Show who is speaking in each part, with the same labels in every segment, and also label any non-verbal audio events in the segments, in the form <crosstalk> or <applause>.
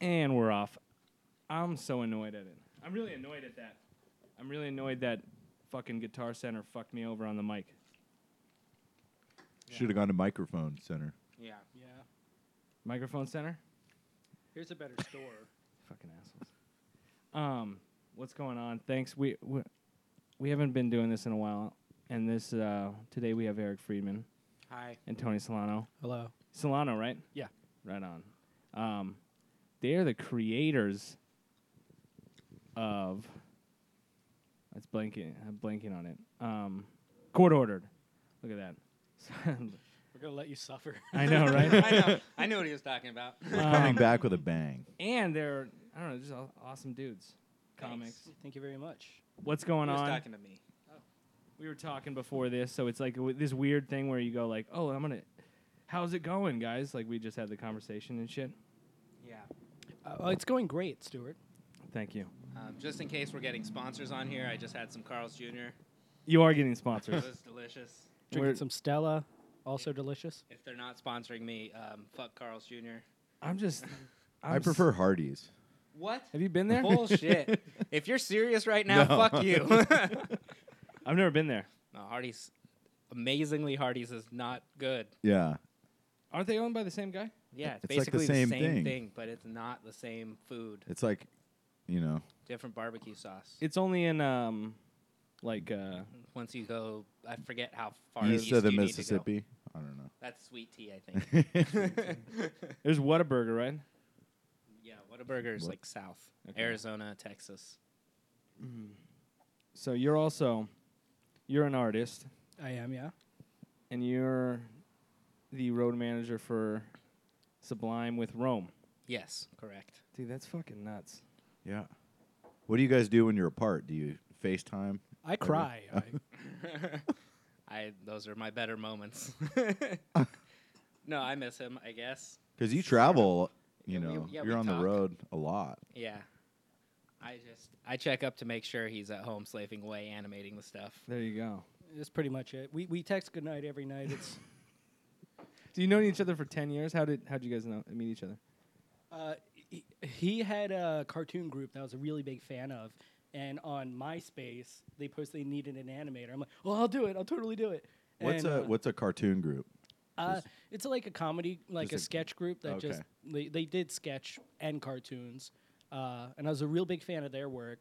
Speaker 1: And we're off. I'm so annoyed at it. I'm really annoyed at that. I'm really annoyed that fucking Guitar Center fucked me over on the mic.
Speaker 2: Should have gone to microphone center.
Speaker 3: Yeah.
Speaker 4: Yeah.
Speaker 1: Microphone Center?
Speaker 4: Here's a better store.
Speaker 1: Fucking assholes. Um, what's going on? Thanks. We, we we haven't been doing this in a while, and this uh, today we have Eric Friedman
Speaker 3: Hi.
Speaker 1: and Tony Solano.
Speaker 4: Hello.
Speaker 1: Solano, right?
Speaker 4: Yeah.
Speaker 1: Right on. Um, they are the creators of. That's blanking. I'm blanking on it. Um, court ordered. Look at that. <laughs>
Speaker 4: We're gonna let you suffer. <laughs>
Speaker 1: I
Speaker 3: <laughs>
Speaker 1: know, right?
Speaker 3: I know. I knew what he was talking about.
Speaker 2: Coming
Speaker 1: Um,
Speaker 2: back with a bang.
Speaker 1: and they're I don't know, just aw- awesome dudes. Comics.
Speaker 4: Thank you very much.
Speaker 1: What's going
Speaker 3: he was
Speaker 1: on?
Speaker 3: talking to me.
Speaker 1: we were talking before this, so it's like w- this weird thing where you go like, "Oh, I'm gonna, how's it going, guys?" Like we just had the conversation and shit.
Speaker 3: Yeah.
Speaker 4: Uh, well, it's going great, Stuart.
Speaker 1: Thank you.
Speaker 3: Um, just in case we're getting sponsors on here, I just had some Carl's Jr.
Speaker 1: You are getting
Speaker 3: It <laughs>
Speaker 1: sponsors.
Speaker 3: was delicious.
Speaker 4: Drinking
Speaker 1: We're-
Speaker 4: some Stella, also delicious.
Speaker 3: If they're not sponsoring me, um, fuck Carl's Jr.
Speaker 1: I'm just. I'm
Speaker 2: I
Speaker 1: s-
Speaker 2: prefer Hardee's.
Speaker 3: What?
Speaker 1: Have you been there?
Speaker 3: Bullshit. if you're serious right now,
Speaker 2: No.
Speaker 3: fuck you.
Speaker 1: <laughs>
Speaker 3: <laughs>
Speaker 1: I've never been there.
Speaker 3: no, Hardy's amazingly Hardy's is not good.
Speaker 2: Yeah.
Speaker 1: Aren't they owned by the same guy?
Speaker 3: Yeah, it's,
Speaker 2: It's like the
Speaker 3: basically
Speaker 2: same thing.
Speaker 3: thing. but it's not the same food.
Speaker 2: It's like, you know,
Speaker 3: Different barbecue sauce.
Speaker 1: It's only in um, like uh,
Speaker 3: Once you go, I forget how far
Speaker 2: east of the
Speaker 3: you need to go.
Speaker 2: Mississippi. I don't know.
Speaker 3: That's sweet tea, I think. <laughs>
Speaker 1: there's Whataburger, right?
Speaker 3: yeah, Whataburger is
Speaker 2: What?
Speaker 3: like south,
Speaker 1: Okay.
Speaker 3: Arizona, Texas.
Speaker 1: So you're also, you're an artist,
Speaker 4: I am, yeah.
Speaker 1: and you're the road manager for Sublime with Rome.
Speaker 3: Yes, correct.
Speaker 1: Dude, that's fucking nuts.
Speaker 2: yeah. What do you guys do when you're apart? Do you FaceTime?
Speaker 4: I <laughs> cry. I,
Speaker 3: I those are my better moments. no, I miss him. I guess.
Speaker 2: Because you travel, you
Speaker 3: Yeah, we-
Speaker 2: know,
Speaker 3: yeah, we
Speaker 2: you're on the
Speaker 3: talk.
Speaker 2: road a lot.
Speaker 3: Yeah. I just I check up to make sure he's at home slaving away animating the stuff. <laughs>
Speaker 1: There you go.
Speaker 4: that's pretty much it. We we text goodnight every night. It's <laughs>
Speaker 1: Do you know each other for ten years? How did how did you guys know meet each other?
Speaker 4: uh, he, he had a cartoon group that I was a really big fan of, and on MySpace they posted they needed an animator. I'm like, well, I'll do it. I'll totally do it.
Speaker 2: What's
Speaker 4: And,
Speaker 2: a
Speaker 4: uh,
Speaker 2: what's a cartoon group?
Speaker 4: Uh, it's like a comedy, like
Speaker 2: just
Speaker 4: a
Speaker 2: a-
Speaker 4: sketch group that
Speaker 2: okay.
Speaker 4: just they, they did sketch and cartoons, uh, and I was a real big fan of their work.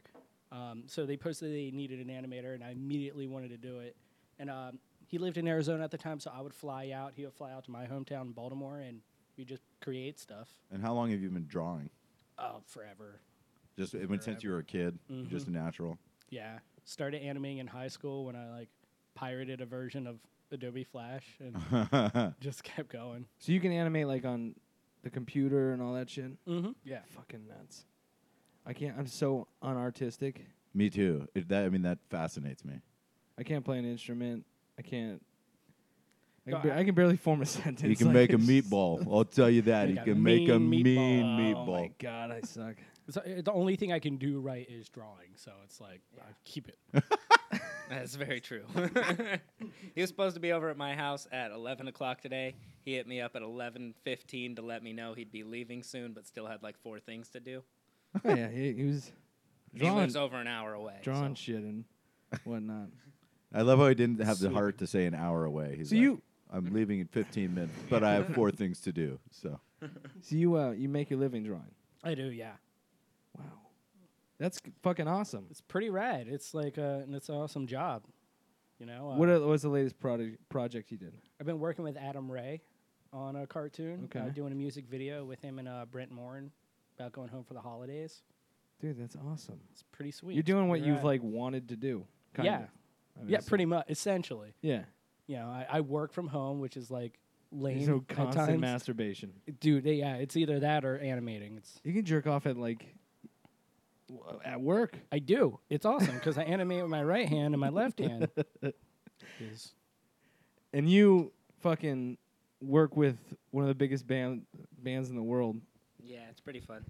Speaker 4: Um, so they posted they needed an animator, and I immediately wanted to do it. And um, he lived in Arizona at the time, so I would fly out. He would fly out to my hometown, Baltimore, and we just create stuff
Speaker 2: And how long have you been drawing?
Speaker 4: uh, forever.
Speaker 2: Just it went since you were a kid,
Speaker 3: Mm-hmm.
Speaker 2: just a natural. <laughs>
Speaker 4: Yeah, started animating in high school when I like pirated a version of Adobe Flash and just kept going.
Speaker 1: So you can animate like on the computer and all that shit.
Speaker 4: Mm-hmm. Yeah.
Speaker 1: Fucking nuts. I can't. I'm so unartistic.
Speaker 2: Me too. It, that I mean that fascinates me.
Speaker 1: I can't play an instrument. I can't. I
Speaker 4: No,
Speaker 1: can, ba-
Speaker 4: I-
Speaker 1: I can barely form a <laughs> sentence.
Speaker 2: He can
Speaker 1: like-
Speaker 2: make a meatball. I'll tell you
Speaker 3: <laughs>
Speaker 2: that. He
Speaker 4: Make a
Speaker 2: can make a
Speaker 4: mean
Speaker 2: mean
Speaker 1: Oh <laughs> my
Speaker 2: meatball.
Speaker 1: god, I suck.
Speaker 4: So, uh, the only thing I can do right is drawing, so it's like I keep it.
Speaker 3: That's very true. <laughs> he was supposed to be over at my house at eleven o'clock today. He hit me up at eleven fifteen to let me know he'd be leaving soon, but still had like four things to do.
Speaker 1: oh, yeah, he, he
Speaker 4: <laughs>
Speaker 1: was
Speaker 3: He
Speaker 1: drawing,
Speaker 3: lives over an hour away.
Speaker 1: drawing
Speaker 3: so-
Speaker 1: shit and whatnot. <laughs>
Speaker 2: I love how he didn't have the
Speaker 4: Sweet.
Speaker 2: heart to say an hour away. He's
Speaker 1: So
Speaker 2: like,
Speaker 1: you-
Speaker 2: I'm leaving in 15
Speaker 1: <laughs>
Speaker 2: minutes, but I have four things to do. So
Speaker 1: So you uh, you make your living drawing.
Speaker 4: I do, yeah.
Speaker 1: Wow, that's c- fucking awesome.
Speaker 4: It's pretty rad. It's like, uh, and it's an awesome job. You know, uh,
Speaker 1: What are, what's the latest product project you did?
Speaker 4: I've been working with Adam Ray on a cartoon. uh,
Speaker 1: Okay.
Speaker 4: doing a music video with him and uh, Brent Morin about going home for the holidays.
Speaker 1: Dude, that's awesome.
Speaker 4: It's pretty sweet.
Speaker 1: You're
Speaker 4: It's
Speaker 1: doing what
Speaker 4: pretty
Speaker 1: you've
Speaker 4: rad.
Speaker 1: like wanted to do. Kinda.
Speaker 4: Yeah.
Speaker 1: I mean,
Speaker 4: yeah,
Speaker 1: it's-
Speaker 4: pretty much, essentially.
Speaker 1: Yeah.
Speaker 4: You know, I, I work from home, which is like lame.
Speaker 1: So
Speaker 4: at
Speaker 1: constant
Speaker 4: times.
Speaker 1: masturbation.
Speaker 4: Dude, yeah, it's either that or animating. It's
Speaker 1: You can jerk off at like w- at work.
Speaker 4: I do. It's awesome because I animate with my right hand and my left hand. is
Speaker 1: And you fucking work with one of the biggest band bands in the world.
Speaker 3: Yeah, it's pretty fun.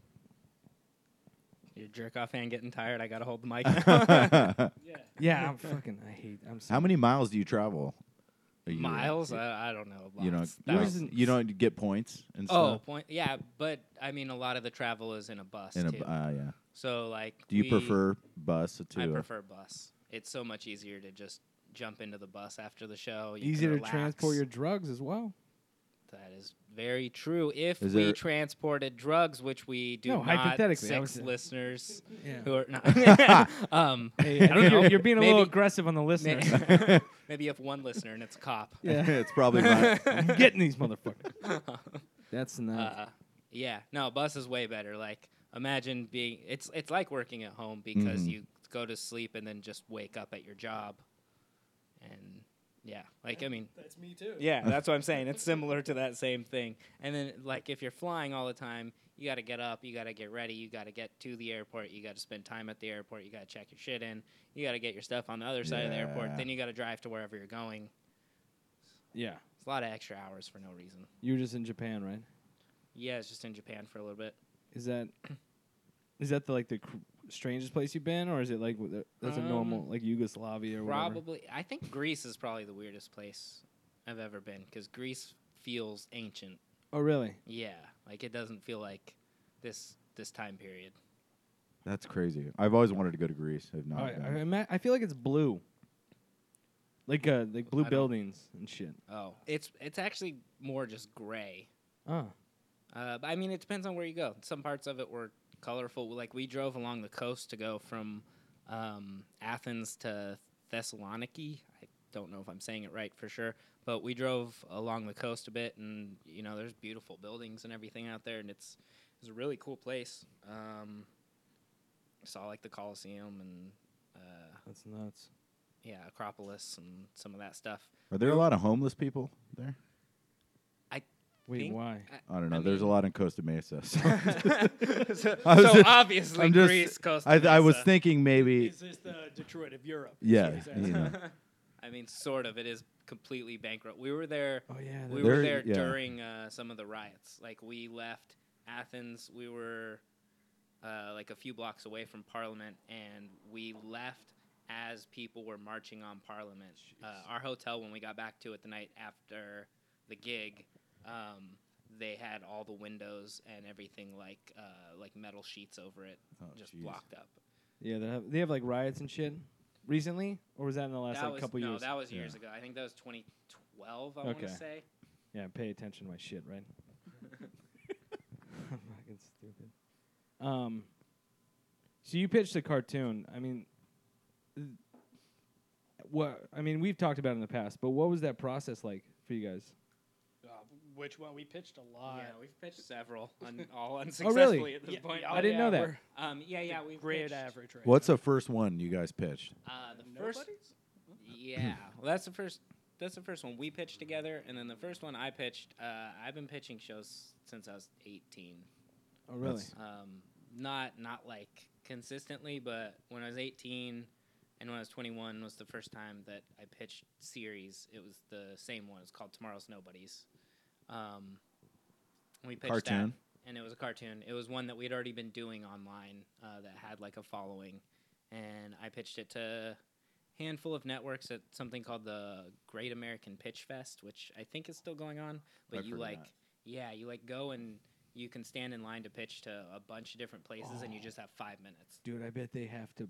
Speaker 3: Your jerk off hand getting tired. I gotta
Speaker 2: <laughs>
Speaker 3: hold the mic. now.
Speaker 1: Yeah, I'm fucking I hate I'm so
Speaker 2: how many miles do you travel a year?
Speaker 3: Miles? I, I don't know.
Speaker 2: You don't.
Speaker 3: lots.
Speaker 2: You
Speaker 3: Thousands.
Speaker 2: don't, you don't get points and
Speaker 3: Oh,
Speaker 2: stuff.
Speaker 3: point. Yeah, but I mean, a lot of the travel is in a bus
Speaker 2: in a
Speaker 3: too.
Speaker 2: bu- uh, yeah.
Speaker 3: so like,
Speaker 2: Do you
Speaker 3: we-
Speaker 2: prefer bus to? uh,
Speaker 3: I
Speaker 2: a-
Speaker 3: prefer bus. It's so much easier to just jump into the bus after the show. You can
Speaker 1: Easy to
Speaker 3: relax.
Speaker 1: transport your drugs as well.
Speaker 3: That is very true. If
Speaker 2: Is
Speaker 3: we
Speaker 2: there-
Speaker 3: transported drugs, which we do
Speaker 1: No,
Speaker 3: not,
Speaker 1: hypothetically, I
Speaker 3: six
Speaker 1: was-
Speaker 3: listeners
Speaker 1: Yeah.
Speaker 3: who
Speaker 2: <laughs>
Speaker 3: are not. <laughs> um,
Speaker 1: Hey, <laughs> I
Speaker 3: I
Speaker 1: think
Speaker 3: don't know.
Speaker 1: you're, you're being a little
Speaker 3: <laughs> Maybe-
Speaker 1: aggressive on the listeners. <laughs>
Speaker 3: may- <laughs> maybe you have one listener and it's a cop.
Speaker 2: <laughs> it's probably
Speaker 3: <laughs>
Speaker 2: not.
Speaker 1: I'm getting these motherfuckers. <laughs> That's nuts.
Speaker 3: Uh, yeah, no, bus is way better. Like, imagine being it's it's like working at home because
Speaker 2: Mhm.
Speaker 3: you go to sleep and then just wake up at your job, and yeah, like I mean,
Speaker 4: That's me too.
Speaker 3: yeah, that's what I'm saying. It's similar to that same thing. And then like if you're flying all the time, you got to get up, you got to get ready, you got to get to the airport, you got to spend time at the airport, you got to check your shit in, you got to get your stuff on the other side of the
Speaker 2: Yeah.
Speaker 3: airport, then you got to drive to wherever you're going.
Speaker 1: yeah.
Speaker 3: It's a lot of extra hours for no reason.
Speaker 1: You were just in Japan, right?
Speaker 3: Yeah, it's just in Japan for a little bit.
Speaker 1: Is that is that the, like the cr- strangest place you've been, or is it like w- that's a
Speaker 3: Um,
Speaker 1: normal like Yugoslavia or whatever?
Speaker 3: Probably, I think Greece is probably the weirdest place I've ever been because Greece feels ancient.
Speaker 1: Oh, really?
Speaker 3: Yeah, like it doesn't feel like this this time period.
Speaker 2: That's crazy. I've always wanted to go to Greece. I've
Speaker 3: Oh,
Speaker 2: not.
Speaker 1: I,
Speaker 2: been.
Speaker 1: I, ima- I feel like it's blue, like uh, like blue
Speaker 3: I don't-
Speaker 1: buildings and shit.
Speaker 3: Oh, it's it's actually more just gray.
Speaker 1: Oh,
Speaker 3: Uh, but I mean, it depends on where you go. Some parts of it were colorful. Like we drove along the coast to go from um, Athens to Thessaloniki. I don't know if I'm saying it right for sure, but we drove along the coast a bit, and you know, there's beautiful buildings and everything out there, and it's it's a really cool place. Um, saw like the Colosseum and uh,
Speaker 1: that's nuts.
Speaker 3: yeah, Acropolis and some of that stuff. <laughs>
Speaker 2: Are there a lot of homeless people there?
Speaker 1: Wait,
Speaker 3: Think-
Speaker 1: why?
Speaker 2: I don't know.
Speaker 3: I
Speaker 2: There's a
Speaker 3: mean-
Speaker 2: lot in Costa Mesa.
Speaker 3: <laughs>
Speaker 2: so-
Speaker 3: so
Speaker 2: <laughs> I was
Speaker 3: so
Speaker 2: just-
Speaker 3: obviously,
Speaker 2: I'm just-
Speaker 3: Greece, Costa
Speaker 2: I, I was
Speaker 3: Mesa.
Speaker 2: thinking maybe.
Speaker 4: Is this the Detroit of Europe?
Speaker 2: Yeah.
Speaker 4: Is what he's
Speaker 2: You
Speaker 3: <laughs>
Speaker 2: know.
Speaker 4: asking.
Speaker 3: I mean, sort of. It is completely bankrupt. We were there.
Speaker 1: Oh yeah,
Speaker 3: We
Speaker 1: that-
Speaker 3: were
Speaker 2: There-
Speaker 3: there
Speaker 2: yeah.
Speaker 3: during uh, some of the riots. Like we left Athens. We were uh, like a few blocks away from Parliament, and we left as people were marching on Parliament. Uh, our hotel, when we got back to it the night after the gig, um, they had all the windows and everything like uh, like metal sheets over it,
Speaker 2: Oh,
Speaker 3: just
Speaker 2: jeez.
Speaker 3: blocked up.
Speaker 1: yeah. They have, they have like riots and shit recently, or was that in the last
Speaker 3: that
Speaker 1: like
Speaker 3: was,
Speaker 1: couple
Speaker 3: no,
Speaker 1: years?
Speaker 3: that was years ago. I think that was 2012. I want
Speaker 1: Okay.
Speaker 3: to say.
Speaker 1: Yeah, pay attention to my shit,
Speaker 3: <laughs>
Speaker 1: right? <laughs> I'm fucking stupid. Um, so you pitched a cartoon. I mean, th- what? I mean, we've talked about it in the past, but what was that process like for you guys?
Speaker 4: Uh, which one? We pitched a lot.
Speaker 3: yeah, we've pitched
Speaker 1: <laughs>
Speaker 3: several, un- all unsuccessfully
Speaker 1: Oh, really?
Speaker 3: at this
Speaker 4: Yeah,
Speaker 3: point.
Speaker 4: yeah,
Speaker 1: I didn't know that.
Speaker 4: we're
Speaker 3: but, Um, yeah, yeah, we've
Speaker 4: Great
Speaker 3: pitched,
Speaker 4: average right
Speaker 2: What's the first one you guys pitched?
Speaker 3: Uh, the
Speaker 4: now.
Speaker 3: first,
Speaker 4: Nobody's?
Speaker 3: yeah, well, that's the first. That's the first one we pitched together, and then the first one I pitched. Uh, I've been pitching shows since I was 18.
Speaker 1: Oh, really?
Speaker 2: That's-
Speaker 3: Um, not not like consistently, but when I was 18 and when I was 21 was the first time that I pitched series. It was the same one. It's called Tomorrow's Nobodies. Um, we pitched
Speaker 2: Cartoon.
Speaker 3: that, and it was a cartoon. It was one that we'd already been doing online uh, that had like a following, and I pitched it to a handful of networks at something called the Great American Pitch Fest, which I think is still going on. But
Speaker 2: I've
Speaker 3: you
Speaker 2: heard of
Speaker 3: like,
Speaker 2: that.
Speaker 3: yeah, you like go and you can stand in line to pitch to a bunch of different places, and you just have five minutes.
Speaker 1: Dude, I bet they have to.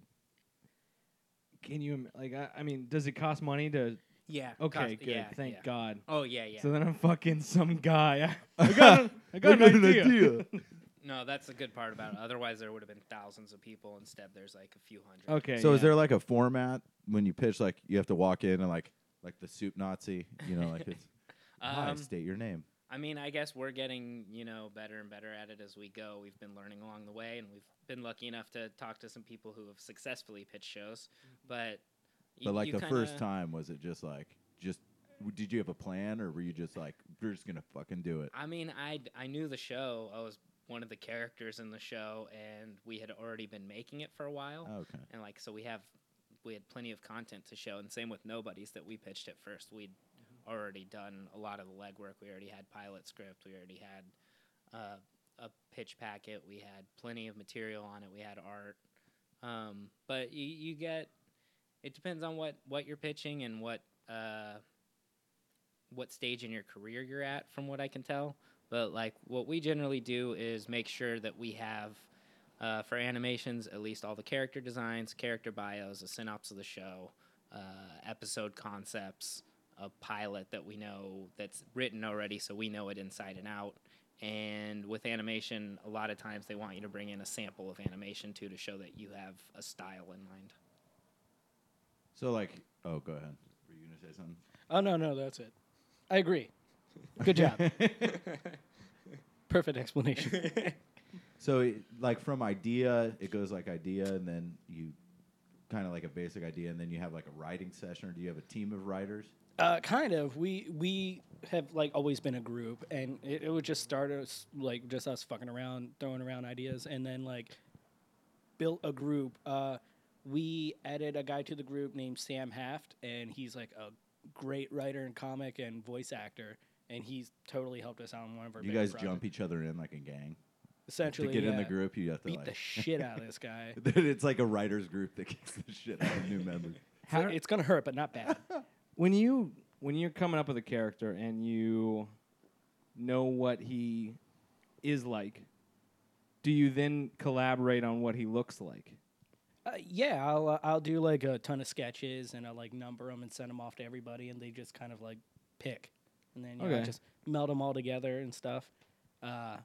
Speaker 1: Can you im- like? I, I mean, does it cost money to?
Speaker 3: Yeah.
Speaker 1: Okay,
Speaker 3: cost-
Speaker 1: good.
Speaker 3: yeah,
Speaker 1: Thank
Speaker 3: yeah.
Speaker 1: God.
Speaker 3: Oh yeah, yeah.
Speaker 1: So then I'm fucking some guy. <laughs> I got, an, I got, an idea.
Speaker 3: no, that's the good part about it. Otherwise, there would have been thousands of people. Instead, there's like a few
Speaker 1: <laughs>
Speaker 3: hundred.
Speaker 1: Okay.
Speaker 2: So is
Speaker 1: yeah.
Speaker 2: there like a format when you pitch? Like you have to walk in and like like the soup Nazi, you know, like it's hi,
Speaker 3: Um,
Speaker 2: state your name.
Speaker 3: I mean, I guess we're getting you know better and better at it as we go. We've been learning along the way, and we've been lucky enough to talk to some people who have successfully pitched shows. But y-
Speaker 2: But like
Speaker 3: you
Speaker 2: the first
Speaker 3: kinda-
Speaker 2: time, was it just like just? w- Did you have a plan, or were you just like we're just gonna fucking do it?
Speaker 3: I mean, I I knew the show. I was one of the characters in the show, and we had already been making it for a while.
Speaker 2: Okay.
Speaker 3: and like so we have we had plenty of content to show and same with nobodies that we pitched at first we'd already done a lot of the legwork we already had pilot script we already had uh, a pitch packet we had plenty of material on it we had art um, but you, you get it depends on what what you're pitching and what uh, what stage in your career you're at, from what I can tell. But like what we generally do is make sure that we have uh, for animations at least all the character designs, character bios, a synopsis of the show, uh, episode concepts, a pilot that we know that's written already, so we know it inside and out. And with animation, a lot of times they want you to bring in a sample of animation too to show that you have a style in mind.
Speaker 2: So like, oh, go ahead. Were you gonna say something?
Speaker 4: Oh no, no, that's it. I agree.
Speaker 2: <laughs>
Speaker 4: Good job. Perfect explanation. <laughs>
Speaker 2: So it, like from idea, it goes like idea, and then you kind of like a basic idea, and then you have like a writing session, or do you have a team of writers?
Speaker 4: Uh, kind of. We we have like always been a group, and it, it would just start us like just us fucking around, throwing around ideas, and then like built a group. Uh, we added a guy to the group named Sam Haft, and he's like a great writer and comic and voice actor, and he's totally helped us out on one of our.
Speaker 2: you
Speaker 4: bigger
Speaker 2: guys
Speaker 4: projects.
Speaker 2: jump each other in like a gang
Speaker 4: essentially
Speaker 2: to get in the
Speaker 4: yeah.
Speaker 2: group. You have to
Speaker 4: Beat
Speaker 2: like <laughs>
Speaker 4: the shit out of this guy.
Speaker 2: it's like a writers group that <laughs> kicks the shit out
Speaker 4: <laughs>
Speaker 2: of new members.
Speaker 1: How-
Speaker 4: It's- it's gonna hurt, but not bad.
Speaker 1: when you when you're coming up with a character and you know what he is like, do you then collaborate on what he looks like?
Speaker 4: Uh, yeah, I'll uh, I'll do like a ton of sketches and I'll like number them and send them off to everybody and they just kind of like pick, and then you know, I
Speaker 1: Okay.
Speaker 4: just meld them all together and stuff. Uh,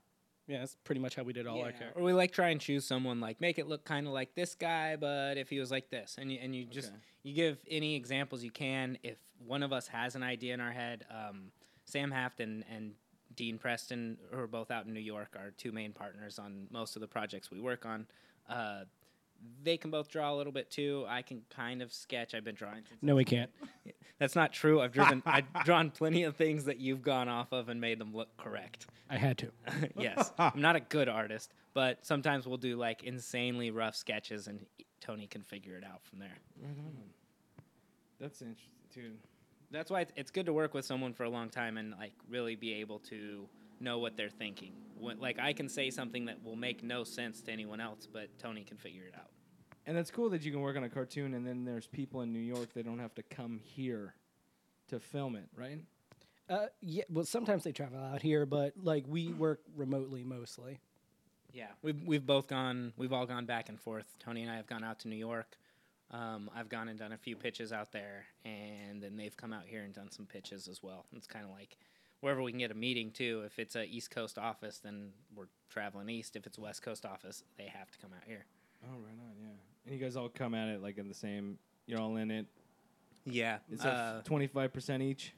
Speaker 4: yeah, that's pretty much how we did all our
Speaker 3: Yeah,
Speaker 4: characters.
Speaker 3: Or we like try and choose someone like make it look kind of like this guy, but if he was like this, and you, and you just
Speaker 1: Okay.
Speaker 3: you give any examples you can. If one of us has an idea in our head, um, Sam Haft and and Dean Preston, who are both out in New York, are two main partners on most of the projects we work on. Uh, they can both draw a little bit too. I can kind of sketch. I've been drawing. Since
Speaker 4: No, we can't.
Speaker 3: that's not true. I've driven. I've drawn plenty of things that you've gone off of and made them look correct.
Speaker 4: I had to.
Speaker 3: <laughs> yes. I'm not a good artist, but sometimes we'll do like insanely rough sketches and Tony can figure it out from there.
Speaker 1: That's interesting, dude.
Speaker 3: That's why it's, it's good to work with someone for a long time and like really be able to know what they're thinking. When, like I can say something that will make no sense to anyone else, but Tony can figure it out.
Speaker 1: And that's cool that you can work on a cartoon, and then there's people in New York that don't have to come here to film it, right?
Speaker 4: Uh, yeah, well, sometimes they travel out here, but like we work remotely mostly.
Speaker 3: Yeah, we've we've both gone. We've all gone back and forth. Tony and I have gone out to New York. Um, I've gone and done a few pitches out there, and then they've come out here and done some pitches as well. It's kind of like wherever we can get a meeting too. If it's a East Coast office, then we're traveling east. If it's a West Coast office, they have to come out here.
Speaker 1: Oh, right on, yeah. And you guys all come at it like in the same. You're all in it.
Speaker 3: Yeah,
Speaker 1: It's
Speaker 3: Uh,
Speaker 1: twenty five percent each.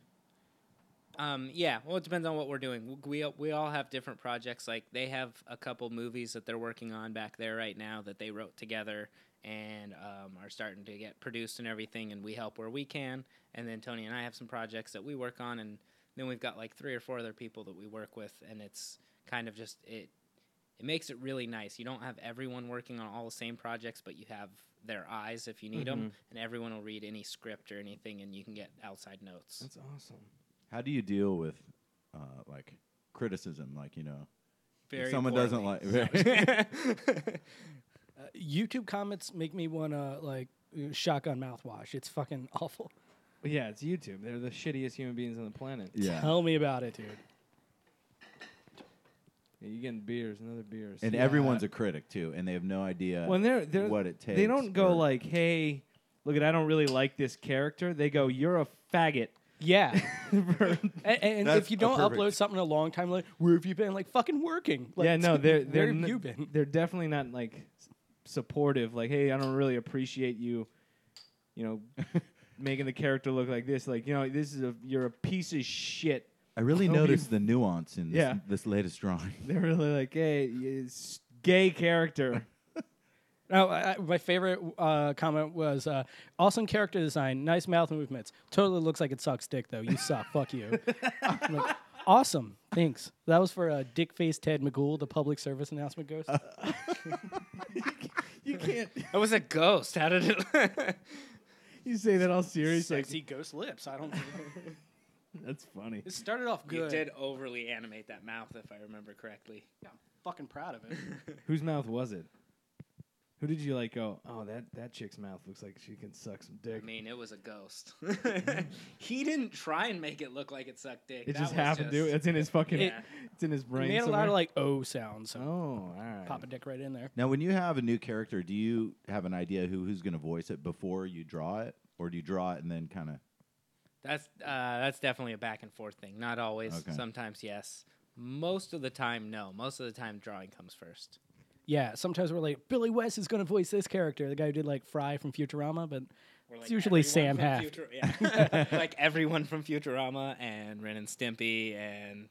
Speaker 3: Um, yeah, well, it depends on what we're doing. We we all have different projects. Like they have a couple movies that they're working on back there right now that they wrote together and um, are starting to get produced and everything. And we help where we can. And then Tony and I have some projects that we work on, and then we've got like three or four other people that we work with, and it's kind of just it. It makes it really nice. You don't have everyone working on all the same projects, but you have their eyes if you need them, and everyone will read any script or anything, and you can get outside notes.
Speaker 1: That's awesome.
Speaker 2: How do you deal with uh, like criticism? Like you know,
Speaker 3: Very
Speaker 2: someone doesn't <laughs>
Speaker 4: <laughs>
Speaker 3: poorly.
Speaker 4: Uh, YouTube comments make me wanna like uh, shotgun mouthwash. It's fucking <laughs> awful.
Speaker 1: But yeah, it's YouTube. They're the shittiest human beings on the planet.
Speaker 2: yeah.
Speaker 4: Tell me about it, dude.
Speaker 1: Yeah, you're getting beers and other beers.
Speaker 2: And everyone's a critic too, and they have no idea.
Speaker 1: when they're, they're
Speaker 2: what it
Speaker 1: They
Speaker 2: takes
Speaker 1: don't go
Speaker 2: for-
Speaker 1: like, "Hey, look at I don't really like this character." They go, "You're a faggot." <laughs>
Speaker 4: Yeah.
Speaker 1: For-
Speaker 4: And, and
Speaker 2: That's
Speaker 4: if you
Speaker 2: a
Speaker 4: don't
Speaker 2: perfect-
Speaker 4: upload something in a long time, like where have you been? Like fucking working. Like,
Speaker 1: yeah, no, they're they're
Speaker 4: where have
Speaker 1: n-
Speaker 4: you been?
Speaker 1: They're definitely not like s- supportive. Like, "Hey, I don't really appreciate you." You know, making the character look like this. Like, you know, this is a you're a piece of shit.
Speaker 2: <laughs>
Speaker 1: <laughs>
Speaker 2: I really
Speaker 1: Tell me-
Speaker 2: noticed the nuance in this,
Speaker 1: Yeah.
Speaker 2: this latest drawing. <laughs>
Speaker 1: They're really like, "Hey, it's gay
Speaker 4: <laughs>
Speaker 1: character."
Speaker 4: <laughs> No, I, I- my favorite uh, comment was uh, awesome character design, nice mouth movements. Totally looks like it sucks dick though. You suck. Fuck <laughs> you. I'm like, awesome. Thanks. That was for uh, Dick Face Ted McGool, the public service announcement ghost.
Speaker 1: you can't.
Speaker 3: It was a ghost. How did it?
Speaker 1: <laughs> You say that all serious? Like,
Speaker 4: ghost lips. I don't.
Speaker 1: that's funny.
Speaker 4: it started off
Speaker 3: <laughs> you did overly animate that mouth, if I remember correctly.
Speaker 4: I'm fucking proud of it.
Speaker 1: Whose mouth was it? Who did you like? Go. Oh, that that chick's mouth looks like she can suck some
Speaker 3: I
Speaker 1: dick.
Speaker 3: mean, it was a ghost. <laughs> he didn't try and make it look like it sucked dick.
Speaker 1: it
Speaker 3: That
Speaker 1: just
Speaker 3: was
Speaker 1: happened,
Speaker 3: just-
Speaker 1: dude. It's in his fucking.
Speaker 3: Yeah.
Speaker 1: It's in his brain.
Speaker 4: made a
Speaker 1: somewhere.
Speaker 4: lot of like O sounds. So
Speaker 1: Oh, all right.
Speaker 4: pop a dick right in there.
Speaker 2: Now, when you have a new character, do you have an idea who who's going to voice it before you draw it, or do you draw it and then kind of?
Speaker 3: That's uh, that's definitely a back and forth thing. Not always.
Speaker 2: Okay.
Speaker 3: Sometimes yes. Most of the time, no. Most of the time, drawing comes first.
Speaker 4: Yeah, sometimes we're like Billy West is going to voice this character, the guy who did like Fry from Futurama, but
Speaker 3: Or,
Speaker 4: it's usually Sam
Speaker 3: everyone from
Speaker 4: Haft.
Speaker 3: Futur- yeah. <laughs> like everyone from Futurama and Ren and Stimpy and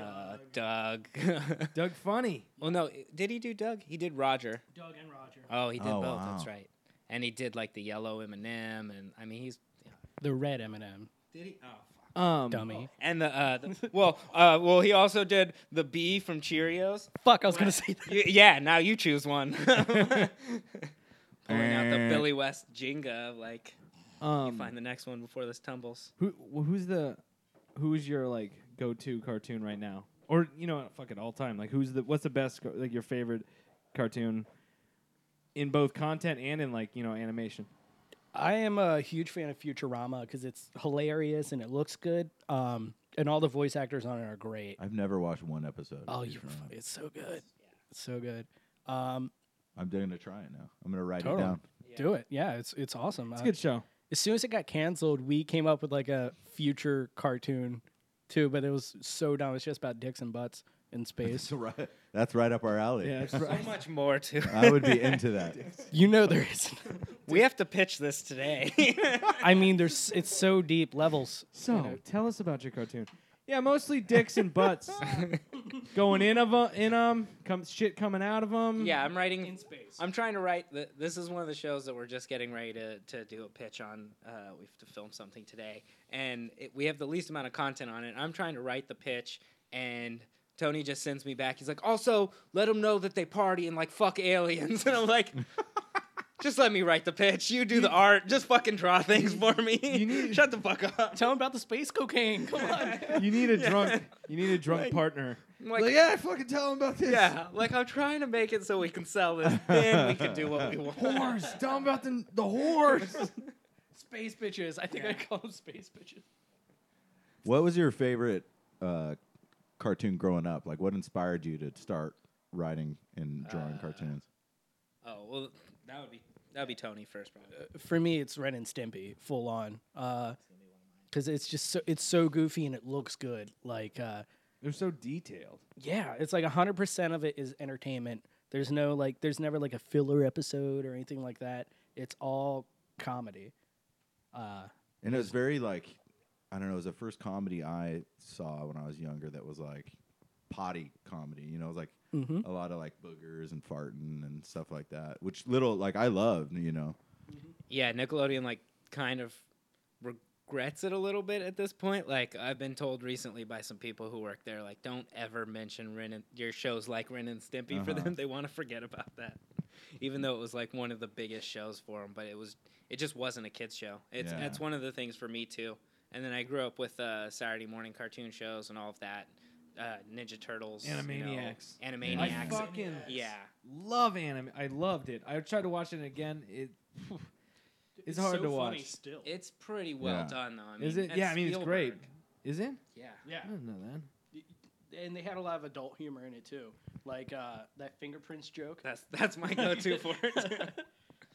Speaker 3: uh, Doug. <laughs>
Speaker 1: Doug Funny.
Speaker 3: well, no, did he do Doug? He did Roger.
Speaker 4: Doug and Roger.
Speaker 3: Oh, he did
Speaker 2: Oh,
Speaker 3: both. That's
Speaker 2: wow.
Speaker 3: right. And he did like the yellow M and M, and I mean he's. Yeah.
Speaker 4: The red M&M,
Speaker 3: Did he? Oh. fuck.
Speaker 1: Um,
Speaker 4: dummy.
Speaker 3: And the, uh, the <laughs> well, uh, well, he also did the bee from Cheerios.
Speaker 4: Fuck, I was going to say that.
Speaker 3: Y- yeah, now you choose
Speaker 2: <laughs>
Speaker 3: one. Pulling out the
Speaker 2: Eh.
Speaker 3: Billy West Jenga, like
Speaker 1: Um,
Speaker 3: find the next one before this tumbles.
Speaker 1: Who wh- who's the who's your like go to cartoon right now? Or you know, fuck it, all time. Like who's the what's the best car- like your favorite cartoon in both content and in like you know animation?
Speaker 4: I am a huge fan of Futurama because it's hilarious and it looks good. Um, and all the voice actors on it are great.
Speaker 2: I've never watched one episode. of
Speaker 4: Oh, you're
Speaker 2: Futurama.
Speaker 4: funny. It's so good. It's so good. Um,
Speaker 2: I'm going to try it now. I'm going to write
Speaker 4: Totally.
Speaker 2: it down.
Speaker 4: Do it. Yeah, it's it's awesome.
Speaker 1: It's
Speaker 4: Uh,
Speaker 1: a good show.
Speaker 4: As soon as it got canceled, we came up with like a future cartoon too, but it was so dumb. It's just about dicks and butts in
Speaker 2: <laughs>
Speaker 4: space.
Speaker 2: That's right. That's right up our alley.
Speaker 1: Yeah, it's
Speaker 3: So much more too.
Speaker 2: <laughs> I would
Speaker 3: <laughs>
Speaker 2: be into <laughs> that.
Speaker 4: you know there is.
Speaker 3: we have to pitch this today. <laughs>
Speaker 4: I mean, there's it's so deep levels.
Speaker 1: So tell us about your cartoon. Yeah, mostly dicks and <laughs> butts going in of 'em- in them, come shit coming out of them.
Speaker 3: yeah, I'm writing
Speaker 4: space.
Speaker 3: I'm trying to write. The, this is one of the shows that we're just getting ready to, to do a pitch on. Uh, we have to film something today, and it, we have the least amount of content on it. I'm trying to write the pitch, and Tony just sends me back. He's like, "Also, let them know that they party and like fuck aliens." <laughs> And I'm like, "Just let me write the pitch. You do the art. Just fucking draw things for me. <laughs> Shut the fuck up."
Speaker 4: Tell him about the space cocaine. Come on. <laughs>
Speaker 1: you need a drunk. You need a drunk partner.
Speaker 3: I'm like,
Speaker 2: yeah, fucking tell them about this.
Speaker 3: yeah, like I'm trying to make it so we can sell this, then we can do what we want.
Speaker 1: Horse. Tell 'em about the the horse.
Speaker 4: space bitches. I think I call them space bitches.
Speaker 2: What was your favorite uh, cartoon growing up? Like, what inspired you to start writing and drawing cartoons?
Speaker 3: Oh well, that would be that would be Tony first, probably.
Speaker 4: For me, it's Ren and Stimpy, full on. Because it's just so it's so goofy and it looks good. Like. Uh,
Speaker 1: <laughs> They're so detailed.
Speaker 4: Yeah, it's like 100% of it is entertainment. There's no like there's never like a filler episode or anything like that. It's all comedy. Uh
Speaker 2: And it was very like, I don't know, it was the first comedy I saw when I was younger that was like potty comedy. You know, it was like a lot of like boogers and farting and stuff like that, which little like I loved. You know, <laughs>
Speaker 3: yeah, Nickelodeon like kind of regrets it a little bit at this point. Like I've been told recently by some people who work there, like don't ever mention Ren and your shows like Ren and Stimpy for
Speaker 2: Uh-huh.
Speaker 3: them. <laughs> They want to forget about that, even though it was like one of the biggest shows for them. But it was it just wasn't a kids show. It's
Speaker 2: Yeah.
Speaker 3: that's one of the things for me too. And then I grew up with uh, Saturday morning cartoon shows and all of that. Uh, Ninja Turtles, you know,
Speaker 1: Animaniacs.
Speaker 3: Animaniacs.
Speaker 1: I fucking
Speaker 3: yeah.
Speaker 1: love anime. I loved it. I tried to watch it again. It it's, hard to watch.
Speaker 4: still.
Speaker 3: It's pretty well
Speaker 2: Yeah.
Speaker 3: done, though. I mean,
Speaker 1: Is it?
Speaker 3: that's
Speaker 1: Yeah, I mean it's great.
Speaker 3: Spielberg.
Speaker 1: Is it?
Speaker 3: Yeah.
Speaker 4: yeah.
Speaker 1: I don't know that.
Speaker 4: And they had a lot of adult humor in it too. Like uh that
Speaker 3: <laughs>
Speaker 4: fingerprints joke.
Speaker 3: That's that's my go-to for it.
Speaker 1: <laughs>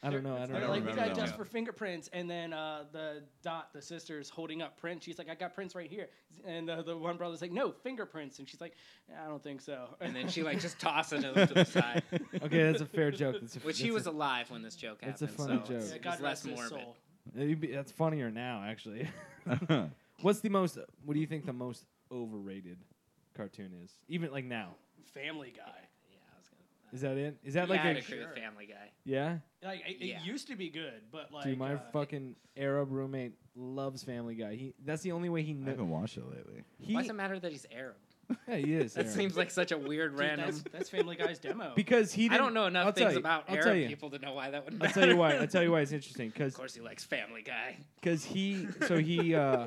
Speaker 1: I don't know. I don't,
Speaker 4: They're
Speaker 1: know.
Speaker 4: like, we
Speaker 2: remember that
Speaker 4: got just for
Speaker 2: one.
Speaker 4: fingerprints, and then uh, the dot, the sister's holding up prints. She's like, "I got prints right here," and the, the one brother's like, "No, fingerprints," and she's like, "I don't think so."
Speaker 3: <laughs> and then she
Speaker 4: <laughs>
Speaker 3: like just tosses him to the side,
Speaker 1: okay, that's a fair joke. That's a,
Speaker 3: which
Speaker 1: that's
Speaker 3: he was
Speaker 1: A,
Speaker 3: alive when this joke
Speaker 1: It's
Speaker 3: happened.
Speaker 1: a funny
Speaker 3: so It's,
Speaker 1: joke.
Speaker 3: it's less morbid.
Speaker 1: it'd be- that's funnier now, actually. <laughs>
Speaker 2: <laughs>
Speaker 1: What's the most? What do you think the most overrated cartoon is? Even like now,
Speaker 4: Family Guy.
Speaker 3: Yeah, I was gonna.
Speaker 1: is that it? Is that
Speaker 3: yeah, I'd
Speaker 1: like
Speaker 3: agree
Speaker 1: a,
Speaker 3: with Family Guy.
Speaker 1: yeah?
Speaker 4: Like it,
Speaker 3: Yeah.
Speaker 4: it used to be good, but like
Speaker 1: Dude, my
Speaker 4: uh,
Speaker 1: fucking Arab roommate loves Family Guy. He that's the only way he
Speaker 2: I
Speaker 1: knows.
Speaker 2: haven't watched it lately.
Speaker 1: He,
Speaker 3: Why does it matter that he's Arab?
Speaker 1: yeah, he is.
Speaker 3: That
Speaker 1: Arab.
Speaker 3: seems like such a weird
Speaker 4: dude,
Speaker 3: random.
Speaker 4: That's, that's Family Guy's demo.
Speaker 1: <laughs> because he.
Speaker 3: I
Speaker 1: didn't-
Speaker 3: don't know enough
Speaker 1: I'll tell
Speaker 3: things
Speaker 1: you,
Speaker 3: about
Speaker 1: I'll
Speaker 3: Arab
Speaker 1: tell you.
Speaker 3: people to know why that would
Speaker 1: I'll
Speaker 3: matter.
Speaker 1: tell you why. I'll tell you why it's interesting because
Speaker 3: Of course, he likes Family Guy.
Speaker 1: Because he, so he,
Speaker 3: <laughs>
Speaker 1: uh,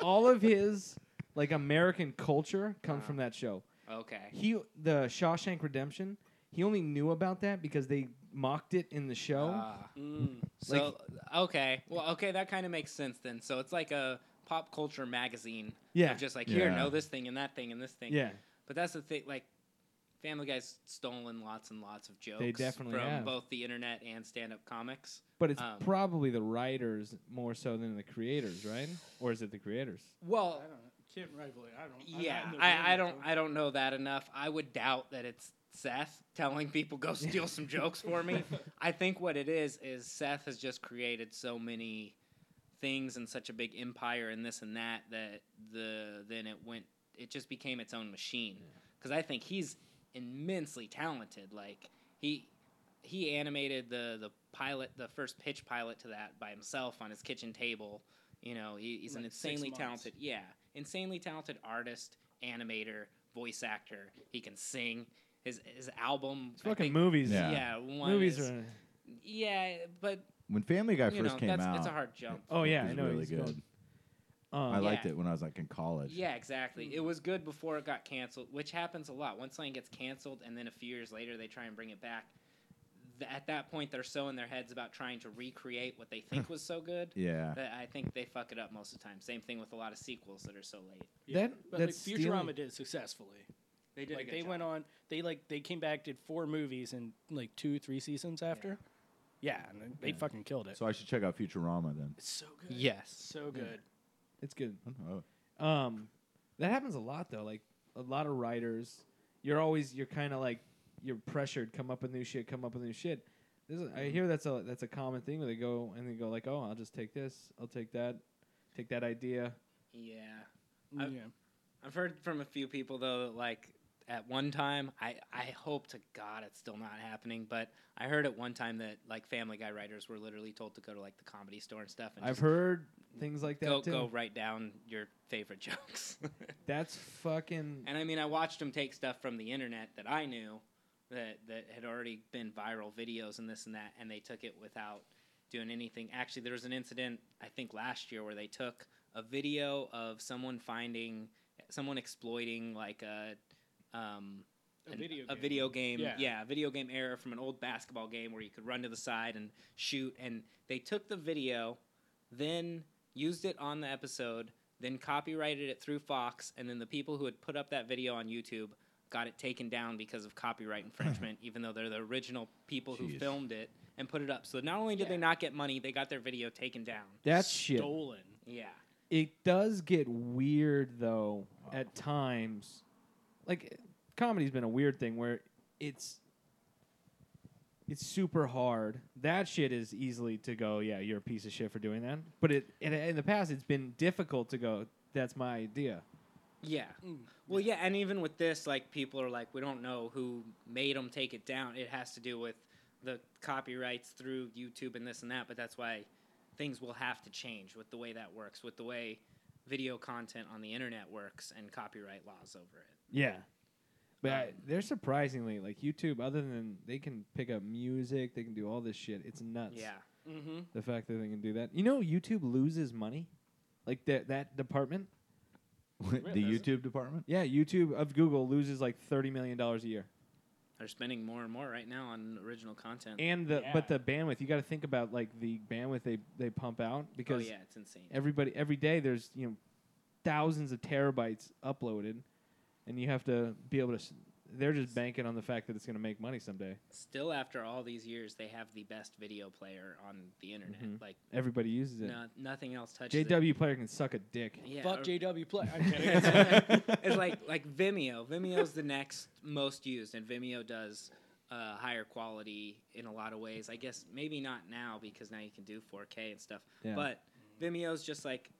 Speaker 1: all of his like American culture comes
Speaker 3: Uh-huh.
Speaker 1: from that show.
Speaker 3: <laughs> Okay.
Speaker 1: He, the Shawshank Redemption, He only knew about that because they mocked it in the show.
Speaker 3: Ah.
Speaker 4: Mm.
Speaker 3: so okay, well, okay, that kind of makes sense then. So it's like a pop culture magazine.
Speaker 1: Yeah.
Speaker 3: of just like here,
Speaker 2: Yeah.
Speaker 3: know this thing and that thing and this thing.
Speaker 1: yeah.
Speaker 3: But that's the thing, like. Family Guy's stolen lots and lots of jokes
Speaker 1: definitely
Speaker 3: from
Speaker 1: have.
Speaker 3: both the internet and stand-up comics.
Speaker 1: But it's
Speaker 3: Um,
Speaker 1: probably the writers more so than the creators, right? Or is it the creators?
Speaker 3: Well,
Speaker 4: I don't know. Can't rival it. I don't. I'm not
Speaker 3: Yeah,
Speaker 4: in the room
Speaker 3: I, I
Speaker 4: with
Speaker 3: don't
Speaker 4: them.
Speaker 3: I don't know that enough. I would doubt that it's Seth telling people go steal some jokes for me.
Speaker 4: <laughs>
Speaker 3: I think what it is is Seth has just created so many things and such a big empire and this and that that the then it went it just became its own machine. Cuz I think he's immensely talented. Like he he animated the the pilot the first pitch pilot to that by himself on his kitchen table. You know, he, he's an
Speaker 4: Like six
Speaker 3: insanely
Speaker 4: months.
Speaker 3: talented yeah, insanely talented artist, animator, voice actor. He can sing. His his album
Speaker 1: It's
Speaker 3: I
Speaker 1: fucking
Speaker 3: think-
Speaker 1: movies.
Speaker 2: Yeah.
Speaker 3: yeah, one
Speaker 1: Movies
Speaker 3: is-
Speaker 1: are.
Speaker 3: yeah, but
Speaker 2: When Family Guy
Speaker 3: you
Speaker 2: first
Speaker 3: know
Speaker 2: came
Speaker 3: that's
Speaker 2: out,
Speaker 3: it's a hard jump.
Speaker 1: Oh yeah,
Speaker 2: it
Speaker 1: I
Speaker 2: was
Speaker 1: know.
Speaker 2: really
Speaker 1: he's
Speaker 2: good.
Speaker 1: going-
Speaker 2: I
Speaker 1: Um,
Speaker 2: liked
Speaker 3: Yeah.
Speaker 2: it when I was like in college.
Speaker 3: Yeah, exactly. It was good before it got canceled, which happens a lot. Once something gets canceled, and then a few years later they try and bring it back. th- At that point, they're so in their heads about trying to
Speaker 2: <laughs>
Speaker 3: recreate what they think was so good
Speaker 2: Yeah.
Speaker 3: that I think they fuck it up most of the time. Same thing with a lot of sequels that are so late.
Speaker 1: That-
Speaker 4: but like,
Speaker 1: that's the
Speaker 4: Futurama
Speaker 1: only-
Speaker 4: did successfully.
Speaker 3: They
Speaker 4: like they went on. They like they came back, did four movies in like two, three seasons after. Yeah, and they fucking killed it.
Speaker 2: So I should check out Futurama then.
Speaker 4: it's so good.
Speaker 3: Yes.
Speaker 4: so good.
Speaker 1: It's good.
Speaker 2: I don't
Speaker 4: <laughs>
Speaker 2: know.
Speaker 1: Um, that happens a lot though. Like a lot of writers, you're always you're kind of like you're pressured. Come up with new shit. Come up with new shit. This is, I hear that's a that's a common thing where they go and they go like, oh, I'll just take this. I'll take that. Take that idea.
Speaker 3: Yeah.
Speaker 4: Yeah.
Speaker 3: I- I've heard from a few people though that like at one time I I hope to God it's still not happening, but I heard at one time that like Family Guy writers were literally told to go to like the comedy store and stuff and
Speaker 1: I've
Speaker 3: just
Speaker 1: heard things like that
Speaker 3: go
Speaker 1: too.
Speaker 3: go write down your favorite <laughs> jokes.
Speaker 1: That's
Speaker 4: Mm.
Speaker 1: fucking.
Speaker 3: and I mean I watched them take stuff from the internet that I knew that that had already been viral videos and this and that and they took it without doing anything. Actually, there was an incident I think last year where they took a video of someone finding someone exploiting like a um,
Speaker 4: A
Speaker 3: an-
Speaker 4: video
Speaker 3: a
Speaker 4: game.
Speaker 3: video game yeah.
Speaker 4: Yeah.
Speaker 3: a video game error from an old basketball game where you could run to the side and shoot and they took the video then used it on the episode then copyrighted it through Fox and then the people who had put up that video on YouTube got it taken down because of copyright infringement even though they're the original people who
Speaker 2: Jeez.
Speaker 3: filmed it and put it up so not only did they
Speaker 4: Yeah.
Speaker 3: not get money they got their video taken down
Speaker 1: That's shit.
Speaker 4: Stolen.
Speaker 3: yeah
Speaker 1: It does get weird though at times. Like comedy's been a weird thing where it's it's super hard. That shit is easily to go, yeah, you're a piece of shit for doing that. But it in, in the past it's been difficult to go, that's my idea.
Speaker 3: Yeah. Well, yeah, and even with this, like people are like, we don't know who made them take it down. It has to do with the copyrights through YouTube and this and that. But that's why things will have to change with the way that works, with the way video content on the internet works, and copyright laws over it.
Speaker 1: Yeah. But I,
Speaker 3: Um,
Speaker 1: they're surprisingly like YouTube other than they can pick up music, they can do all this shit. It's nuts.
Speaker 3: yeah.
Speaker 4: Mm-hmm.
Speaker 1: The fact that they can do that. You know YouTube loses money? Like that that department?
Speaker 2: the
Speaker 4: there's-
Speaker 2: YouTube department?
Speaker 1: Yeah, YouTube of Google loses like thirty million dollars a year,
Speaker 3: They're spending more and more right now on original content. Oh,
Speaker 1: and the
Speaker 4: Yeah.
Speaker 1: but the bandwidth you got to think about like the bandwidth they they pump out
Speaker 3: oh,
Speaker 1: because
Speaker 3: yeah, it's insane.
Speaker 1: everybody every day there's you know thousands of terabytes uploaded, and you have to be able to. s- They're just banking on the fact that it's going to make money someday.
Speaker 3: Still, after all these years, they have the best video player on the internet.
Speaker 1: Mhm.
Speaker 3: Like,
Speaker 1: Everybody uses it.
Speaker 3: no, nothing else touches it.
Speaker 1: JW player can suck a
Speaker 3: <laughs>
Speaker 1: dick.
Speaker 3: Yeah,
Speaker 4: Fuck
Speaker 3: or-
Speaker 4: JW Play.
Speaker 3: <laughs>
Speaker 4: I'm kidding. <laughs>
Speaker 3: it's like like Vimeo. Vimeo's the next most used, and Vimeo does uh, higher quality in a lot of ways. I guess maybe not now because now you can do 4K and stuff.
Speaker 1: <laughs> Yeah.
Speaker 3: But Vimeo's just like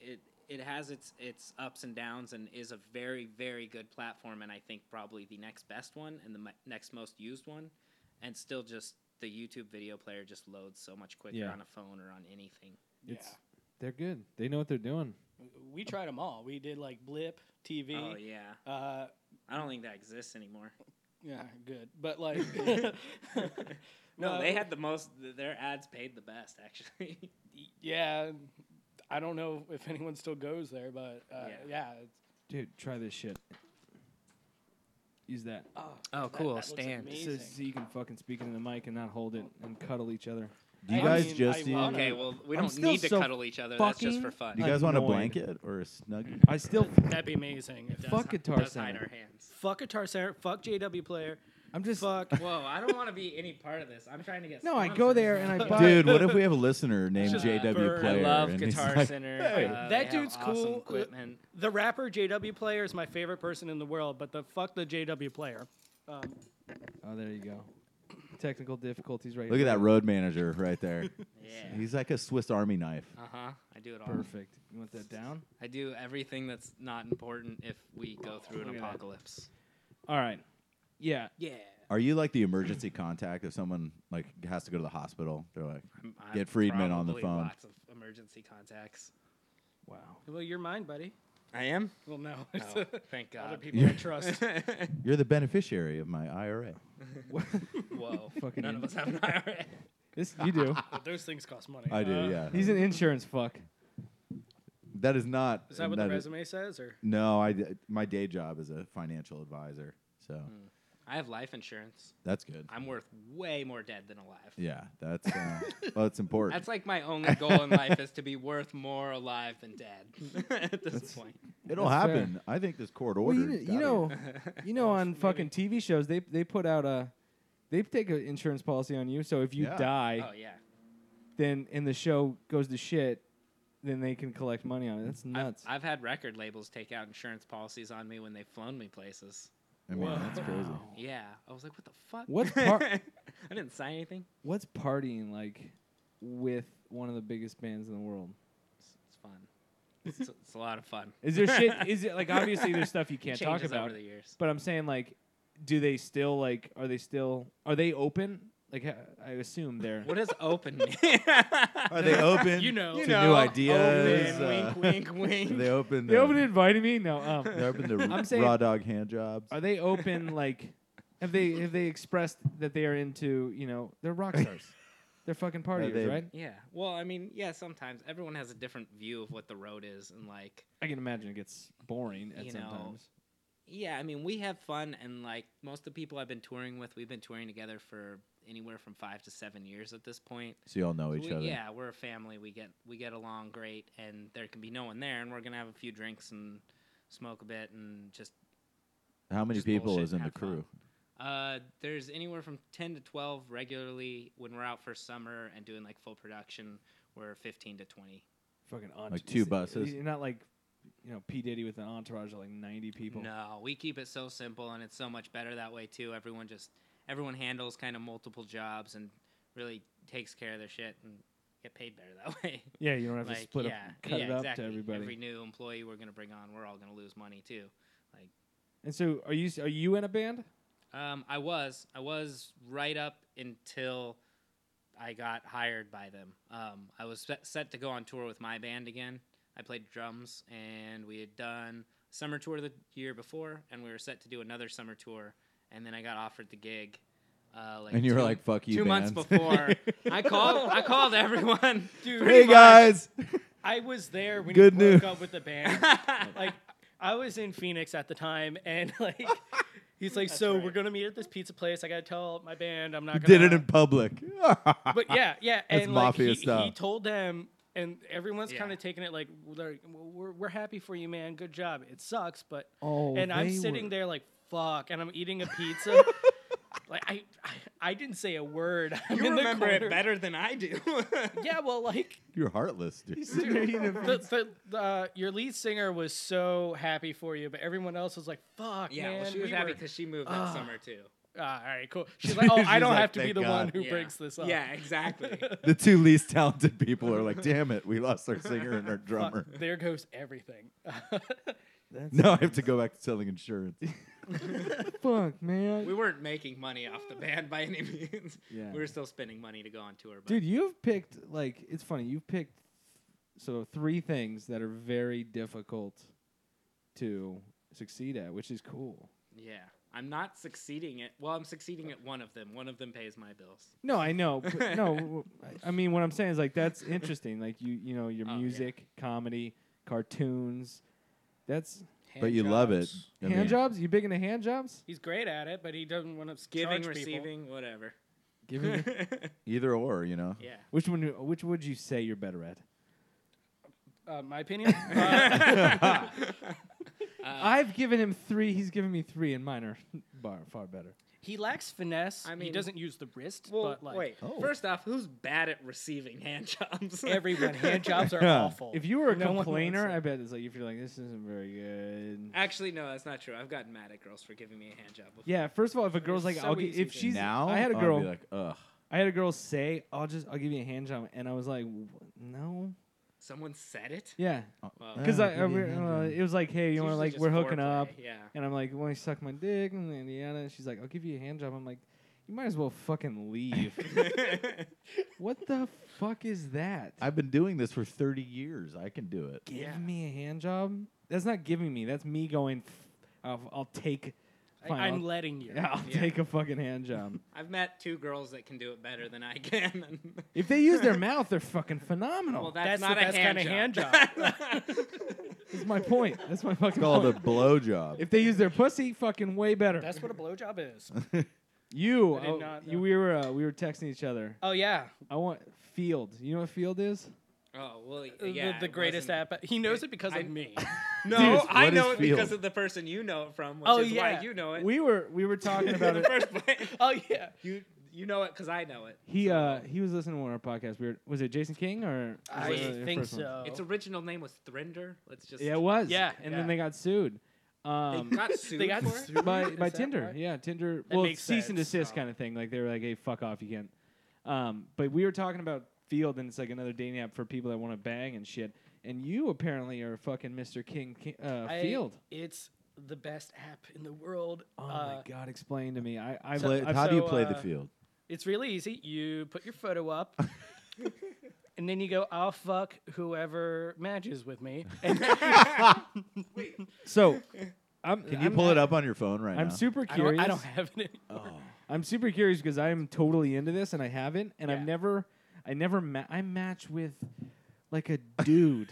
Speaker 3: it. It has its its ups and downs, and is a very very good platform, and I think probably the next best one and the mi- next most used one, and still just the YouTube video player just loads so much quicker
Speaker 1: Yeah.
Speaker 3: on a phone or on anything.
Speaker 1: It's they're good. They know what they're doing.
Speaker 4: Yeah. We tried them all. We did like Blip TV.
Speaker 3: Oh yeah,
Speaker 4: Uh,
Speaker 3: I don't think that exists anymore.
Speaker 4: yeah, good. But like,
Speaker 3: <laughs>
Speaker 4: <laughs>
Speaker 3: No,
Speaker 4: Uh,
Speaker 3: they had the most. th- Their ads paid the best, actually.
Speaker 4: yeah. I don't know if anyone still goes there, but uh,
Speaker 3: Yeah.
Speaker 4: yeah, it's
Speaker 1: Dude, try this shit. Use that.
Speaker 3: <laughs> Oh, cool.
Speaker 4: that looks
Speaker 3: Stand.
Speaker 4: amazing.
Speaker 1: So, so you can fucking speak into the mic and not hold it and cuddle each other.
Speaker 2: Do you
Speaker 4: I
Speaker 2: guys
Speaker 4: mean, I
Speaker 2: just do?
Speaker 4: wanna-
Speaker 3: Okay, well, we
Speaker 1: I'm
Speaker 3: don't
Speaker 1: still
Speaker 3: need to
Speaker 1: so
Speaker 3: cuddle each other. That's just for
Speaker 1: fucking
Speaker 2: Do
Speaker 3: fun.
Speaker 2: you guys want a
Speaker 1: annoyed.
Speaker 2: blanket or a snuggie?
Speaker 1: I still.
Speaker 4: That'd be amazing. if that's-
Speaker 1: Fuck Guitar
Speaker 3: Does hide
Speaker 1: Center.
Speaker 3: our
Speaker 1: <laughs>
Speaker 3: hands.
Speaker 4: Fuck guitar center. Fuck JW player.
Speaker 1: I'm just.
Speaker 4: Fuck.
Speaker 3: Whoa, I don't want to be any part of this. I'm trying to get.
Speaker 1: No, I go there
Speaker 3: <laughs>
Speaker 1: and I buy.
Speaker 2: Dude, what if we have a
Speaker 4: <laughs>
Speaker 2: listener named
Speaker 4: Just
Speaker 2: JW
Speaker 4: burn. I
Speaker 2: Player?
Speaker 3: I love
Speaker 2: and he's
Speaker 3: Guitar
Speaker 2: like,
Speaker 3: Center.
Speaker 2: "Hey."
Speaker 3: Uh,
Speaker 4: That
Speaker 3: they have
Speaker 4: dude's
Speaker 3: awesome
Speaker 1: <laughs>
Speaker 4: cool.
Speaker 3: Equipment.
Speaker 4: The rapper JW player is my favorite person in the world, but the fuck the JW player. Um,
Speaker 1: Oh, there you go. Technical difficulties right
Speaker 2: Look at
Speaker 1: here.
Speaker 2: that road manager right
Speaker 4: <laughs>
Speaker 2: there.
Speaker 3: Yeah.
Speaker 2: He's like a Swiss Army knife.
Speaker 3: Uh huh. I do it all.
Speaker 1: Perfect. You want that down?
Speaker 3: I do everything that's not important if we go through
Speaker 1: Look
Speaker 3: an
Speaker 1: at that.
Speaker 3: apocalypse.
Speaker 1: All right. Yeah.
Speaker 3: Yeah.
Speaker 2: Are you like the emergency contact if someone like has to go to the hospital? They're like,
Speaker 3: I'm, I'm
Speaker 2: Get Friedman on the
Speaker 3: probably
Speaker 2: phone.
Speaker 3: Lots of emergency contacts.
Speaker 1: Wow. <laughs>
Speaker 4: well, you're mine, buddy.
Speaker 3: I <laughs> am.
Speaker 4: Well, no.
Speaker 3: Oh, thank
Speaker 4: <laughs> Other
Speaker 3: God.
Speaker 4: people
Speaker 3: <laughs>
Speaker 4: I <laughs> trust.
Speaker 2: "You're the beneficiary of my IRA."
Speaker 3: Whoa.
Speaker 1: Fucking
Speaker 3: None
Speaker 1: idiot.
Speaker 3: of us have an IRA.
Speaker 1: This you do.
Speaker 4: But those things cost money.
Speaker 2: I do,
Speaker 4: Uh,
Speaker 2: yeah.
Speaker 1: He's an insurance fuck.
Speaker 2: that is not.
Speaker 4: Is that what the
Speaker 2: is-
Speaker 4: resume says? Or
Speaker 2: No, I d- my day job is a financial advisor, so
Speaker 4: Hmm.
Speaker 3: I have life insurance.
Speaker 2: that's good.
Speaker 3: I'm worth way more dead than alive.
Speaker 2: Yeah, that's uh, well, it's important.
Speaker 3: That's like my only goal in life is to be worth more alive than dead <laughs> at this point.
Speaker 1: <laughs>
Speaker 2: It'll
Speaker 1: That's fair.
Speaker 2: happen. I think this court
Speaker 1: Well,
Speaker 2: order.
Speaker 1: you, kn- you know, you know, on fucking TV shows, they they put out a, they take an insurance policy on you. So if you
Speaker 2: Yeah.
Speaker 1: die,
Speaker 3: Oh yeah.
Speaker 1: then and the show goes to shit, then they can collect money on it. That's
Speaker 3: I've-
Speaker 1: nuts.
Speaker 3: I've, had record labels take out insurance policies on me when they've flown me places.
Speaker 2: I mean, that's
Speaker 1: <laughs>
Speaker 2: crazy.
Speaker 3: Yeah. I was like, what the fuck? <laughs>
Speaker 1: What's par-
Speaker 3: I didn't sign anything.
Speaker 1: What's partying like with one of the biggest bands in the world?
Speaker 3: It's, it's fun. It's, it's a lot of fun.
Speaker 1: Is there shit?
Speaker 3: <laughs>
Speaker 1: Is it like obviously there's stuff you can't talk
Speaker 3: Changes
Speaker 1: about,
Speaker 3: over the years.
Speaker 1: but I'm saying like, do they still like? Are they still? Are they open? Like ha- I assume they're. <laughs>
Speaker 3: What does open mean?
Speaker 2: Are they
Speaker 3: <laughs>
Speaker 2: open?
Speaker 4: You know.
Speaker 2: to
Speaker 4: You
Speaker 2: new
Speaker 3: know,
Speaker 2: ideas.
Speaker 3: open,
Speaker 2: uh,
Speaker 3: wink,
Speaker 2: <laughs>
Speaker 3: wink, wink.
Speaker 2: They open.
Speaker 1: they
Speaker 2: the-
Speaker 1: open inviting me? No. Um, <laughs>
Speaker 2: They open the
Speaker 1: I'm
Speaker 2: r-
Speaker 1: saying-
Speaker 2: raw dog hand jobs.
Speaker 1: Are they open? like, have they have they expressed that they are into you know they're <laughs> rock stars, they're fucking partiers,
Speaker 2: they-
Speaker 1: right?
Speaker 3: yeah. Well, I mean, yeah, sometimes everyone has a different view of what the road is and like
Speaker 1: I can imagine it gets boring at
Speaker 3: You know,
Speaker 1: sometimes.
Speaker 3: Yeah, I mean, we have fun, and like most of the people I've been touring with, we've been touring together for anywhere from five to seven years at this point.
Speaker 2: So you all know
Speaker 3: So
Speaker 2: each
Speaker 3: we-
Speaker 2: other.
Speaker 3: Yeah, we're a family. We get we get along great, and there can be no one there, and we're gonna have a few drinks and smoke a bit, and just
Speaker 2: How many
Speaker 3: Just
Speaker 2: people
Speaker 3: bullshit
Speaker 2: is in the
Speaker 3: and have
Speaker 2: crew?
Speaker 3: uh, there's anywhere from ten to twelve regularly when we're out for summer and doing like full production. We're fifteen to twenty.
Speaker 1: Fucking entourage.
Speaker 2: Like two buses?
Speaker 1: You're not like, you know, P Diddy with an entourage of like 90 people.
Speaker 3: No, we keep it so simple, and it's so much better that way too. Everyone just everyone handles kind of multiple jobs and really takes care of their shit and get paid better that <laughs> way.
Speaker 1: Yeah, you don't have to
Speaker 3: like,
Speaker 1: split
Speaker 3: yeah,
Speaker 1: up, cut
Speaker 3: yeah,
Speaker 1: it up
Speaker 3: exactly.
Speaker 1: to everybody.
Speaker 3: Every new employee we're gonna bring on, we're all gonna lose money too.
Speaker 1: and so, are you s- are you in a band?
Speaker 3: Um, I was I was right up until I got hired by them. Um, I was set, set to go on tour with my band again. I played drums, and we had done summer tour the year before, and we were set to do another summer tour. And then I got offered the gig. Uh, like
Speaker 2: and you were
Speaker 3: two-
Speaker 2: like, "Fuck you."
Speaker 3: two months
Speaker 2: bands." <laughs>
Speaker 3: before. I called I called
Speaker 4: <laughs>
Speaker 3: everyone.
Speaker 1: <laughs>
Speaker 2: hey guys.
Speaker 4: I was there when
Speaker 2: Good
Speaker 4: you broke
Speaker 2: news. <laughs>
Speaker 4: up with the band. like, I was in Phoenix at the time, and <laughs> like, he's like, "So we're gonna meet at this pizza place. I gotta tell my band I'm not gonna."
Speaker 2: Did it in public.
Speaker 4: <laughs>
Speaker 2: <laughs>
Speaker 4: but yeah, yeah,
Speaker 2: That's
Speaker 4: and like
Speaker 2: mafia
Speaker 4: he, he
Speaker 2: style.
Speaker 4: told them, and everyone's
Speaker 3: Yeah.
Speaker 4: kind of taking it like, "We're we're- we're happy for you, man. Good job. It sucks, but."
Speaker 1: Oh,
Speaker 4: and I'm
Speaker 1: they
Speaker 4: sitting
Speaker 1: were-
Speaker 4: there like, "Fuck," and I'm eating a
Speaker 2: <laughs>
Speaker 4: pizza. like I, I, I didn't say a word. <laughs> I'm
Speaker 3: You
Speaker 4: in the
Speaker 3: remember it
Speaker 4: corner.
Speaker 3: better than I
Speaker 4: <laughs>
Speaker 3: do.
Speaker 4: Yeah, well, like
Speaker 2: You're heartless, dude.
Speaker 1: He's sitting there eating a
Speaker 4: the, the, the uh, your lead singer was so happy for you, but everyone else was like, "Fuck,
Speaker 3: yeah,
Speaker 4: man."
Speaker 3: well, she was
Speaker 4: we
Speaker 3: happy
Speaker 4: were-
Speaker 3: because she moved that
Speaker 4: Ah.
Speaker 3: summer too.
Speaker 4: Ah, all
Speaker 3: <laughs>
Speaker 4: right, cool. She's like, "Oh, I
Speaker 2: She's
Speaker 4: don't
Speaker 2: like,
Speaker 4: have to be
Speaker 2: "Thank
Speaker 4: the one
Speaker 2: God."
Speaker 4: who
Speaker 3: Yeah.
Speaker 4: breaks this up." <laughs>
Speaker 3: Yeah, exactly.
Speaker 2: <laughs> The two least talented people are like, "Damn it, we lost our singer
Speaker 1: <laughs>
Speaker 2: and our
Speaker 4: Fuck,
Speaker 2: drummer." <laughs>
Speaker 4: there goes everything. <laughs>
Speaker 1: That's
Speaker 2: Now I have to go back to selling insurance.
Speaker 1: fuck, man.
Speaker 3: we weren't making money off the band by any means.
Speaker 1: Yeah.
Speaker 3: We were still spending money to go on tour. But
Speaker 1: Dude, you've picked like it's funny. You've picked so three things that are very difficult to succeed at, which is cool.
Speaker 3: yeah, I'm not succeeding at. Well, I'm succeeding at one of them. One of them pays my bills.
Speaker 1: No, I know. <laughs> but no, w- I mean what I'm saying is like that's interesting. Like you, you know, your
Speaker 3: Oh, yeah.
Speaker 1: music, comedy, cartoons. That's
Speaker 2: but you love it.
Speaker 3: jobs.
Speaker 2: I
Speaker 1: hand
Speaker 2: mean,
Speaker 1: jobs? You big into hand jobs?
Speaker 4: He's great at it, but he doesn't want to
Speaker 3: Giving,
Speaker 4: charge
Speaker 3: receiving, whatever.
Speaker 1: <laughs> Giving.
Speaker 2: Either or, you know.
Speaker 3: <laughs> yeah.
Speaker 1: which one? Which would you say you're better at?
Speaker 4: People. Uh,
Speaker 3: <laughs>
Speaker 4: my opinion. Uh,
Speaker 1: I've given him three. He's given me three, and mine are <laughs> far, far better.
Speaker 4: he lacks finesse.
Speaker 3: I
Speaker 4: he
Speaker 3: mean-
Speaker 4: doesn't use the wrist.
Speaker 3: Well,
Speaker 4: but like
Speaker 3: wait. <laughs>
Speaker 2: Oh.
Speaker 3: First off, who's bad at receiving hand jobs?
Speaker 4: <laughs> everyone, hand jobs are
Speaker 2: Yeah.
Speaker 4: awful.
Speaker 1: If you were a
Speaker 4: No one wants
Speaker 1: complainer,
Speaker 4: it.
Speaker 1: I bet it's like if you're like, this isn't very good.
Speaker 3: <laughs> Actually, no, that's not true. I've gotten mad at girls for giving me a hand job. Before.
Speaker 1: Yeah. First of all, if a girl's like,
Speaker 3: so
Speaker 1: I'll gi-
Speaker 3: easy
Speaker 1: if
Speaker 3: to-
Speaker 1: she's
Speaker 2: now
Speaker 1: I had a
Speaker 2: I'll
Speaker 1: girl.
Speaker 2: be like, ugh.
Speaker 1: I had a girl say, "I'll just, I'll give you a hand job," and I was like, "Wh- "No."
Speaker 3: Someone said it.
Speaker 1: Yeah.
Speaker 3: Wow.
Speaker 1: Because
Speaker 2: Yeah,
Speaker 1: I,
Speaker 2: I'll
Speaker 1: I,
Speaker 2: give you a
Speaker 1: re-
Speaker 2: hand
Speaker 1: uh,
Speaker 2: job.
Speaker 1: it was like, hey,
Speaker 3: It's
Speaker 1: you want to
Speaker 3: usually
Speaker 1: like
Speaker 3: just
Speaker 1: we're hooking
Speaker 3: foreplay,
Speaker 1: up,
Speaker 3: Yeah.
Speaker 1: and I'm like, well, you suck my dick, and Indiana. And she's like, I'll give you a hand job. I'm like, you might as well fucking leave.
Speaker 3: <laughs>
Speaker 1: what the fuck is that?
Speaker 2: I've been doing this for 30 years. I can do it.
Speaker 1: give
Speaker 3: Yeah.
Speaker 1: me a hand job. That's not giving me. That's me going. "F- I'll, I'll take.
Speaker 4: I,
Speaker 1: fine,
Speaker 4: I'm
Speaker 1: I'll-
Speaker 4: letting you.
Speaker 1: yeah, I'll
Speaker 3: Yeah.
Speaker 1: take a fucking hand job.
Speaker 3: I've met two girls that can do it better than I can.
Speaker 1: if they
Speaker 3: <laughs>
Speaker 1: use
Speaker 4: <laughs>
Speaker 1: their mouth, they're fucking phenomenal.
Speaker 3: well,
Speaker 4: That's
Speaker 3: that's,
Speaker 4: the
Speaker 3: not
Speaker 4: best
Speaker 3: a hand
Speaker 4: kinda
Speaker 3: <laughs>
Speaker 1: That's my point. That's my
Speaker 2: It's
Speaker 1: fucking
Speaker 2: called a
Speaker 1: point.
Speaker 2: blow job. <laughs>
Speaker 1: if they use their pussy, fucking way better.
Speaker 4: That's what a blowjob is.
Speaker 1: you,
Speaker 4: I did
Speaker 1: oh,
Speaker 4: not
Speaker 1: you,
Speaker 4: know.
Speaker 1: we were uh, we were texting each other.
Speaker 4: Oh yeah,
Speaker 1: I want field. You know what field is?
Speaker 3: oh well, y-
Speaker 4: The-
Speaker 3: yeah.
Speaker 4: the,
Speaker 3: it
Speaker 4: greatest
Speaker 3: wasn't-
Speaker 4: app. He knows
Speaker 3: it-
Speaker 4: it because of
Speaker 3: I'm- <laughs>
Speaker 4: me. <laughs>
Speaker 3: No,
Speaker 2: Dude,
Speaker 3: I
Speaker 2: what
Speaker 3: know
Speaker 2: is
Speaker 3: it because
Speaker 2: field?
Speaker 3: of the person you know it from, which
Speaker 4: Oh,
Speaker 3: is
Speaker 4: yeah.
Speaker 3: why you know it.
Speaker 1: We were we were
Speaker 3: <laughs>
Speaker 1: talking about
Speaker 3: in
Speaker 4: <laughs>
Speaker 1: it.
Speaker 3: the first place.
Speaker 4: oh yeah.
Speaker 3: You you know it because I know it.
Speaker 1: He
Speaker 3: So,
Speaker 1: uh he was listening to one of our podcasts. We were, was it Jason King or was
Speaker 4: I
Speaker 1: it your
Speaker 4: think
Speaker 1: first one?
Speaker 4: so.
Speaker 3: Its original name was Thrinder. Let's just.
Speaker 1: Yeah, it was.
Speaker 4: Oh. Yeah,
Speaker 1: and
Speaker 4: yeah.
Speaker 1: then they got sued. Um,
Speaker 3: Got sued
Speaker 4: got
Speaker 3: for it?
Speaker 4: sued.
Speaker 1: by
Speaker 4: <laughs> Is
Speaker 1: by
Speaker 4: that
Speaker 1: Tinder.
Speaker 4: right?
Speaker 1: Yeah, Tinder.
Speaker 4: That
Speaker 1: well,
Speaker 4: makes
Speaker 1: cease and
Speaker 4: sense.
Speaker 1: desist
Speaker 4: Oh.
Speaker 1: kind of thing. Like they were like, "Hey, fuck off, you can't." Um, but we were talking about Field, and it's like another dating app for people that want to bang and shit. And you apparently are fucking Mr. King Ki- uh,
Speaker 4: I-
Speaker 1: Field.
Speaker 4: It's the best app in the world.
Speaker 1: Oh
Speaker 4: uh,
Speaker 1: my god, explain to me. I I
Speaker 2: Play-
Speaker 1: I-
Speaker 2: how do you
Speaker 4: so,
Speaker 2: play the
Speaker 4: uh,
Speaker 2: field?
Speaker 4: It's really easy. You put your
Speaker 1: <laughs>
Speaker 4: photo up, and then you go, "I'll fuck whoever matches with me."
Speaker 1: <laughs>
Speaker 4: And <laughs>
Speaker 1: so. I'm,
Speaker 2: Can you pull it up on your phone right
Speaker 1: I'm
Speaker 2: now?
Speaker 1: super
Speaker 4: I, don't,
Speaker 1: curious. Oh.
Speaker 4: I don't have it. Anymore.
Speaker 1: I'm super curious because I am totally into this and I haven't, and I've
Speaker 4: Yeah.
Speaker 1: never, I never, ma- I match with like a
Speaker 4: <laughs>
Speaker 1: dude.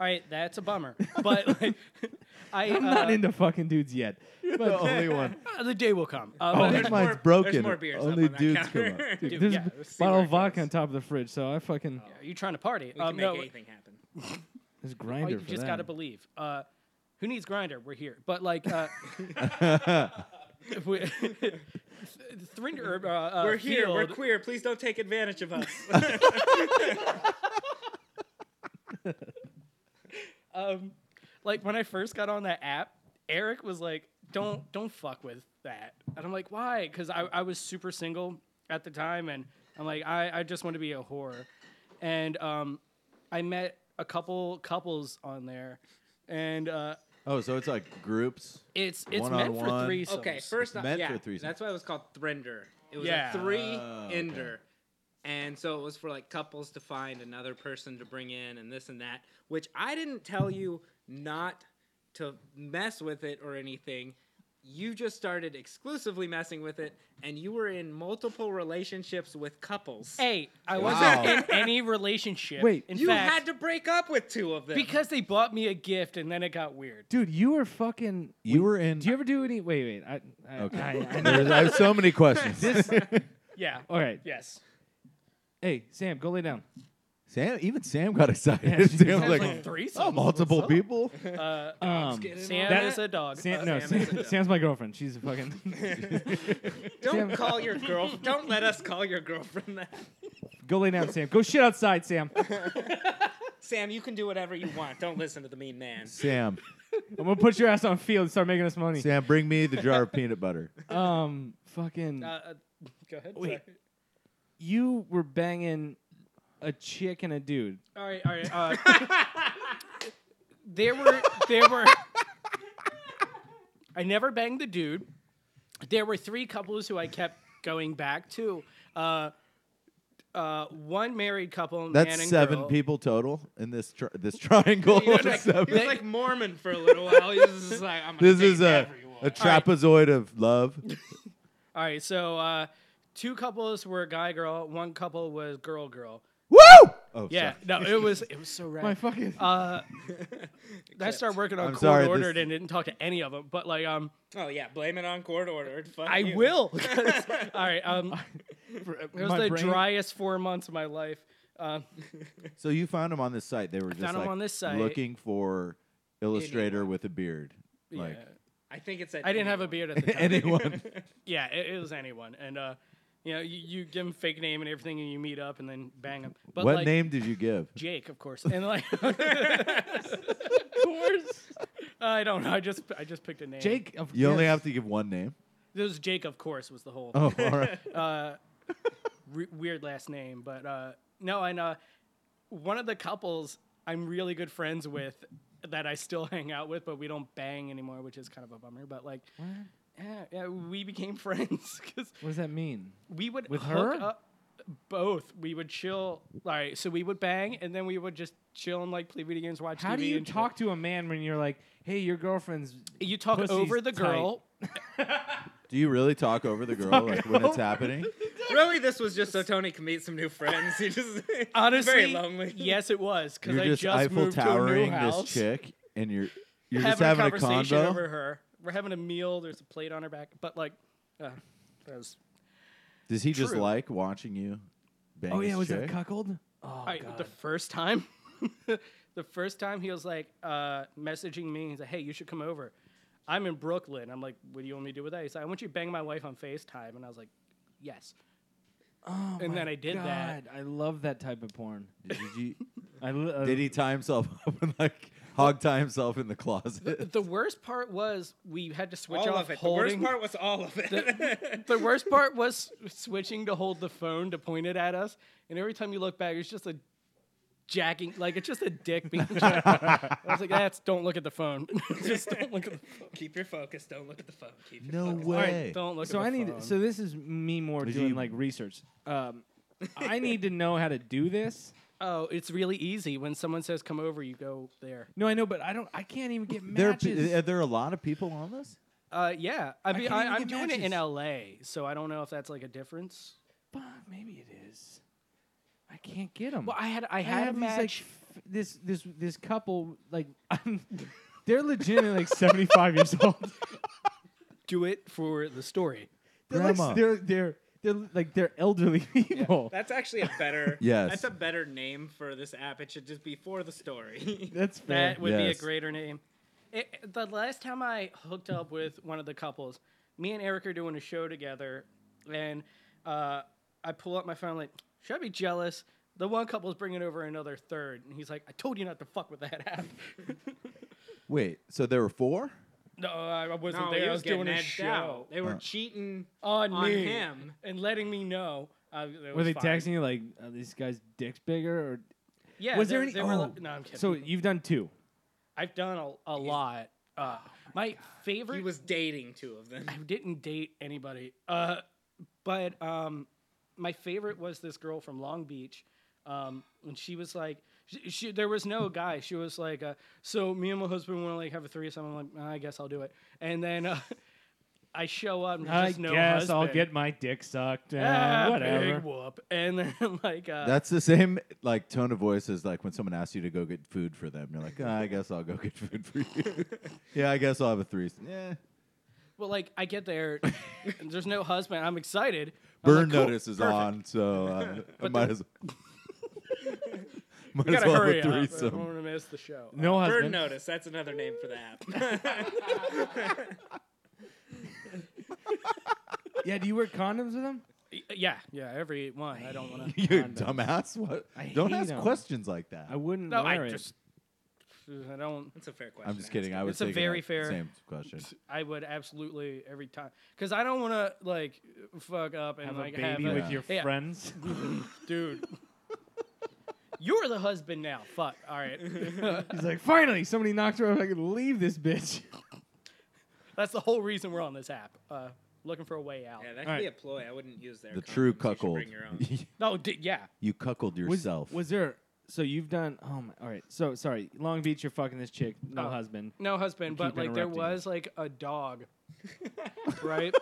Speaker 4: All right, that's
Speaker 1: <laughs>
Speaker 4: a bummer. But like, <laughs> I
Speaker 1: I'm
Speaker 4: uh,
Speaker 1: not into fucking dudes
Speaker 4: <laughs>
Speaker 1: yet. But
Speaker 2: <laughs> the
Speaker 1: <laughs>
Speaker 2: only one.
Speaker 4: uh, the day will come. Uh,
Speaker 2: Oh,
Speaker 4: but-
Speaker 2: there's
Speaker 3: There's
Speaker 2: mine's
Speaker 3: more-
Speaker 2: broken.
Speaker 3: there's more beers up
Speaker 2: Only
Speaker 3: on that
Speaker 2: dudes come
Speaker 3: counter. <laughs>
Speaker 2: up.
Speaker 1: dude,
Speaker 4: Dude,
Speaker 1: there's
Speaker 4: yeah,
Speaker 1: a
Speaker 4: let's
Speaker 3: see
Speaker 1: bottle
Speaker 3: where
Speaker 1: of
Speaker 3: it
Speaker 1: vodka
Speaker 3: goes.
Speaker 1: on top of the fridge, so I fucking
Speaker 4: <laughs> Are you trying to party?
Speaker 3: We can
Speaker 4: Um,
Speaker 3: make
Speaker 4: no,
Speaker 3: anything happen.
Speaker 1: there's
Speaker 4: oh,
Speaker 1: grinder
Speaker 4: you
Speaker 1: for
Speaker 4: just
Speaker 1: that.
Speaker 4: gotta believe. Uh, who needs grinder? We're here. But like,
Speaker 1: <laughs>
Speaker 4: uh, we-
Speaker 3: <laughs>
Speaker 4: Th- Thrinder. Uh, uh,
Speaker 3: we're here. We're
Speaker 4: Field-
Speaker 3: queer. Please don't take advantage of us.
Speaker 4: um, like when I first got on that app, Eric was like, "Don't don't fuck with that," and I'm like, "Why?" Because I, I was super single at the time, and I'm like, I, I just want to be a whore, and um, I met a couple couples on there, and uh,
Speaker 2: Oh, so it's like groups.
Speaker 4: it's it's meant for
Speaker 2: One-on-one.
Speaker 4: threesomes.
Speaker 3: okay, first off,
Speaker 2: meant
Speaker 3: yeah,
Speaker 2: for threesomes.
Speaker 3: that's why it was called Thrinder. It was
Speaker 4: Yeah.
Speaker 3: a three
Speaker 2: Oh, okay.
Speaker 3: ender, and so it was for like couples to find another person to bring in and this and that. Which I didn't tell you not to mess with it or anything. You just started exclusively messing with it, and you were in multiple relationships with couples.
Speaker 4: Hey, I
Speaker 2: Wow.
Speaker 4: wasn't in any relationship.
Speaker 1: Wait,
Speaker 4: in
Speaker 3: you
Speaker 4: fact,
Speaker 3: had to break up with two of them.
Speaker 4: because they bought me a gift, and then it got weird.
Speaker 1: Dude, you were fucking.
Speaker 2: You were in.
Speaker 1: Do you ever do any? Wait, wait. I, I,
Speaker 2: <laughs> okay.
Speaker 1: I, I-
Speaker 2: There's- I have so many questions.
Speaker 4: Yeah.
Speaker 1: all right.
Speaker 4: Yes.
Speaker 1: Hey, Sam, go lay down.
Speaker 2: <laughs> Sam, even Sam got excited. <laughs>
Speaker 1: Yeah, she
Speaker 2: Sam's
Speaker 1: sounds
Speaker 2: like,
Speaker 4: like threesomes.
Speaker 2: oh,
Speaker 1: <laughs>
Speaker 2: multiple
Speaker 4: What's up?"
Speaker 2: people.
Speaker 4: Uh,
Speaker 1: Um,
Speaker 3: Get in
Speaker 4: Sam
Speaker 3: on that.
Speaker 4: is a dog.
Speaker 1: Sam,
Speaker 3: Uh,
Speaker 1: no,
Speaker 3: Sam is
Speaker 1: Sam-
Speaker 3: a-
Speaker 1: Sam's my girlfriend. She's a fucking. <laughs>
Speaker 3: Don't
Speaker 1: Sam-
Speaker 3: call
Speaker 4: <laughs>
Speaker 3: your girl. Don't let us call your girlfriend that.
Speaker 1: go lay down, Sam. Go shit outside, Sam.
Speaker 3: Sam, you can do whatever you want. Don't listen to the mean man.
Speaker 2: Sam,
Speaker 1: I'm gonna put your ass on field and start making us money.
Speaker 2: Sam, bring me the
Speaker 1: <laughs>
Speaker 2: jar of peanut butter.
Speaker 1: Um, fucking.
Speaker 4: Uh, uh, go ahead.
Speaker 1: Wait.
Speaker 4: sorry.
Speaker 1: you were banging a chick and a dude.
Speaker 4: All right. All right. Uh,
Speaker 2: <laughs>
Speaker 4: there were there were. I never banged the dude. There were three couples who I kept going back to. Uh, uh, one married couple. man
Speaker 2: That's
Speaker 4: and
Speaker 2: seven
Speaker 4: girl.
Speaker 2: people total in this tri- this <laughs>
Speaker 1: <laughs>
Speaker 2: triangle.
Speaker 3: He was,
Speaker 2: of
Speaker 3: like, he
Speaker 2: seven.
Speaker 3: was like Mormon for a little while. He was just like, I'm gonna
Speaker 2: This is
Speaker 3: date
Speaker 2: a,
Speaker 3: everyone. <laughs>
Speaker 2: a trapezoid of love.
Speaker 4: All right. So uh, two couples were guy girl. One couple was girl girl.
Speaker 2: Woo! Oh,
Speaker 4: Yeah,
Speaker 2: sorry.
Speaker 4: no, it was it was so rad.
Speaker 1: My fucking.
Speaker 4: uh, I started working on
Speaker 2: I'm
Speaker 4: Court
Speaker 2: sorry,
Speaker 4: Ordered
Speaker 2: this-
Speaker 4: and didn't talk to any of them. But like, um,
Speaker 3: Oh yeah, blame it on court ordered. Fuck
Speaker 4: I
Speaker 3: you. <laughs>
Speaker 4: <laughs> will. 'cause- all right, um, it was
Speaker 1: my
Speaker 4: the
Speaker 1: brain-
Speaker 4: driest four months of my life. Um,
Speaker 2: So you found them on this site. They were just
Speaker 4: found 'em
Speaker 2: like
Speaker 4: on this site.
Speaker 2: looking for illustrator with a beard. Like
Speaker 4: yeah.
Speaker 3: I think it's.
Speaker 4: I didn't have a
Speaker 2: <laughs>
Speaker 4: beard at the time.
Speaker 2: anyone.
Speaker 4: Yeah, it, it was anyone, and uh, you know, you, you give them fake name and everything, and you meet up, and then bang them. <laughs> But
Speaker 2: what
Speaker 4: like,
Speaker 2: name did you give?
Speaker 4: Jake, of course, and
Speaker 2: <laughs>
Speaker 4: like, <laughs> of course. I don't know. I just I just picked a name.
Speaker 1: Jake, of
Speaker 2: You only
Speaker 1: yes.
Speaker 2: have to give one
Speaker 4: <laughs>
Speaker 2: name.
Speaker 4: This was Jake, of course, was the whole.
Speaker 2: Oh, all right.
Speaker 4: uh, re- weird last name, but uh, no, and uh, one of the couples I'm really good friends with that I still <laughs> hang out with, but we don't bang anymore, which is kind of a bummer. But like,
Speaker 1: What?
Speaker 4: yeah, yeah, we became <laughs> friends because
Speaker 1: What does that mean?
Speaker 4: we would
Speaker 1: With
Speaker 4: hook
Speaker 1: her?
Speaker 4: up both. We would chill. All right, so we would bang, and then we would just chill and like play video games, watch.
Speaker 1: How
Speaker 4: TV
Speaker 1: do you
Speaker 4: and chill.
Speaker 1: talk to a man when you're like, hey, your girlfriend's.
Speaker 4: You talk
Speaker 1: Pussy's
Speaker 4: over the
Speaker 1: tight.
Speaker 4: girl.
Speaker 2: Do you really talk over
Speaker 4: <laughs>
Speaker 2: the girl like when it's happening?
Speaker 3: <laughs> Really, this was just so Tony can meet some new friends. He just <laughs>
Speaker 4: Honestly,
Speaker 3: very lonely.
Speaker 4: Yes, it was because
Speaker 2: You're
Speaker 4: I
Speaker 2: just
Speaker 4: just
Speaker 2: Eiffel
Speaker 4: moved to a new
Speaker 2: towering this
Speaker 4: house.
Speaker 2: chick, and
Speaker 4: <laughs>
Speaker 2: you're you're
Speaker 4: having,
Speaker 2: just having
Speaker 4: a
Speaker 2: a
Speaker 4: conversation
Speaker 2: convo.
Speaker 4: over her. We're having a meal. There's a plate on her back, but like, uh, that was.
Speaker 2: Does he just
Speaker 4: True.
Speaker 2: like watching you? Bang
Speaker 1: Oh, yeah,
Speaker 2: his
Speaker 1: was
Speaker 2: chick?
Speaker 1: that cuckold? Oh,
Speaker 4: I- the first time, <laughs> the first time he was like uh, messaging me. He's like, "Hey, you should come over. I'm in Brooklyn." I'm like, "What do you want me to do with that?" He's like, "I want you to bang my wife on Facetime," and I was like, "Yes."
Speaker 1: Oh,
Speaker 4: And
Speaker 1: my
Speaker 4: then I did that.
Speaker 1: God, I love that type of porn.
Speaker 2: Did, you,
Speaker 1: I li- uh,
Speaker 2: did he tie himself <laughs> up and like hog tie himself in the closet?
Speaker 4: The worst part was we had to switch
Speaker 3: all
Speaker 4: off
Speaker 3: of it. The
Speaker 4: holding.
Speaker 3: worst part was all of it. <laughs>
Speaker 4: the worst part was switching to hold the phone to point it at us, and every time you look back, it's just a jacking, like it's just a dick being jacked. I was like, "That's don't look at the phone. <laughs> just don't look at the phone.
Speaker 3: Keep your focus. Don't look at the phone. Keep your
Speaker 2: No
Speaker 3: focus.
Speaker 2: way.
Speaker 4: Don't look."
Speaker 1: so
Speaker 4: at
Speaker 1: I
Speaker 4: the
Speaker 1: need.
Speaker 4: phone.
Speaker 1: So this is me more
Speaker 2: Did
Speaker 1: doing
Speaker 2: you-
Speaker 1: like research. Um, I need to know how to do this.
Speaker 4: oh, it's really easy when someone says, "Come over," you go there.
Speaker 1: No, I know, but I don't. I can't even get
Speaker 2: There are, pe-
Speaker 1: matches.
Speaker 2: are there a lot of people on this?
Speaker 4: Uh, yeah, I mean,
Speaker 1: can't
Speaker 4: I
Speaker 1: even
Speaker 4: I, am
Speaker 1: get
Speaker 4: doing it in
Speaker 1: matches.
Speaker 4: L.A., so I don't know if that's like a difference.
Speaker 1: Fuck, maybe it is. I can't get them.
Speaker 4: Well, I had I had a
Speaker 1: these, like,
Speaker 4: match.
Speaker 1: f- this this this couple like I'm, they're legitimately <laughs> like seventy five
Speaker 2: <laughs>
Speaker 1: years old.
Speaker 4: do it for the story.
Speaker 1: They're like,
Speaker 2: Grandma.
Speaker 1: s- they're they're they're like they're elderly people.
Speaker 3: That's actually a better.
Speaker 2: <laughs> Yes.
Speaker 3: That's a better name for this app. It should just be for the story. <laughs>
Speaker 1: That's fair.
Speaker 4: That would be a
Speaker 2: Yes.
Speaker 4: greater name. It, the last time I hooked up with one of the couples, me and Eric are doing a show together, and uh, I pull up my phone like, should I be jealous? The one couple's bringing over another third, and he's like, "I told you not to fuck with that app." <laughs>
Speaker 2: Wait, so there were four?
Speaker 4: no, I I wasn't
Speaker 3: no,
Speaker 4: there.
Speaker 3: he
Speaker 4: I
Speaker 3: was
Speaker 4: was doing
Speaker 3: getting
Speaker 4: a
Speaker 3: edged
Speaker 4: show
Speaker 3: out. They were
Speaker 2: Uh.
Speaker 3: cheating
Speaker 4: on,
Speaker 3: on
Speaker 4: me
Speaker 3: him.
Speaker 4: and letting me know. Uh, it
Speaker 1: Were
Speaker 4: was
Speaker 1: they
Speaker 4: fine.
Speaker 1: texting you like uh, this guy's dick's bigger? Or
Speaker 4: Yeah.
Speaker 1: was
Speaker 4: they-
Speaker 1: there any?
Speaker 4: they were
Speaker 1: oh,
Speaker 4: like- no, I'm kidding.
Speaker 1: So you've done two.
Speaker 4: I've done a, a lot. Uh, my favorite
Speaker 3: Oh He was dating two of
Speaker 2: <laughs>
Speaker 3: them.
Speaker 4: I didn't date anybody. Uh, but um, my favorite was this girl from Long Beach. Um, and she was like, she, she, there was no guy. She was like, uh, so me and my husband want to like have a threesome. I'm like, "Ah, I guess I'll do it. And then uh, <laughs> I show up. And there's
Speaker 1: I
Speaker 4: just no
Speaker 1: guess I'll
Speaker 4: husband.
Speaker 1: get my dick sucked. and
Speaker 4: ah,
Speaker 1: whatever.
Speaker 4: <laughs> Big whoop. And then <laughs> like, uh,
Speaker 2: That's the same like tone of voice as like when someone asks you to go get food for them. You're like, "Ah, I guess I'll go get food for you. <laughs> yeah, I guess I'll have a threesome.
Speaker 4: Oh,
Speaker 2: Yeah.
Speaker 4: well, like I get there. and there's no husband. I'm excited. I'm
Speaker 2: Burn
Speaker 4: like, "Cool,
Speaker 2: notice is
Speaker 4: perfect."
Speaker 2: on,
Speaker 4: <laughs>
Speaker 2: so uh, I
Speaker 4: But
Speaker 2: might
Speaker 4: the-
Speaker 2: as might
Speaker 4: We
Speaker 2: as
Speaker 4: gotta
Speaker 2: well
Speaker 4: hurry
Speaker 2: have a
Speaker 4: up. I
Speaker 2: threesome.
Speaker 4: don't want to miss the show.
Speaker 1: No
Speaker 3: Bird
Speaker 1: husband.
Speaker 3: notice. That's another name for the app.
Speaker 1: Yeah. Do you wear condoms with them?
Speaker 4: Y- Yeah, yeah. Every one. I don't want
Speaker 2: <laughs>
Speaker 4: to.
Speaker 2: you <laughs> dumbass! What?
Speaker 1: I
Speaker 2: don't
Speaker 1: hate
Speaker 2: ask
Speaker 1: 'em.
Speaker 2: questions like that.
Speaker 1: I wouldn't.
Speaker 4: No,
Speaker 1: wear
Speaker 4: I
Speaker 1: it.
Speaker 4: just. I don't.
Speaker 3: That's a fair question.
Speaker 2: I'm just kidding. I
Speaker 3: actually.
Speaker 2: was
Speaker 4: It's a
Speaker 2: thinking
Speaker 4: very
Speaker 2: that
Speaker 4: fair-
Speaker 2: same question.
Speaker 4: I would absolutely every time because I don't want to like fuck up and
Speaker 1: have
Speaker 4: like
Speaker 1: a baby
Speaker 4: have
Speaker 1: with
Speaker 2: Yeah.
Speaker 1: your
Speaker 4: Yeah. <laughs>
Speaker 1: friends.
Speaker 4: a, dude. You're the husband now. Fuck. All right. <laughs>
Speaker 1: He's like, finally, somebody knocked her up. I can leave this bitch.
Speaker 4: That's the whole reason we're on this app. Uh, looking for a way out.
Speaker 3: Yeah, that could
Speaker 1: All
Speaker 3: be a
Speaker 1: right.
Speaker 3: ploy. I wouldn't use their.
Speaker 4: uh,
Speaker 2: The
Speaker 3: condoms.
Speaker 2: true
Speaker 3: You should
Speaker 2: cuckold.
Speaker 3: Bring your own.
Speaker 4: No, d- yeah.
Speaker 2: <laughs> you cuckold
Speaker 1: Was,
Speaker 2: yourself.
Speaker 1: was there? So you've done. Oh my. All right. So sorry. Long Beach, you're fucking this chick. No
Speaker 4: Oh.
Speaker 1: husband.
Speaker 4: No husband,
Speaker 1: You
Speaker 4: but
Speaker 1: keep
Speaker 4: like there
Speaker 1: interrupting
Speaker 4: was like a dog, right?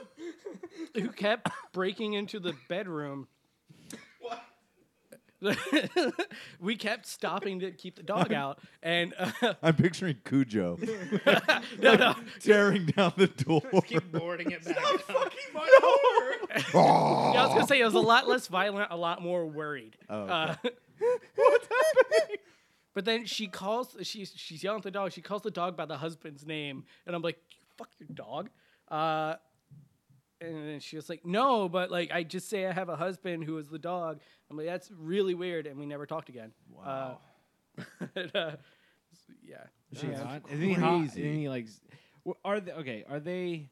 Speaker 4: Who kept breaking into the bedroom. <laughs> we kept stopping to keep
Speaker 1: <laughs>
Speaker 4: the dog out, and <laughs> uh,
Speaker 2: I'm picturing Cujo
Speaker 4: no, no,
Speaker 2: <laughs> tearing down the door.
Speaker 3: Keep boarding it back. up.
Speaker 4: Yeah, I was gonna say it
Speaker 1: <laughs>
Speaker 4: was a lot less violent, a lot more worried.
Speaker 2: Oh, okay.
Speaker 4: What's happening? But then she calls. She's she's yelling at the dog. She calls the dog by the husband's name, and I'm like, "You "Fuck your dog." Uh, and then she was like, "No, but like I just say I have a husband who is the dog." I'm like, "That's really weird," and we never talked again. Wow. Uh, <laughs> and, uh, yeah.
Speaker 1: Is
Speaker 4: Yeah.
Speaker 1: hot? Isn't he hot?
Speaker 2: crazy.
Speaker 1: Isn't he like? s- w- Are they okay? Are they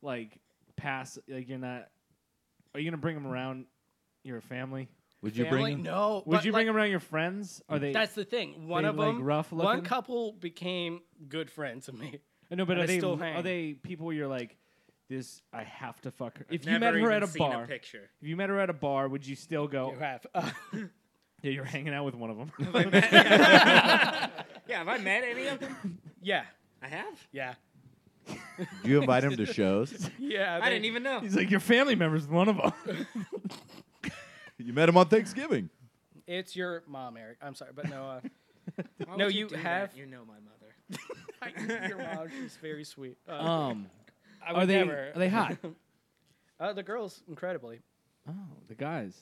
Speaker 1: like pass? Like you're not? Are you gonna bring them around your family?
Speaker 2: Would you
Speaker 4: Family?
Speaker 2: bring him?
Speaker 4: No.
Speaker 1: Would
Speaker 4: but,
Speaker 1: you
Speaker 4: like,
Speaker 1: bring them around your friends? Are they?
Speaker 4: That's the thing. One
Speaker 1: They,
Speaker 4: of
Speaker 1: like,
Speaker 4: them,
Speaker 1: rough
Speaker 4: one
Speaker 1: looking?
Speaker 4: couple became good friends of me.
Speaker 1: Uh, no, but
Speaker 4: and
Speaker 1: are
Speaker 4: they
Speaker 1: they?
Speaker 4: still
Speaker 1: l-
Speaker 4: hang.
Speaker 1: are they people you're like? This I have to fuck her. If you
Speaker 3: Never
Speaker 1: met her
Speaker 3: even
Speaker 1: at a
Speaker 3: seen
Speaker 1: bar,
Speaker 3: picture.
Speaker 1: if you met her at a bar, would you still go?
Speaker 4: You have. Uh, <laughs>
Speaker 1: Yeah, you're hanging out with one of them.
Speaker 3: Yeah, have I met any of them?
Speaker 4: Yeah,
Speaker 3: I have.
Speaker 4: yeah,
Speaker 2: Do you invite him to shows?
Speaker 4: yeah.
Speaker 3: I didn't even
Speaker 1: <laughs>
Speaker 3: know.
Speaker 1: He's like, your family member's one of
Speaker 4: <laughs>
Speaker 1: them.
Speaker 2: <laughs> you met him on Thanksgiving.
Speaker 4: It's your mom, Eric. I'm sorry, but no. Uh,
Speaker 3: Why
Speaker 4: No,
Speaker 3: would
Speaker 4: you
Speaker 3: do that?
Speaker 4: have-
Speaker 3: You know my mother.
Speaker 4: <laughs> I- your mom, <laughs> she's very sweet. Uh,
Speaker 1: um,
Speaker 4: I would
Speaker 1: are they?
Speaker 4: never.
Speaker 1: Are they
Speaker 4: <laughs>
Speaker 1: hot?
Speaker 4: Uh, the girls, incredibly.
Speaker 1: oh, the guys.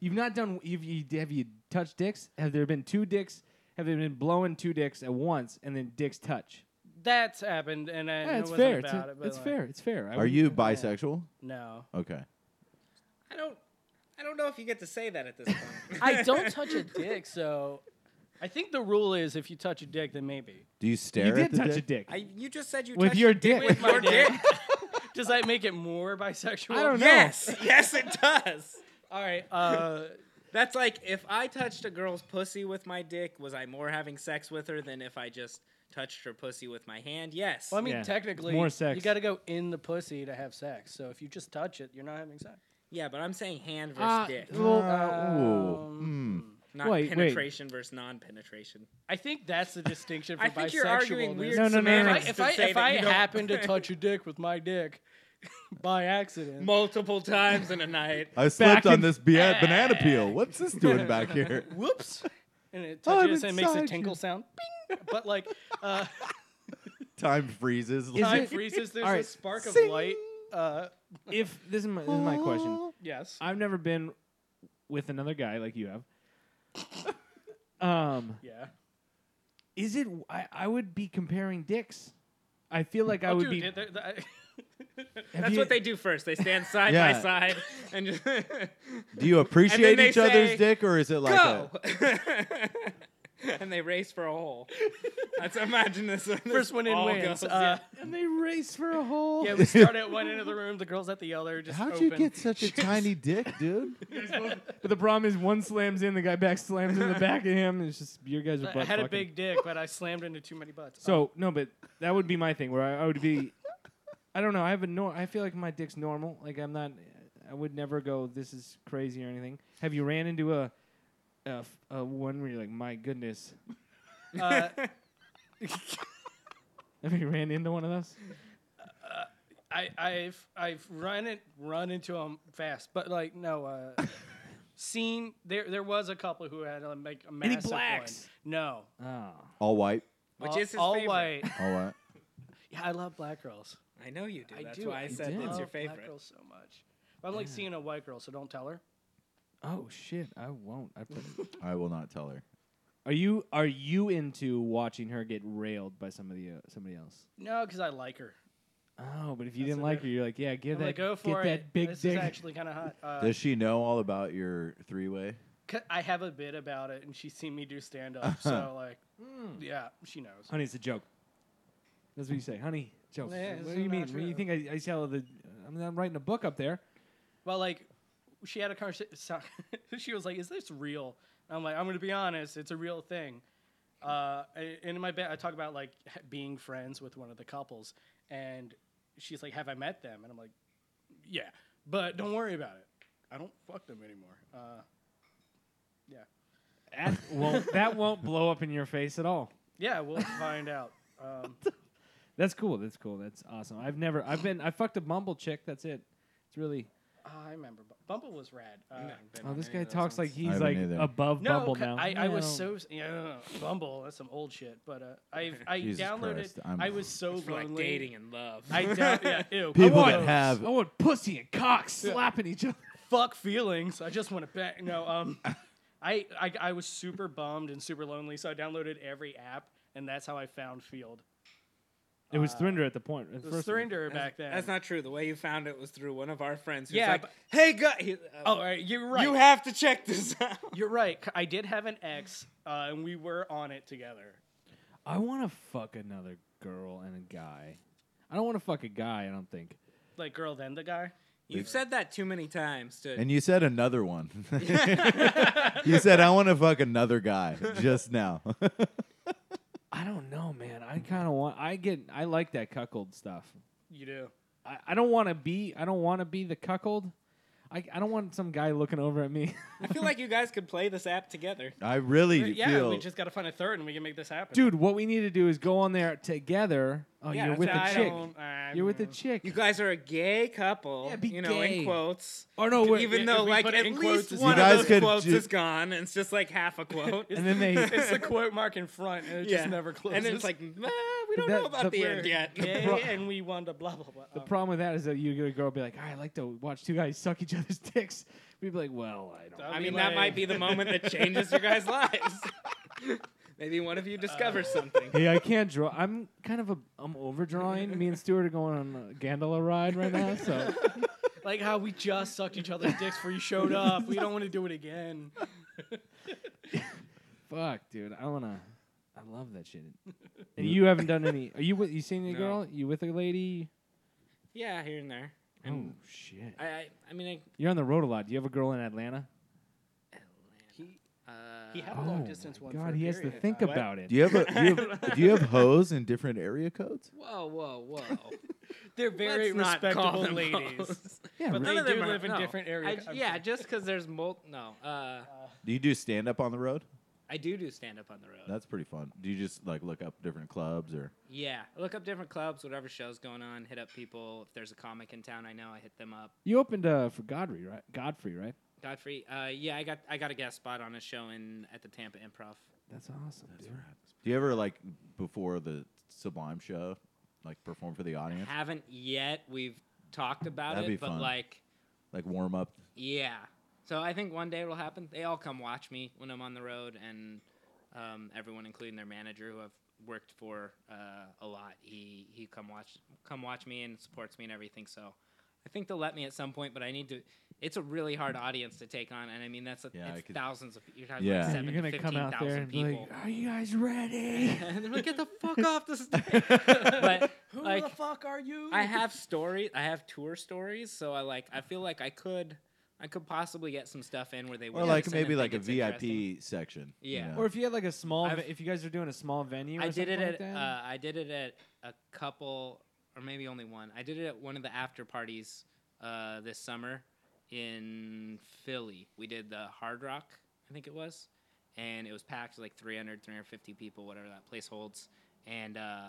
Speaker 1: You've not done. You've, you have you touched dicks? Have there been two dicks? Have they been blowing two dicks at once and then dicks touch?
Speaker 4: That's happened, and I
Speaker 1: Yeah,
Speaker 4: know
Speaker 1: it's
Speaker 4: nothing
Speaker 1: fair. It's,
Speaker 4: about it. But
Speaker 1: it's
Speaker 4: like,
Speaker 1: fair. It's fair. I
Speaker 2: Are
Speaker 1: wouldn't-
Speaker 2: you bisexual?
Speaker 4: No,
Speaker 2: Okay.
Speaker 3: I don't. I don't know if you get to say that at this point.
Speaker 4: <laughs> I don't
Speaker 2: <laughs>
Speaker 4: touch a dick, so I think the rule is if you touch a dick, then maybe.
Speaker 2: Do you
Speaker 1: You
Speaker 2: stare at
Speaker 1: did
Speaker 2: the
Speaker 1: touch
Speaker 2: dick?
Speaker 1: a dick.
Speaker 3: I, you just said you
Speaker 1: With
Speaker 3: touched
Speaker 1: your
Speaker 3: a
Speaker 1: dick. Oh, With
Speaker 3: with
Speaker 1: my
Speaker 3: your dick.
Speaker 4: Does that make it more bisexual?
Speaker 1: I don't know.
Speaker 3: Yes, yes, it does.
Speaker 4: All right.
Speaker 1: <laughs>
Speaker 4: Uh,
Speaker 3: That's like if I touched a girl's pussy with my dick, was I more having sex with her than if I just touched her pussy with my hand? Yes.
Speaker 4: well, I mean,
Speaker 1: Yeah, it's
Speaker 4: technically,
Speaker 1: more sex.
Speaker 4: you got to go in the pussy to have sex. So if you just touch it, you're not having sex.
Speaker 3: yeah, but I'm saying hand versus
Speaker 1: Ah,
Speaker 3: dick,
Speaker 1: well,
Speaker 2: Uh, ooh,
Speaker 4: Um,
Speaker 3: not
Speaker 1: wait, wait.
Speaker 3: penetration versus non-penetration.
Speaker 4: I think that's the distinction for
Speaker 3: I
Speaker 4: bisexual.
Speaker 3: think you're arguing weird
Speaker 1: No, no, no, no.
Speaker 3: semantics.
Speaker 4: if
Speaker 3: to
Speaker 4: I
Speaker 3: say
Speaker 4: if
Speaker 3: that
Speaker 4: I
Speaker 3: you don't-
Speaker 4: happen to touch your dick with my dick <laughs> by accident,
Speaker 3: multiple times in a night,
Speaker 2: I slipped on
Speaker 1: in-
Speaker 2: this ba- banana peel. What's this doing back here?
Speaker 4: whoops, and it
Speaker 2: I'm
Speaker 4: touches and makes a
Speaker 2: inside
Speaker 4: tinkle
Speaker 2: you.
Speaker 4: sound, bing. But like, uh,
Speaker 2: Time freezes.
Speaker 4: time
Speaker 1: it-
Speaker 2: <laughs>
Speaker 4: freezes. There's a
Speaker 1: Alright.
Speaker 4: spark of
Speaker 2: Sing.
Speaker 4: light. Uh,
Speaker 1: If this is my, this is my question.
Speaker 4: yes.
Speaker 1: I've never been with another guy like you have. <laughs> um,
Speaker 4: yeah.
Speaker 1: is it? I, I would be comparing dicks. I feel like I
Speaker 4: Oh,
Speaker 1: would
Speaker 4: dude,
Speaker 1: be.
Speaker 4: it- it- I-
Speaker 3: <laughs>
Speaker 1: have
Speaker 3: That's
Speaker 1: you-
Speaker 3: what they do first. They stand side
Speaker 2: Yeah.
Speaker 3: by side and just <laughs>
Speaker 2: Do you appreciate
Speaker 3: they
Speaker 2: each other's
Speaker 3: say,
Speaker 2: dick, or is it like
Speaker 3: go.
Speaker 2: a,
Speaker 3: <laughs> and they race for a hole. Let's imagine this. this
Speaker 4: First one in
Speaker 3: all
Speaker 4: wins.
Speaker 3: goes,
Speaker 4: uh,
Speaker 1: and they race for a hole. <laughs>
Speaker 4: yeah, we start at one end of the room, the girls at the other. Just
Speaker 2: how'd
Speaker 4: open.
Speaker 2: you get such a tiny dick, dude?
Speaker 1: But the problem is, one slams in, the guy back slams
Speaker 4: <laughs>
Speaker 1: in the back of him. And it's just your guys are.
Speaker 4: I
Speaker 1: butt
Speaker 4: had a
Speaker 1: fucking.
Speaker 4: big dick, but I slammed into too many butts.
Speaker 1: So no, but that would be my thing where I, I would be. I don't know. I have a nor- I feel like my dick's normal. Like I'm not. I would never go. This is crazy or anything. Have you ran into a, a, f- a one where you're like, my goodness? <laughs>
Speaker 4: Uh,
Speaker 1: Have you ran into one of those?
Speaker 4: I, I've I've run it run into them fast, but like no, <laughs> uh, seen there there was a couple who had um, like a massive
Speaker 1: blacks?
Speaker 4: one. No,
Speaker 1: Oh,
Speaker 2: All white.
Speaker 3: Which
Speaker 4: all,
Speaker 3: is his
Speaker 4: all
Speaker 3: favorite.
Speaker 4: white.
Speaker 2: All white.
Speaker 4: <laughs> Yeah, I love black girls.
Speaker 3: I know you do.
Speaker 4: I
Speaker 3: That's
Speaker 4: do.
Speaker 3: why I said
Speaker 1: do.
Speaker 3: it's
Speaker 4: love
Speaker 3: your
Speaker 4: Oh, Black
Speaker 3: favorite.
Speaker 4: girls so much. But I'm like seeing a white girl, so don't tell her.
Speaker 1: oh shit! I won't. I put-
Speaker 2: I will not tell her.
Speaker 1: <laughs> are you are you into watching her get railed by somebody uh, somebody else?
Speaker 4: No, because I like her.
Speaker 1: Oh, but if you
Speaker 4: That's
Speaker 1: didn't
Speaker 4: a
Speaker 1: like her,
Speaker 4: different-
Speaker 1: you're like, yeah, give
Speaker 4: I'm
Speaker 1: that
Speaker 4: like, go for
Speaker 1: get
Speaker 4: it.
Speaker 1: that big
Speaker 4: this
Speaker 1: dick.
Speaker 4: is actually kind of hot. Uh,
Speaker 2: Does she know all about your three-way?
Speaker 4: c- I have a bit about it, and she's seen me do stand up, <laughs> so like,
Speaker 3: Hmm.
Speaker 4: yeah, she knows.
Speaker 1: <laughs> Honey, it's a joke. That's what you say, honey. Joke.
Speaker 4: Yeah,
Speaker 1: what
Speaker 4: it's
Speaker 1: do you
Speaker 4: not
Speaker 1: mean? What do you
Speaker 4: true.
Speaker 1: think I, I sell the? I'm, I'm writing a book up there.
Speaker 4: Well, like, she had a conversation. <laughs> she was like, "Is this real?" And I'm like, "I'm gonna be honest. It's a real thing." Uh, I- and in my bed, I talk about like h- being friends with one of the couples, and she's like, "Have I met them?" And I'm like, "Yeah, but don't worry about it. I don't fuck them anymore." Uh, yeah,
Speaker 1: At, well, that <laughs> won't blow up in your face at all.
Speaker 4: yeah, we'll find out. Um,
Speaker 1: That's cool. That's cool. That's awesome. I've never. I've been. I fucked a mumble chick. That's it. It's really.
Speaker 4: Ah, I remember. Bu- Bumble was rad. Uh,
Speaker 1: Oh, this guy talks like
Speaker 2: I
Speaker 1: he's
Speaker 2: haven't
Speaker 1: like
Speaker 2: either.
Speaker 1: above
Speaker 4: no,
Speaker 1: Bumble
Speaker 4: ca-
Speaker 1: now.
Speaker 4: I, I was
Speaker 1: No.
Speaker 4: so s- yeah, no, no, no. Bumble. That's some old shit. But uh, I've I
Speaker 2: Jesus
Speaker 4: downloaded.
Speaker 2: Christ, I'm-
Speaker 4: I was so
Speaker 3: for
Speaker 4: lonely.
Speaker 3: like dating and love.
Speaker 4: I down, yeah, ew.
Speaker 2: People
Speaker 4: I
Speaker 2: that
Speaker 4: want-
Speaker 2: have
Speaker 1: I want pussy and cock slapping each other.
Speaker 4: fuck feelings. I just want to bang. No, um, I, I I was super bummed and super lonely, so I downloaded every app, and that's how I found Field.
Speaker 1: It was Thrinder at the point. at
Speaker 4: It
Speaker 1: first
Speaker 4: was
Speaker 1: one.
Speaker 4: Thrinder back then.
Speaker 3: <laughs> That's not true. The way you found it was through one of our friends. Who's
Speaker 4: Yeah,
Speaker 3: like,
Speaker 4: but-
Speaker 3: hey, gu- he-
Speaker 4: Oh,
Speaker 3: uh,
Speaker 4: all right, you're right.
Speaker 3: you have to check this <laughs> out.
Speaker 4: you're right. C- I did have an ex, uh, and we were on it together.
Speaker 1: I want to fuck another girl and a guy. I don't want to fuck a guy. I don't think.
Speaker 4: Like girl, then the guy.
Speaker 3: You've said that too many times. To
Speaker 2: And you said another <laughs> one. you said I want to fuck another guy just now.
Speaker 1: I don't know, man. I kind of want. I get. I like that cuckold stuff.
Speaker 4: You do.
Speaker 1: I, I don't want to be. I don't want to be the cuckold. I, I don't want some guy looking over at me. <laughs>
Speaker 3: I feel like you guys could play this app together.
Speaker 2: <laughs> I
Speaker 3: Uh,
Speaker 2: really
Speaker 4: yeah,
Speaker 2: feel
Speaker 4: we just got to find a third, and we can make this happen.
Speaker 1: Dude, what we need to do is go on there together. Oh,
Speaker 3: Yeah,
Speaker 1: you're with
Speaker 4: I
Speaker 1: a chick.
Speaker 4: don't- I
Speaker 1: You're with a
Speaker 4: don't-
Speaker 1: chick.
Speaker 3: You guys are a gay couple.
Speaker 1: Yeah, be
Speaker 3: you know,
Speaker 1: gay.
Speaker 3: in quotes.
Speaker 1: oh no, we're,
Speaker 3: even
Speaker 4: yeah,
Speaker 3: though,
Speaker 4: if we
Speaker 3: like,
Speaker 4: put
Speaker 3: at
Speaker 4: it in quotes,
Speaker 3: least
Speaker 4: it's-
Speaker 3: one
Speaker 2: You
Speaker 3: of
Speaker 2: guys
Speaker 3: those
Speaker 2: could
Speaker 3: quotes
Speaker 2: ju-
Speaker 3: is gone, and it's just like half a quote.
Speaker 1: and then they
Speaker 4: it's the quote mark in front, and it
Speaker 3: yeah.
Speaker 4: just never closes.
Speaker 3: And then
Speaker 4: <laughs>
Speaker 3: it's like, "Nah, we don't
Speaker 1: That-
Speaker 3: know about
Speaker 1: the-
Speaker 3: the,
Speaker 1: we're
Speaker 3: end yet.
Speaker 4: Yay,
Speaker 1: pro-
Speaker 4: and we won the blah blah blah.
Speaker 1: The
Speaker 4: Oh.
Speaker 1: problem with that is that you get a girl be like, "Ah, I like to watch two guys suck each other's dicks. <laughs> We'd be like, well, I don't.
Speaker 4: That'd
Speaker 3: I
Speaker 4: be
Speaker 3: mean,
Speaker 4: like-
Speaker 3: that might be the moment that changes your
Speaker 4: <laughs>
Speaker 3: guys' lives. <laughs> Maybe one of you discovers
Speaker 4: Uh,
Speaker 3: something.
Speaker 1: hey, I can't draw. I'm kind of a. I'm overdrawing. Me and Stuart are going on a Gandola ride right now,
Speaker 4: <laughs>
Speaker 1: so
Speaker 4: Like how we just sucked each other's dicks before you <laughs> showed up. We don't want to do it again.
Speaker 1: fuck, dude. I wanna. I love that shit. And you haven't done any. Are you with? You seen a
Speaker 3: No.
Speaker 1: girl? You with a lady?
Speaker 3: Yeah, here and there.
Speaker 1: Oh
Speaker 3: I'm-
Speaker 1: shit.
Speaker 3: I, I, I mean,
Speaker 1: You're on the road a lot. Do you have a girl in Atlanta?
Speaker 3: I,
Speaker 4: He,
Speaker 3: uh,
Speaker 4: he had a
Speaker 1: Oh
Speaker 4: long distance
Speaker 1: my
Speaker 4: one. for
Speaker 1: God,
Speaker 4: a
Speaker 1: he has to
Speaker 4: period.
Speaker 1: think
Speaker 4: Uh, what?
Speaker 1: about it.
Speaker 2: Do you have a, do you
Speaker 3: <laughs>
Speaker 2: have, do you have hoes in different area codes?
Speaker 3: Whoa, whoa, whoa.
Speaker 4: <laughs> They're very
Speaker 3: Let's not call
Speaker 4: respectable
Speaker 3: them
Speaker 4: ladies. <laughs>
Speaker 3: hoes.
Speaker 1: Yeah,
Speaker 4: But
Speaker 1: re-
Speaker 4: they
Speaker 3: None of them
Speaker 4: do
Speaker 3: are-
Speaker 4: live in
Speaker 3: no.
Speaker 4: different
Speaker 3: I,
Speaker 4: areas. I'm
Speaker 3: yeah,
Speaker 4: kidding.
Speaker 3: just because there's multi. No, uh,
Speaker 2: Do you do stand up on the road?
Speaker 3: I do do stand up on the road.
Speaker 2: That's pretty fun. Do you just like look up different clubs or
Speaker 3: Yeah, look up different clubs, whatever show's going on. Hit up people. If there's a comic in town, I know I hit them up.
Speaker 1: you opened uh, for Godfrey, right? Godfrey, right?
Speaker 3: Godfrey, uh, yeah, I got I got a guest spot on a show in at the Tampa Improv.
Speaker 1: That's awesome. dude.
Speaker 2: do you ever like before the Sublime show like perform for the
Speaker 3: <laughs>
Speaker 2: audience?
Speaker 3: Haven't yet. We've talked about
Speaker 2: That'd
Speaker 3: it,
Speaker 2: be
Speaker 3: but
Speaker 2: fun.
Speaker 3: like,
Speaker 2: Like warm up?
Speaker 3: yeah. So I think one day it'll happen. They all come watch me when I'm on the road, and um, everyone, including their manager, who I've worked for uh, a lot, he he come watch come watch me and supports me and everything. So. I think they'll let me at some point, but I need to. It's a really hard audience to take on, and I mean that's a,
Speaker 2: Yeah, I
Speaker 3: it's
Speaker 2: could-
Speaker 3: thousands of you're talking
Speaker 2: Yeah. You're
Speaker 3: about
Speaker 1: You're
Speaker 3: seven
Speaker 1: gonna
Speaker 3: to
Speaker 1: come
Speaker 3: fifteen
Speaker 1: out there
Speaker 3: thousand
Speaker 1: and be
Speaker 3: people.
Speaker 1: like, "Are you guys ready?"
Speaker 3: and they're like, "Get the fuck off <laughs> the stage!" <laughs> but
Speaker 4: Who
Speaker 3: like,
Speaker 4: the fuck are you?
Speaker 3: I have stories. I have tour stories, so I like. I feel like I could, I could possibly get some stuff in where
Speaker 2: <laughs>
Speaker 3: they
Speaker 2: Or
Speaker 3: would
Speaker 2: like
Speaker 3: listen and
Speaker 2: maybe like
Speaker 3: think
Speaker 2: a
Speaker 3: it's interesting.
Speaker 2: VIP section. you
Speaker 3: Yeah.
Speaker 2: know?
Speaker 1: Or if you had like a small,
Speaker 3: I've-
Speaker 1: ve- if you guys are doing a small venue, or
Speaker 3: I did it
Speaker 1: something
Speaker 3: at.
Speaker 1: like that?
Speaker 3: uh, I did it at a couple, or maybe only one. I did it at one of the after parties uh, this summer in Philly. We did the Hard Rock, I think it was, and it was packed like 300, 350 people, whatever that place holds. And uh,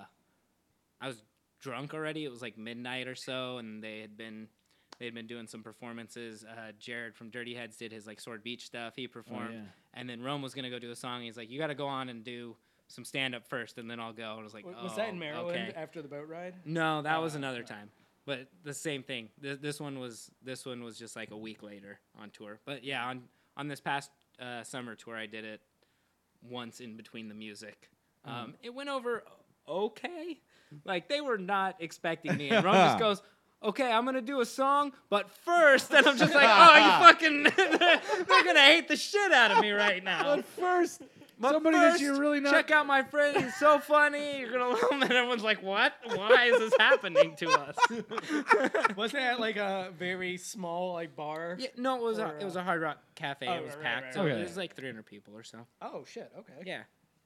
Speaker 3: I was drunk already. It was like midnight or so, and they had been they had been doing some performances. Uh, Jared from Dirty Heads did his like Sword Beach stuff. He performed,
Speaker 1: Oh, yeah.
Speaker 3: and then Rome was gonna go do a song. He's like, "You got to go on and do some stand up first, and then I'll go." And I was like,
Speaker 4: W- Was that
Speaker 3: "Oh,
Speaker 4: in Maryland
Speaker 3: okay."
Speaker 4: after the boat <laughs> ride?
Speaker 3: No, that was
Speaker 4: Ah,
Speaker 3: another time. But the same thing. Th- this one was this one was just like a week later on tour. But yeah, on on this past uh, summer tour, I did it once in between the music. Um, it went over okay. Like they were not expecting me, and Ron just goes. Okay, I'm gonna do a song, but first, and I'm just like, oh, you fucking, <laughs> they're gonna hate the shit out of me right now.
Speaker 1: But first,
Speaker 3: But
Speaker 1: somebody
Speaker 3: first,
Speaker 1: that you're really not.
Speaker 3: check out my friend. He's so funny. You're gonna love him. <laughs> And everyone's like, "What? Why is this happening to
Speaker 4: <laughs>
Speaker 3: us?"
Speaker 4: Wasn't that like a very small like bar?
Speaker 3: <laughs> yeah, no, it was a,
Speaker 4: Or,
Speaker 3: it was a Hard Rock Cafe.
Speaker 4: oh,
Speaker 3: it was
Speaker 4: right, right,
Speaker 3: packed.
Speaker 4: right,
Speaker 3: so
Speaker 1: right.
Speaker 3: it was like 300 people or so.
Speaker 4: Oh shit. Okay.
Speaker 3: Yeah.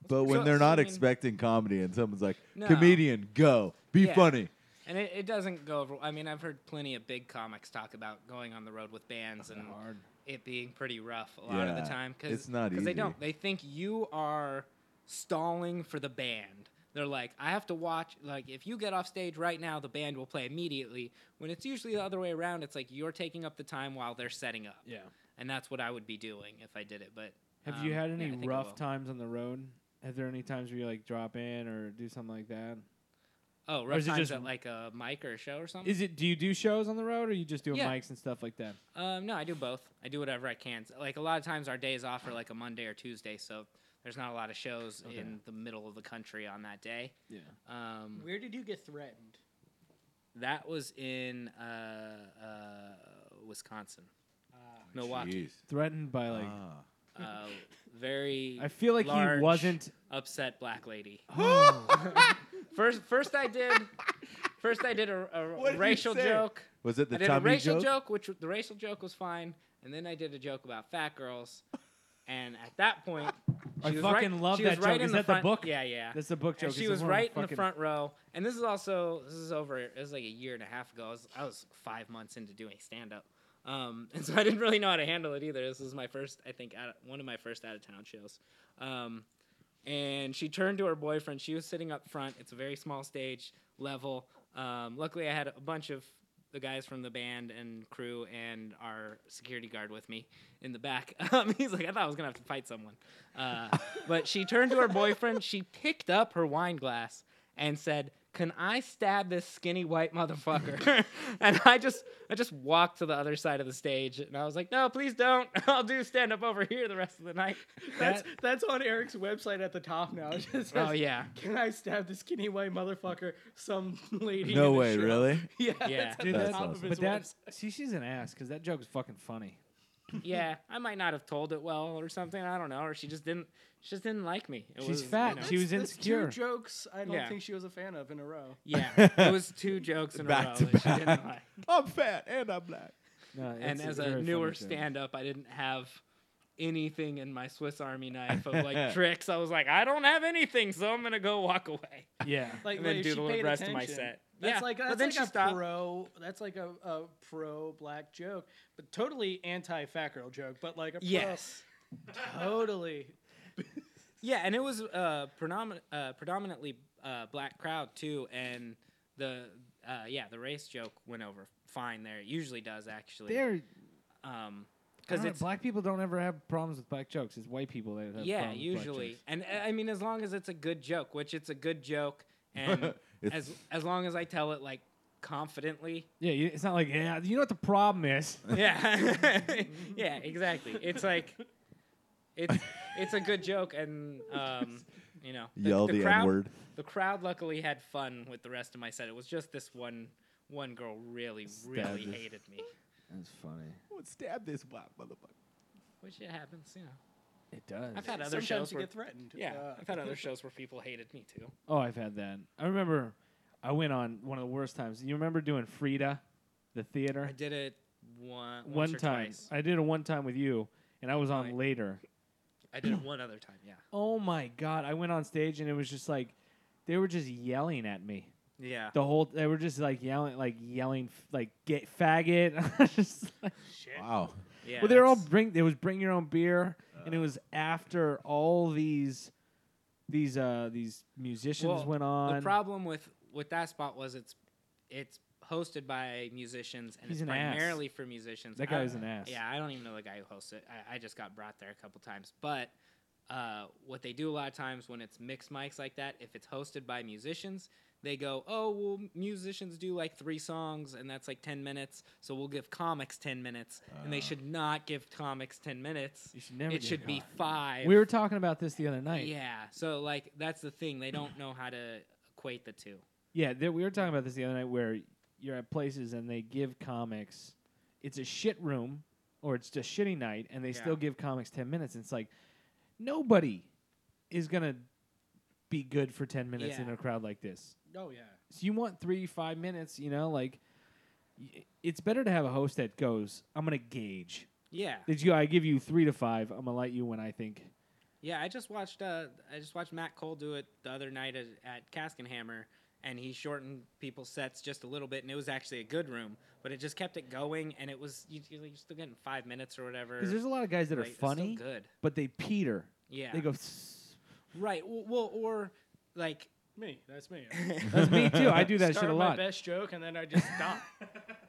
Speaker 2: But when
Speaker 3: So-
Speaker 2: they're
Speaker 3: so
Speaker 2: not
Speaker 3: I mean-
Speaker 2: expecting comedy and someone's like,
Speaker 3: No.
Speaker 2: comedian, go, be
Speaker 3: Yeah.
Speaker 2: funny.
Speaker 3: And it, it doesn't go over. I mean, I've heard plenty of big comics talk about going on the road with bands and
Speaker 1: hard.
Speaker 3: it being pretty rough a lot of the
Speaker 2: Yeah,
Speaker 3: time because
Speaker 2: it's not
Speaker 3: they
Speaker 2: easy.
Speaker 3: don't. They think you are stalling for the band. They're like, I have to watch. Like, if you get off stage right now, the band will play immediately. When it's usually the other way around, it's like you're taking up the time while they're setting up.
Speaker 1: Yeah.
Speaker 3: And that's what I would be doing if I did it. But
Speaker 1: Have you
Speaker 3: um,
Speaker 1: had
Speaker 3: yeah, I
Speaker 1: any
Speaker 3: think I will.
Speaker 1: rough times on the road? Have there any times where you like drop in or do something like that?
Speaker 3: Oh,
Speaker 1: is
Speaker 3: rough
Speaker 1: it
Speaker 3: times
Speaker 1: just-
Speaker 3: at like a mic or a show or something.
Speaker 1: Um, Is it? Do you do shows on the road, or you just do
Speaker 3: Yeah.
Speaker 1: mics and stuff like that?
Speaker 3: Um, no, I do both. I do whatever I can. S- Like a lot of times, our days off are like a Monday or Tuesday, so there's not a lot of shows
Speaker 1: Okay.
Speaker 3: in the middle of the country on that day.
Speaker 1: Yeah.
Speaker 3: Um,
Speaker 4: Where did you get threatened?
Speaker 3: that was in uh, uh, Wisconsin,
Speaker 4: Uh,
Speaker 3: Milwaukee.
Speaker 2: Jeez.
Speaker 1: Threatened by like.
Speaker 2: Ah.
Speaker 3: Uh, very.
Speaker 1: I feel like
Speaker 3: large,
Speaker 1: he <gasps> wasn't.
Speaker 3: upset. Black lady.
Speaker 1: Oh.
Speaker 3: First, first I did. First, I did a,
Speaker 1: <laughs>
Speaker 3: a
Speaker 2: What did you
Speaker 3: racial
Speaker 2: say?
Speaker 3: joke.
Speaker 2: Was it the
Speaker 3: I did a
Speaker 2: tummy
Speaker 3: racial
Speaker 2: joke?
Speaker 3: joke? which the racial joke was fine, and then I did a joke about fat girls, and at that point,
Speaker 1: I
Speaker 3: she was
Speaker 1: fucking
Speaker 3: right,
Speaker 1: love
Speaker 3: she was
Speaker 1: that
Speaker 3: right
Speaker 1: joke.
Speaker 3: in
Speaker 1: Is
Speaker 3: the
Speaker 1: that the
Speaker 3: front,
Speaker 1: book?
Speaker 3: Yeah, yeah.
Speaker 1: That's the book joke.
Speaker 3: and she
Speaker 1: It's
Speaker 3: was
Speaker 1: one of
Speaker 3: right in the
Speaker 1: fucking-
Speaker 3: front row, and this is also this is over. It was like a year and a half ago. I was, I was five months into doing stand up, um, <laughs> and so I didn't really know how to handle it either. This was my first, I think, out one of my first out of town shows. Um, and she turned to her boyfriend. She was sitting up front. It's a very small stage level. Um, luckily, I had a bunch of the guys from the band and crew and our security guard with me in the back. <laughs> Um, he's like, I thought I was gonna have to fight someone. Uh, but she turned to her boyfriend. She picked up her wine glass and said, "Can I stab this skinny white motherfucker?" <laughs> and I just, I just walked to the other side of the stage, and I was like, "No, please don't. <laughs> I'll do stand up over here the rest of the night." <laughs>
Speaker 4: That's that's on Eric's website at the top now. <laughs> It just
Speaker 3: oh
Speaker 4: says,
Speaker 3: yeah.
Speaker 4: Can I stab the skinny white motherfucker? Some lady.
Speaker 2: No
Speaker 4: in a
Speaker 2: way,
Speaker 4: show."
Speaker 2: really?
Speaker 4: Yeah.
Speaker 3: Yeah.
Speaker 4: It's at
Speaker 1: Dude,
Speaker 4: the
Speaker 1: that's
Speaker 4: top of
Speaker 2: awesome.
Speaker 4: his
Speaker 1: But that
Speaker 4: website.
Speaker 1: see, she's an ass because that joke is fucking funny.
Speaker 3: yeah, I might not have told it well or something. I don't know, or she just didn't. She just didn't like me. It
Speaker 1: She's
Speaker 3: was, you
Speaker 1: fat.
Speaker 3: know.
Speaker 1: She was
Speaker 4: That's
Speaker 1: insecure.
Speaker 4: Two jokes I don't
Speaker 3: Yeah.
Speaker 4: think she was a fan of in a row.
Speaker 3: yeah, it was two jokes in
Speaker 2: Back
Speaker 3: a row
Speaker 2: to
Speaker 3: that she
Speaker 2: back.
Speaker 3: didn't like.
Speaker 2: <laughs> I'm fat and I'm <laughs> black.
Speaker 1: No,
Speaker 3: And
Speaker 1: it's- it's
Speaker 3: as a
Speaker 1: very
Speaker 3: newer
Speaker 1: funny joke.
Speaker 3: stand-up, I didn't have anything in my Swiss Army knife of like tricks. I was like, I don't have anything, so I'm gonna go walk away. <laughs>
Speaker 1: Yeah.
Speaker 4: Like,
Speaker 3: And then
Speaker 4: like,
Speaker 3: do
Speaker 4: she
Speaker 3: the
Speaker 4: paid
Speaker 3: rest of my
Speaker 4: attention.
Speaker 3: set.
Speaker 4: That's
Speaker 3: Yeah,
Speaker 4: like
Speaker 3: but
Speaker 4: that's
Speaker 3: then
Speaker 4: like
Speaker 3: she
Speaker 4: a
Speaker 3: stopped.
Speaker 4: pro. That's like a, a pro black joke, but totally anti fat girl joke. But like a pro,
Speaker 3: Yes.
Speaker 4: totally.
Speaker 3: Yeah, and it was uh, predomin- uh, predominantly uh, black crowd too, and the uh, yeah the race joke went over fine there. It usually does actually.
Speaker 1: They're
Speaker 3: um
Speaker 1: because
Speaker 3: because it's
Speaker 1: black people don't ever have problems with black jokes. It's white people that have
Speaker 3: yeah
Speaker 1: problems with black
Speaker 3: usually
Speaker 1: jokes.
Speaker 3: and uh, i mean as long as it's a good joke which it's a
Speaker 1: <laughs>
Speaker 3: good joke and
Speaker 2: It's-
Speaker 3: as as long as i tell it like confidently
Speaker 1: <laughs>
Speaker 3: <laughs>
Speaker 1: Yeah, you, it's not like yeah. You know what the problem is?
Speaker 3: yeah yeah exactly it's like it's it's a good joke and um you know
Speaker 2: Yell the
Speaker 3: crowd,
Speaker 2: N-word.
Speaker 3: the crowd luckily had fun with the rest of my set it was just this one one girl really really
Speaker 1: Stabbed us.
Speaker 3: hated me
Speaker 1: That's funny.
Speaker 2: I would stab this black motherfucker.
Speaker 3: which it happens you know
Speaker 1: It does.
Speaker 3: i've had other
Speaker 4: Sometimes
Speaker 3: shows
Speaker 4: you
Speaker 3: where
Speaker 4: get threatened.
Speaker 3: yeah
Speaker 4: Uh,
Speaker 3: i've had other shows where people hated me too
Speaker 1: Oh, I've had that. I remember I went on one of the worst times. You remember doing Frida, the theater?
Speaker 3: I did it one once
Speaker 1: one
Speaker 3: or
Speaker 1: time.
Speaker 3: twice.
Speaker 1: I did it one time with you, and I was on
Speaker 3: Right.
Speaker 1: later.
Speaker 3: I
Speaker 1: <clears throat>
Speaker 3: did it one other time. Yeah.
Speaker 1: Oh my god! I went on stage and it was just like they were just yelling at me.
Speaker 3: Yeah.
Speaker 1: The whole they were just like yelling, like yelling, f- like get faggot. <laughs> I was just like-
Speaker 2: Wow.
Speaker 3: yeah.
Speaker 1: well, they were all
Speaker 3: that's- Uh.
Speaker 1: bring. It was bring your own beer, and it was after all these, these uh these musicians
Speaker 3: Well,
Speaker 1: went on.
Speaker 3: The problem with with that spot was it's it's hosted by musicians and
Speaker 1: He's
Speaker 3: it's
Speaker 1: an ass.
Speaker 3: primarily for musicians.
Speaker 1: That
Speaker 3: I-
Speaker 1: guy's an ass.
Speaker 3: Yeah, I don't even know the guy who hosts it. I, I just got brought there a couple times, but. Uh, what they do a lot of times when it's mixed mics like that, if it's hosted by musicians, they go, "Oh, well, musicians do like three songs, and that's like ten minutes, so we'll give comics ten minutes." and they
Speaker 2: Ah.
Speaker 3: should not give comics ten minutes.
Speaker 1: Uh. You should never
Speaker 3: It
Speaker 1: give
Speaker 3: should be
Speaker 1: comics.
Speaker 3: five.
Speaker 1: we were talking about this the other night.
Speaker 3: Yeah. So like that's the thing. They don't know how to equate the two.
Speaker 1: Yeah, th- we were talking about this the other night where you're at places and they give comics. It's a shit room or it's a shitty night and they still
Speaker 3: Yeah.
Speaker 1: give comics 10 minutes. And it's like nobody is going to be good for 10 minutes in
Speaker 3: Yeah.
Speaker 1: a crowd like this.
Speaker 4: <laughs> Oh yeah.
Speaker 1: So you want three, five minutes, you know, like. y- It's better to have a host that goes. I'm gonna gauge.
Speaker 3: Yeah.
Speaker 1: Did you? I give you three to five. I'm gonna let you when I think.
Speaker 3: Yeah. I just watched. Uh, I just watched Matt Cole do it the other night at, at Caskenhammer, and he shortened people's sets just a little bit, and it was actually a good room, but it just kept it going, and it was you, you're still getting five minutes or whatever.
Speaker 1: Because there's a lot of guys that are
Speaker 3: Like, it's still
Speaker 1: funny,
Speaker 3: good.
Speaker 1: but they peter.
Speaker 3: Yeah.
Speaker 1: They go. "Tss." <laughs>
Speaker 3: Right. w- Well, or like <laughs>
Speaker 4: Me, that's me.
Speaker 1: That's me too. I do that
Speaker 4: Start
Speaker 1: shit a
Speaker 4: my
Speaker 1: lot.
Speaker 4: best joke, and then I just
Speaker 3: <laughs>
Speaker 4: stop.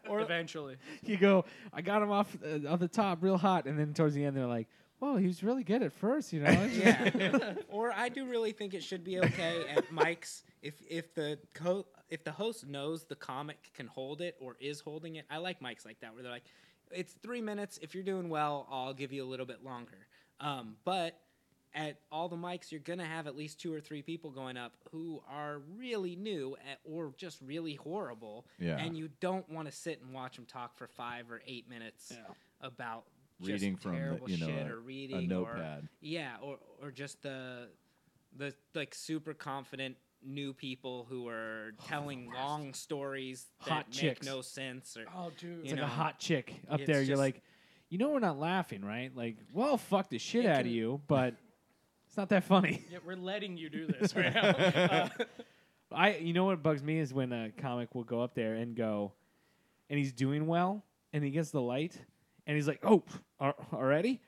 Speaker 4: or eventually,
Speaker 1: <laughs> You go, I got him off uh, off the top real hot, and then towards the end they're like, "Whoa, he was really good at first,
Speaker 3: <laughs>
Speaker 1: you know." <laughs>
Speaker 3: yeah. <laughs> or I do really think it should be okay at mics if if the co- if the host knows the comic can hold it or is holding it. I like mics like that where they're like, it's three minutes. If you're doing well, I'll give you a little bit longer. Um, but at all the mics, you're gonna have at least two or three people going up who are really new at, or just really horrible,
Speaker 2: Yeah.
Speaker 3: and you don't want to sit and watch them talk for five or eight minutes about just
Speaker 2: Reading from the-
Speaker 3: terrible
Speaker 2: you know,
Speaker 3: shit
Speaker 2: a-
Speaker 3: or
Speaker 2: a
Speaker 3: reading or-
Speaker 2: notepad.
Speaker 3: yeah, or or just the the like super confident new people who are telling long stories that
Speaker 1: Oh, Hot
Speaker 3: make
Speaker 1: chicks.
Speaker 3: no sense or
Speaker 4: oh, dude,
Speaker 1: It's
Speaker 3: You
Speaker 1: like
Speaker 3: know,
Speaker 1: a hot chick up
Speaker 3: it's
Speaker 1: there. You're
Speaker 3: just-
Speaker 1: like, you know, we're not laughing, right? Like, well, fuck the shit
Speaker 3: It
Speaker 1: out of
Speaker 3: can-
Speaker 1: you, but <laughs> it's not that funny. <laughs>
Speaker 4: yeah, we're letting you do this right now. Uh,
Speaker 1: I, you know, what bugs me is when a comic will go up there and go, and he's doing well, and he gets the light, and he's like, oh, al- already?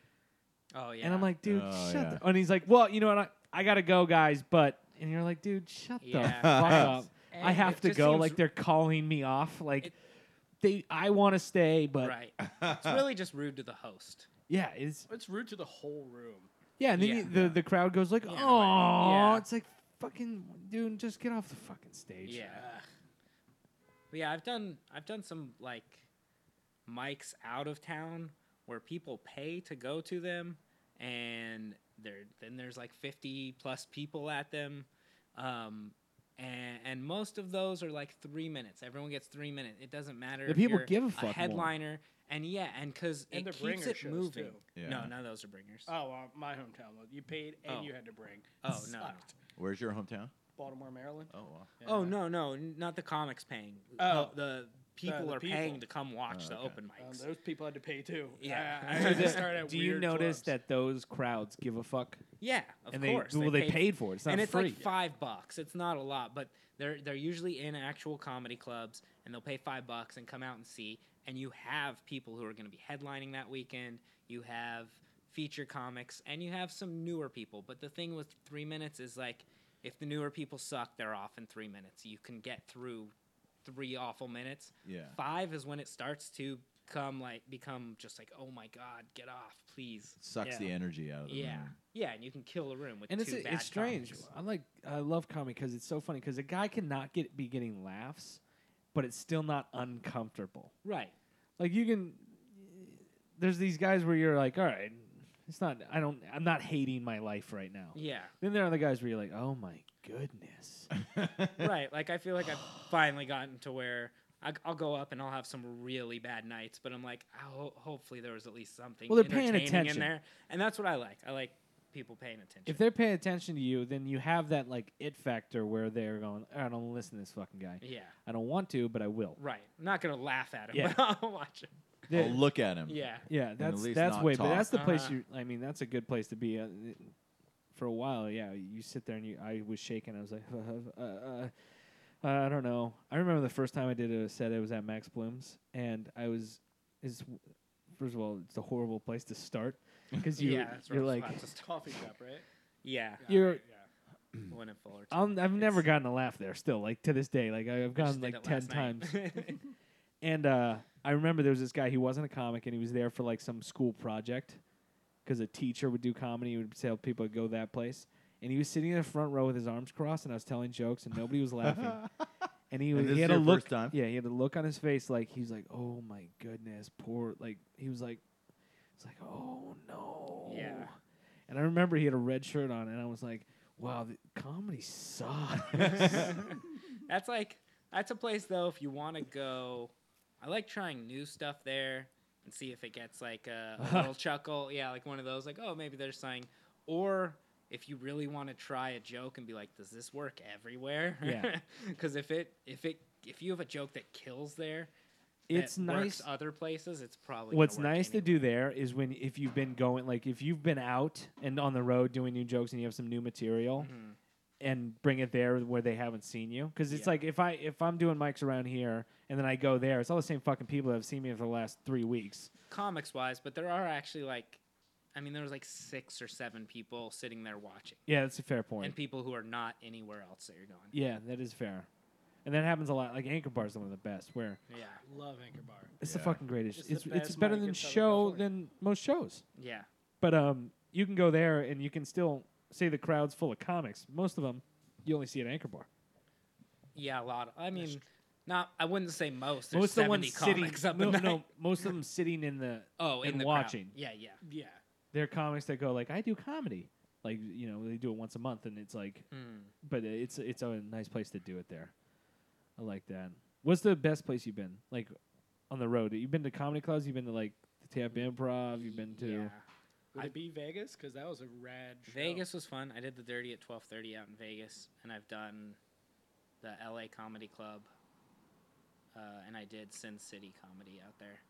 Speaker 3: oh yeah.
Speaker 1: And I'm like, dude,
Speaker 2: Oh,
Speaker 1: shut.
Speaker 2: yeah.
Speaker 1: The-. And he's like, well, you know what? I, I gotta go, guys, but. And you're like, dude, shut
Speaker 3: Yeah.
Speaker 1: the
Speaker 2: <laughs>
Speaker 1: fuck up. I
Speaker 3: And
Speaker 1: have
Speaker 3: it
Speaker 1: to
Speaker 3: just
Speaker 1: go.
Speaker 3: seems-
Speaker 1: Like they're calling me off. Like
Speaker 3: It-
Speaker 1: they, I want to stay, but <laughs>
Speaker 3: right.
Speaker 2: <laughs>
Speaker 3: it's really just rude to the host.
Speaker 1: yeah, it's
Speaker 4: it's rude to the whole room.
Speaker 1: Yeah, and then
Speaker 3: Yeah.
Speaker 1: you- the the crowd goes like, "Oh,
Speaker 3: Yeah, right. Yeah.
Speaker 1: it's like fucking dude, just get off the fucking stage."
Speaker 3: Yeah. But yeah, I've done I've done some like mics out of town where people pay to go to them and there then there's like 50 plus people at them. Um and, and most of those are like three minutes. Everyone gets three minutes. It doesn't matter.
Speaker 1: The
Speaker 3: if
Speaker 1: people
Speaker 3: you're
Speaker 1: give a fuck more.
Speaker 3: headliner, and yeah, and because it
Speaker 4: And the
Speaker 3: keeps
Speaker 4: bringer
Speaker 3: it
Speaker 4: shows,
Speaker 3: moving.
Speaker 4: too.
Speaker 2: Yeah.
Speaker 3: No, none of those are bringers.
Speaker 4: Oh, well, my hometown. well, You paid and
Speaker 3: Oh.
Speaker 4: you had to bring.
Speaker 3: Oh, no.
Speaker 4: Sucked.
Speaker 2: Where's your hometown?
Speaker 4: Baltimore, Maryland.
Speaker 2: Oh, wow.
Speaker 3: Oh
Speaker 4: Yeah.
Speaker 3: no, no, n- not the comics paying.
Speaker 4: Oh.
Speaker 3: the people
Speaker 4: the
Speaker 3: are
Speaker 4: people.
Speaker 3: paying to come watch
Speaker 2: Oh,
Speaker 3: the
Speaker 2: okay.
Speaker 3: open
Speaker 4: Um,
Speaker 3: mics.
Speaker 4: those people had to pay too.
Speaker 3: Yeah.
Speaker 4: <laughs> I- I had to
Speaker 3: Do
Speaker 4: start at
Speaker 1: Do you
Speaker 4: weird
Speaker 1: notice
Speaker 4: clubs.
Speaker 1: that those crowds give a fuck?
Speaker 3: Yeah, of
Speaker 1: and
Speaker 3: course.
Speaker 1: they well, they,
Speaker 3: pay-
Speaker 1: paid for it. It's not
Speaker 3: and it's
Speaker 1: free.
Speaker 3: like five bucks. It's not a lot, but they're they're usually in actual comedy clubs, and they'll pay five bucks and come out and see. And you have people who are going to be headlining that weekend. You have feature comics, and you have some newer people. But the thing with three minutes is like, if the newer people suck, they're off in three minutes. You can get through three awful minutes.
Speaker 2: Yeah.
Speaker 3: Five is when it starts to come like become just like, oh my god, get off, please.
Speaker 2: Sucks
Speaker 1: Yeah.
Speaker 2: the energy out of the
Speaker 3: Yeah,
Speaker 2: room.
Speaker 3: yeah, and you can kill a room with
Speaker 1: and
Speaker 3: two
Speaker 1: it's
Speaker 3: bad
Speaker 1: it's strange.
Speaker 3: comics.
Speaker 1: I like I love comedy because it's so funny because a guy cannot get be getting laughs, but it's still not uncomfortable.
Speaker 3: Right.
Speaker 1: Like you can, there's these guys where you're like, all right, it's not. I don't. I'm not hating my life right now. <laughs>
Speaker 3: Yeah.
Speaker 1: Then there are the guys where you're like, oh my goodness.
Speaker 2: <laughs>
Speaker 3: right. Like I feel like I've
Speaker 1: <sighs>
Speaker 3: finally gotten to where I, will go up and I'll have some really bad nights, but I'm like, I ho- hopefully there was at least something.
Speaker 1: Well, they're paying
Speaker 3: entertaining
Speaker 1: attention.
Speaker 3: in there, and that's what I like. I like people paying attention.
Speaker 1: if they're paying attention to you, then you have that like it factor where they're going, I don't wanna listen to this fucking guy.
Speaker 3: yeah.
Speaker 1: I don't want to, but I will.
Speaker 3: Right. I'm not gonna laugh at him,
Speaker 1: Yeah.
Speaker 3: but <laughs> I'll watch him.
Speaker 1: They-
Speaker 2: I'll Oh, look at him. <laughs>
Speaker 3: Yeah.
Speaker 1: yeah, that's
Speaker 2: least
Speaker 1: that's
Speaker 2: not
Speaker 1: way. But
Speaker 2: talk.
Speaker 1: that's the place
Speaker 3: Uh-huh.
Speaker 1: you. I mean, that's a good place to be. Uh, it- for a while, yeah, you sit there and you. I was shaking. I was like, <laughs> uh, uh, uh, I don't know. I remember the first time I did a set. It was at Max Bloom's, and I was is. First of all, it's a horrible place to start because you
Speaker 3: <laughs> yeah. That's
Speaker 1: you're
Speaker 3: rough
Speaker 1: like
Speaker 3: spot to start.
Speaker 4: coffee shop, <laughs> right?
Speaker 3: yeah.
Speaker 1: You're-
Speaker 4: right, yeah.
Speaker 3: The One in Fullerton.
Speaker 1: I'm, Mm. I've never
Speaker 3: It's-
Speaker 1: gotten a laugh there. Still, like to this day, like I- I've
Speaker 3: I
Speaker 1: gone
Speaker 3: just
Speaker 1: like
Speaker 3: did it
Speaker 1: ten
Speaker 3: last
Speaker 1: times.
Speaker 3: night. <laughs>
Speaker 1: And uh, I remember there was this guy. He wasn't a comic, and he was there for like some school project because a teacher would do comedy. He would tell people to go that place, and he was sitting in the front row with his arms crossed, and I was telling jokes, and nobody was laughing.
Speaker 2: <laughs>
Speaker 1: And he,
Speaker 2: And
Speaker 1: was,
Speaker 2: this
Speaker 1: he had
Speaker 2: is
Speaker 1: a
Speaker 2: your
Speaker 1: look.
Speaker 2: first time?
Speaker 1: Yeah, he had a look on his face, like he was like, "Oh my goodness, poor." Like he was like, "It's like, oh no."
Speaker 3: Yeah.
Speaker 1: And I remember he had a red shirt on, and I was like, "Wow, the comedy
Speaker 2: <laughs>
Speaker 1: sucks."
Speaker 3: <laughs> That's like that's a place though if you want to go. I like trying new stuff there and see if it gets like a,
Speaker 1: <laughs>
Speaker 3: a little chuckle. Yeah, like one of those like oh maybe there's something. Or if you really want to try a joke and be like, does this work everywhere? <laughs>
Speaker 1: Yeah.
Speaker 3: Because if it if it if you have a joke that kills there,
Speaker 1: it's
Speaker 3: that
Speaker 1: nice.
Speaker 3: Works other places, it's probably gonna
Speaker 1: What's
Speaker 3: work
Speaker 1: nice to
Speaker 3: anywhere.
Speaker 1: do there is when if you've been going like if you've been out and on the road doing new jokes and you have some new material
Speaker 4: Mm-hmm.
Speaker 1: and bring it there where they haven't seen you because it's
Speaker 3: Yeah.
Speaker 1: like if I if I'm doing mics around here and then I go there it's all the same fucking people that have seen me for the last three weeks
Speaker 3: comics wise, but there are actually like I mean, there was like six or seven people sitting there watching,
Speaker 1: Yeah, that's a fair
Speaker 3: and
Speaker 1: point.
Speaker 3: people who are not anywhere else that you're going.
Speaker 1: yeah, that is fair. And that happens a lot. Like Anchor Bar is one of the best. Where
Speaker 3: Yeah,
Speaker 4: Love Anchor Bar.
Speaker 1: it's the
Speaker 2: Yeah.
Speaker 1: fucking greatest.
Speaker 4: It's
Speaker 1: It's
Speaker 4: the
Speaker 1: it's,
Speaker 4: best
Speaker 1: better
Speaker 4: mic
Speaker 1: than
Speaker 4: in Southern
Speaker 1: show
Speaker 4: California.
Speaker 1: than most shows.
Speaker 3: yeah,
Speaker 1: But um, you can go there and you can still say the crowd's full of comics. Most of them you only see at Anchor Bar.
Speaker 3: yeah. A lot. Of, I mean, not. I wouldn't say most. There's
Speaker 1: most of the
Speaker 3: 70
Speaker 1: ones sitting.
Speaker 3: comics up
Speaker 1: no,
Speaker 3: in the
Speaker 1: no, most of them sitting in the.
Speaker 3: Oh, in
Speaker 1: and
Speaker 3: the crowd.
Speaker 1: watching.
Speaker 3: Yeah, yeah.
Speaker 4: Yeah.
Speaker 1: They're comics that go like, I do comedy. Like you know, they do it once a month, and it's like,
Speaker 3: Mm.
Speaker 1: but it's it's a nice place to do it there. I like that. What's the best place you've been like on the road? You've been to comedy clubs. You've been to like the TAP Improv. You've been to
Speaker 3: Yeah.
Speaker 4: Would
Speaker 3: I-
Speaker 4: it be Vegas? Because that was a rad show. <laughs>
Speaker 3: Vegas was fun. I did the dirty at twelve thirty out in Vegas, and I've done the L.A. Comedy Club, uh, and I did Sin City Comedy out there.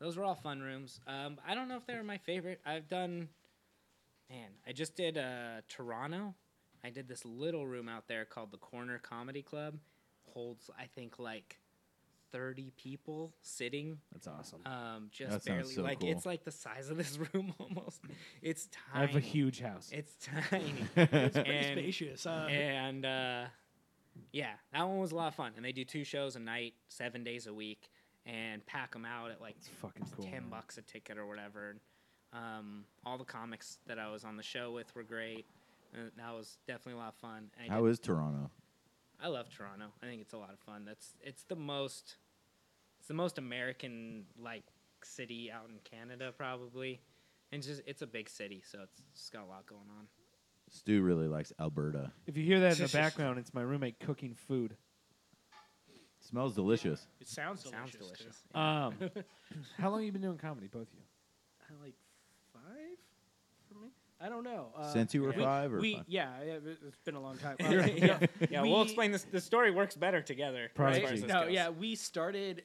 Speaker 3: Those were all fun rooms. Um, I don't know if they were my favorite. I've done, man, I just did uh, Toronto. I did this little room out there called the Corner Comedy Club. Holds I think like thirty people sitting
Speaker 1: that's awesome.
Speaker 3: um, just
Speaker 2: That sounds
Speaker 3: barely
Speaker 2: so
Speaker 3: like
Speaker 2: cool.
Speaker 3: it's like the size of this <laughs> room almost. It's
Speaker 1: I
Speaker 3: tiny.
Speaker 1: have a huge house.
Speaker 3: It's tiny.
Speaker 4: It's pretty
Speaker 3: And-
Speaker 4: spacious. Uh, <laughs>
Speaker 3: and uh, yeah, that one was a lot of fun. And they do two shows a night, seven days a week, and pack them out at like
Speaker 1: It's fucking cool.
Speaker 3: ten
Speaker 1: man.
Speaker 3: bucks a ticket or whatever. Um, all the comics that I was on the show with were great. And that was definitely a lot of fun. And I,
Speaker 2: How
Speaker 3: did-
Speaker 2: is Toronto?
Speaker 3: I love Toronto. I think it's a lot of fun. That's it's the most it's the most American like city out in Canada probably. And just it's a big city, so it's, it's got a lot going on.
Speaker 2: Stu really likes Alberta.
Speaker 1: If you hear that in the background, it's my roommate cooking food.
Speaker 2: Smells delicious.
Speaker 4: it sounds delicious.
Speaker 3: Sounds
Speaker 4: too.
Speaker 3: delicious.
Speaker 1: Um, how long you been doing comedy, both of you?
Speaker 4: I like five for me. I don't know. Uh,
Speaker 2: Since you were
Speaker 4: we-
Speaker 2: five or
Speaker 4: we,
Speaker 2: five?
Speaker 4: yeah, yeah, it- it's been a
Speaker 3: <laughs>
Speaker 4: long time. Uh,
Speaker 3: yeah, yeah, we'll
Speaker 4: we-
Speaker 3: explain this. The story works better together.
Speaker 1: Prodigy.
Speaker 3: as far as
Speaker 1: Right?
Speaker 3: this
Speaker 4: No,
Speaker 3: goes.
Speaker 4: yeah, we started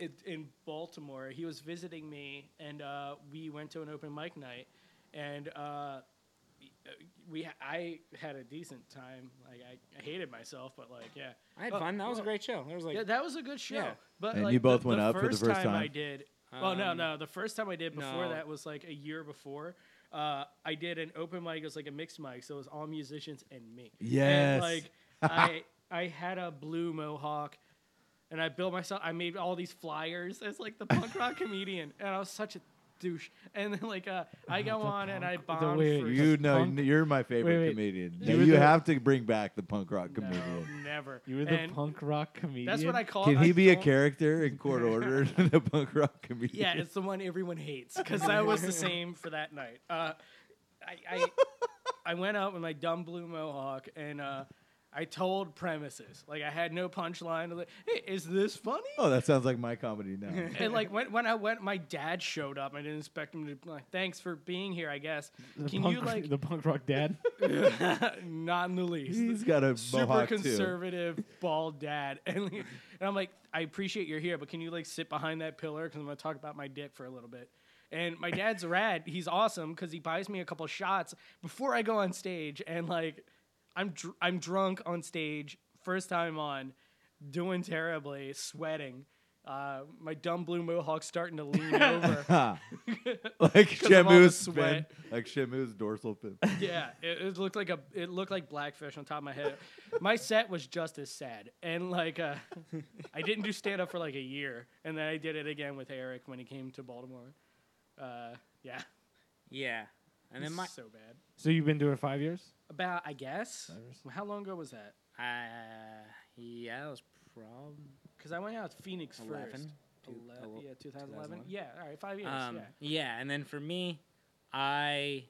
Speaker 4: it, in Baltimore. He was visiting me, and uh, we went to an open mic night, and uh, we I had a decent time. Like I, I hated myself, but like yeah,
Speaker 3: I had
Speaker 4: Oh,
Speaker 3: fun. That was a
Speaker 4: well,
Speaker 3: great show. There was like
Speaker 4: yeah, that was a good show.
Speaker 3: Yeah.
Speaker 4: But
Speaker 2: And
Speaker 4: like,
Speaker 2: you both
Speaker 4: the,
Speaker 2: went
Speaker 4: the
Speaker 2: up for the
Speaker 4: first
Speaker 2: first
Speaker 4: time, I
Speaker 2: time?
Speaker 4: did. well, no,
Speaker 3: Um,
Speaker 4: no. The first time I did before
Speaker 3: no.
Speaker 4: that was like a year before. Uh, I did an open mic. It was like a mixed mic, so it was all musicians and me.
Speaker 2: Yes. <laughs>
Speaker 4: And, like I, I had a blue mohawk, and I built myself. I made all these flyers as like the
Speaker 2: <laughs>
Speaker 4: punk rock comedian, and I was such a douche. And then like uh, I go
Speaker 1: the
Speaker 4: on and I
Speaker 1: punk- the
Speaker 4: bombed
Speaker 1: way
Speaker 4: for
Speaker 2: You
Speaker 1: The
Speaker 2: know,
Speaker 1: punk-
Speaker 2: you're my favorite
Speaker 1: Wait, wait.
Speaker 2: comedian.
Speaker 1: You
Speaker 2: You,
Speaker 1: were
Speaker 2: you
Speaker 1: the-
Speaker 2: have to bring back the punk rock <laughs>
Speaker 4: no,
Speaker 2: comedian.
Speaker 4: never.
Speaker 1: You were the
Speaker 4: And
Speaker 1: punk rock comedian.
Speaker 4: That's what I call.
Speaker 2: Can
Speaker 4: it.
Speaker 2: he
Speaker 4: I
Speaker 2: be a
Speaker 4: don't-
Speaker 2: character
Speaker 3: <laughs>
Speaker 2: in Court Order? the punk rock comedian.
Speaker 4: Yeah,
Speaker 2: <laughs>
Speaker 4: it's the one everyone hates because that was the same for that night. Uh, I, I I went out with my dumb blue mohawk and uh, I told premises like I had no punchline. Like, hey, is
Speaker 2: <laughs>
Speaker 4: this funny?
Speaker 2: Oh, that sounds like my comedy
Speaker 3: <laughs>
Speaker 2: now.
Speaker 4: And like when, when I went, my dad showed up. I didn't expect him to. be Like, Thanks for being here. I guess.
Speaker 1: The
Speaker 4: Can
Speaker 1: punk,
Speaker 4: you like
Speaker 1: <laughs> the punk rock dad?
Speaker 4: <laughs> not in the least?
Speaker 2: He's got a
Speaker 4: super
Speaker 2: mohawk too.
Speaker 4: conservative bald dad <laughs> and, like- and i'm like i appreciate you're here but can you like sit behind that pillar because i'm going to talk about my dick for a little bit and my dad's <laughs> rad he's awesome because he buys me a couple shots before i go on stage and like i'm dr- i'm drunk on stage first time on doing terribly sweating uh, my dumb blue mohawk's starting to
Speaker 2: <laughs>
Speaker 4: lean over
Speaker 2: Ha. <laughs> like
Speaker 4: 'Cause of all the
Speaker 2: Shamu's fin,
Speaker 4: sweat.
Speaker 2: like Shamu's dorsal <laughs> fin.
Speaker 4: Yeah, it, it looked like a it looked like blackfish on top of my head. my set was just as sad, and like uh, I didn't do stand up for like a year, and then I did it again with Eric when he came to Baltimore. Uh, yeah,
Speaker 3: yeah. And then my
Speaker 4: so bad.
Speaker 1: so you've been doing it five years?
Speaker 4: About I guess
Speaker 1: Cyrus?
Speaker 4: how long ago was that?
Speaker 3: uh, yeah, that was prob.
Speaker 4: Because I went out to Phoenix first.
Speaker 3: 11? Two-
Speaker 4: Eleven,
Speaker 3: oh,
Speaker 4: yeah,
Speaker 3: 2011?
Speaker 4: 2011. Yeah, all right, five years.
Speaker 3: Um,
Speaker 4: yeah.
Speaker 3: yeah, and then for me, I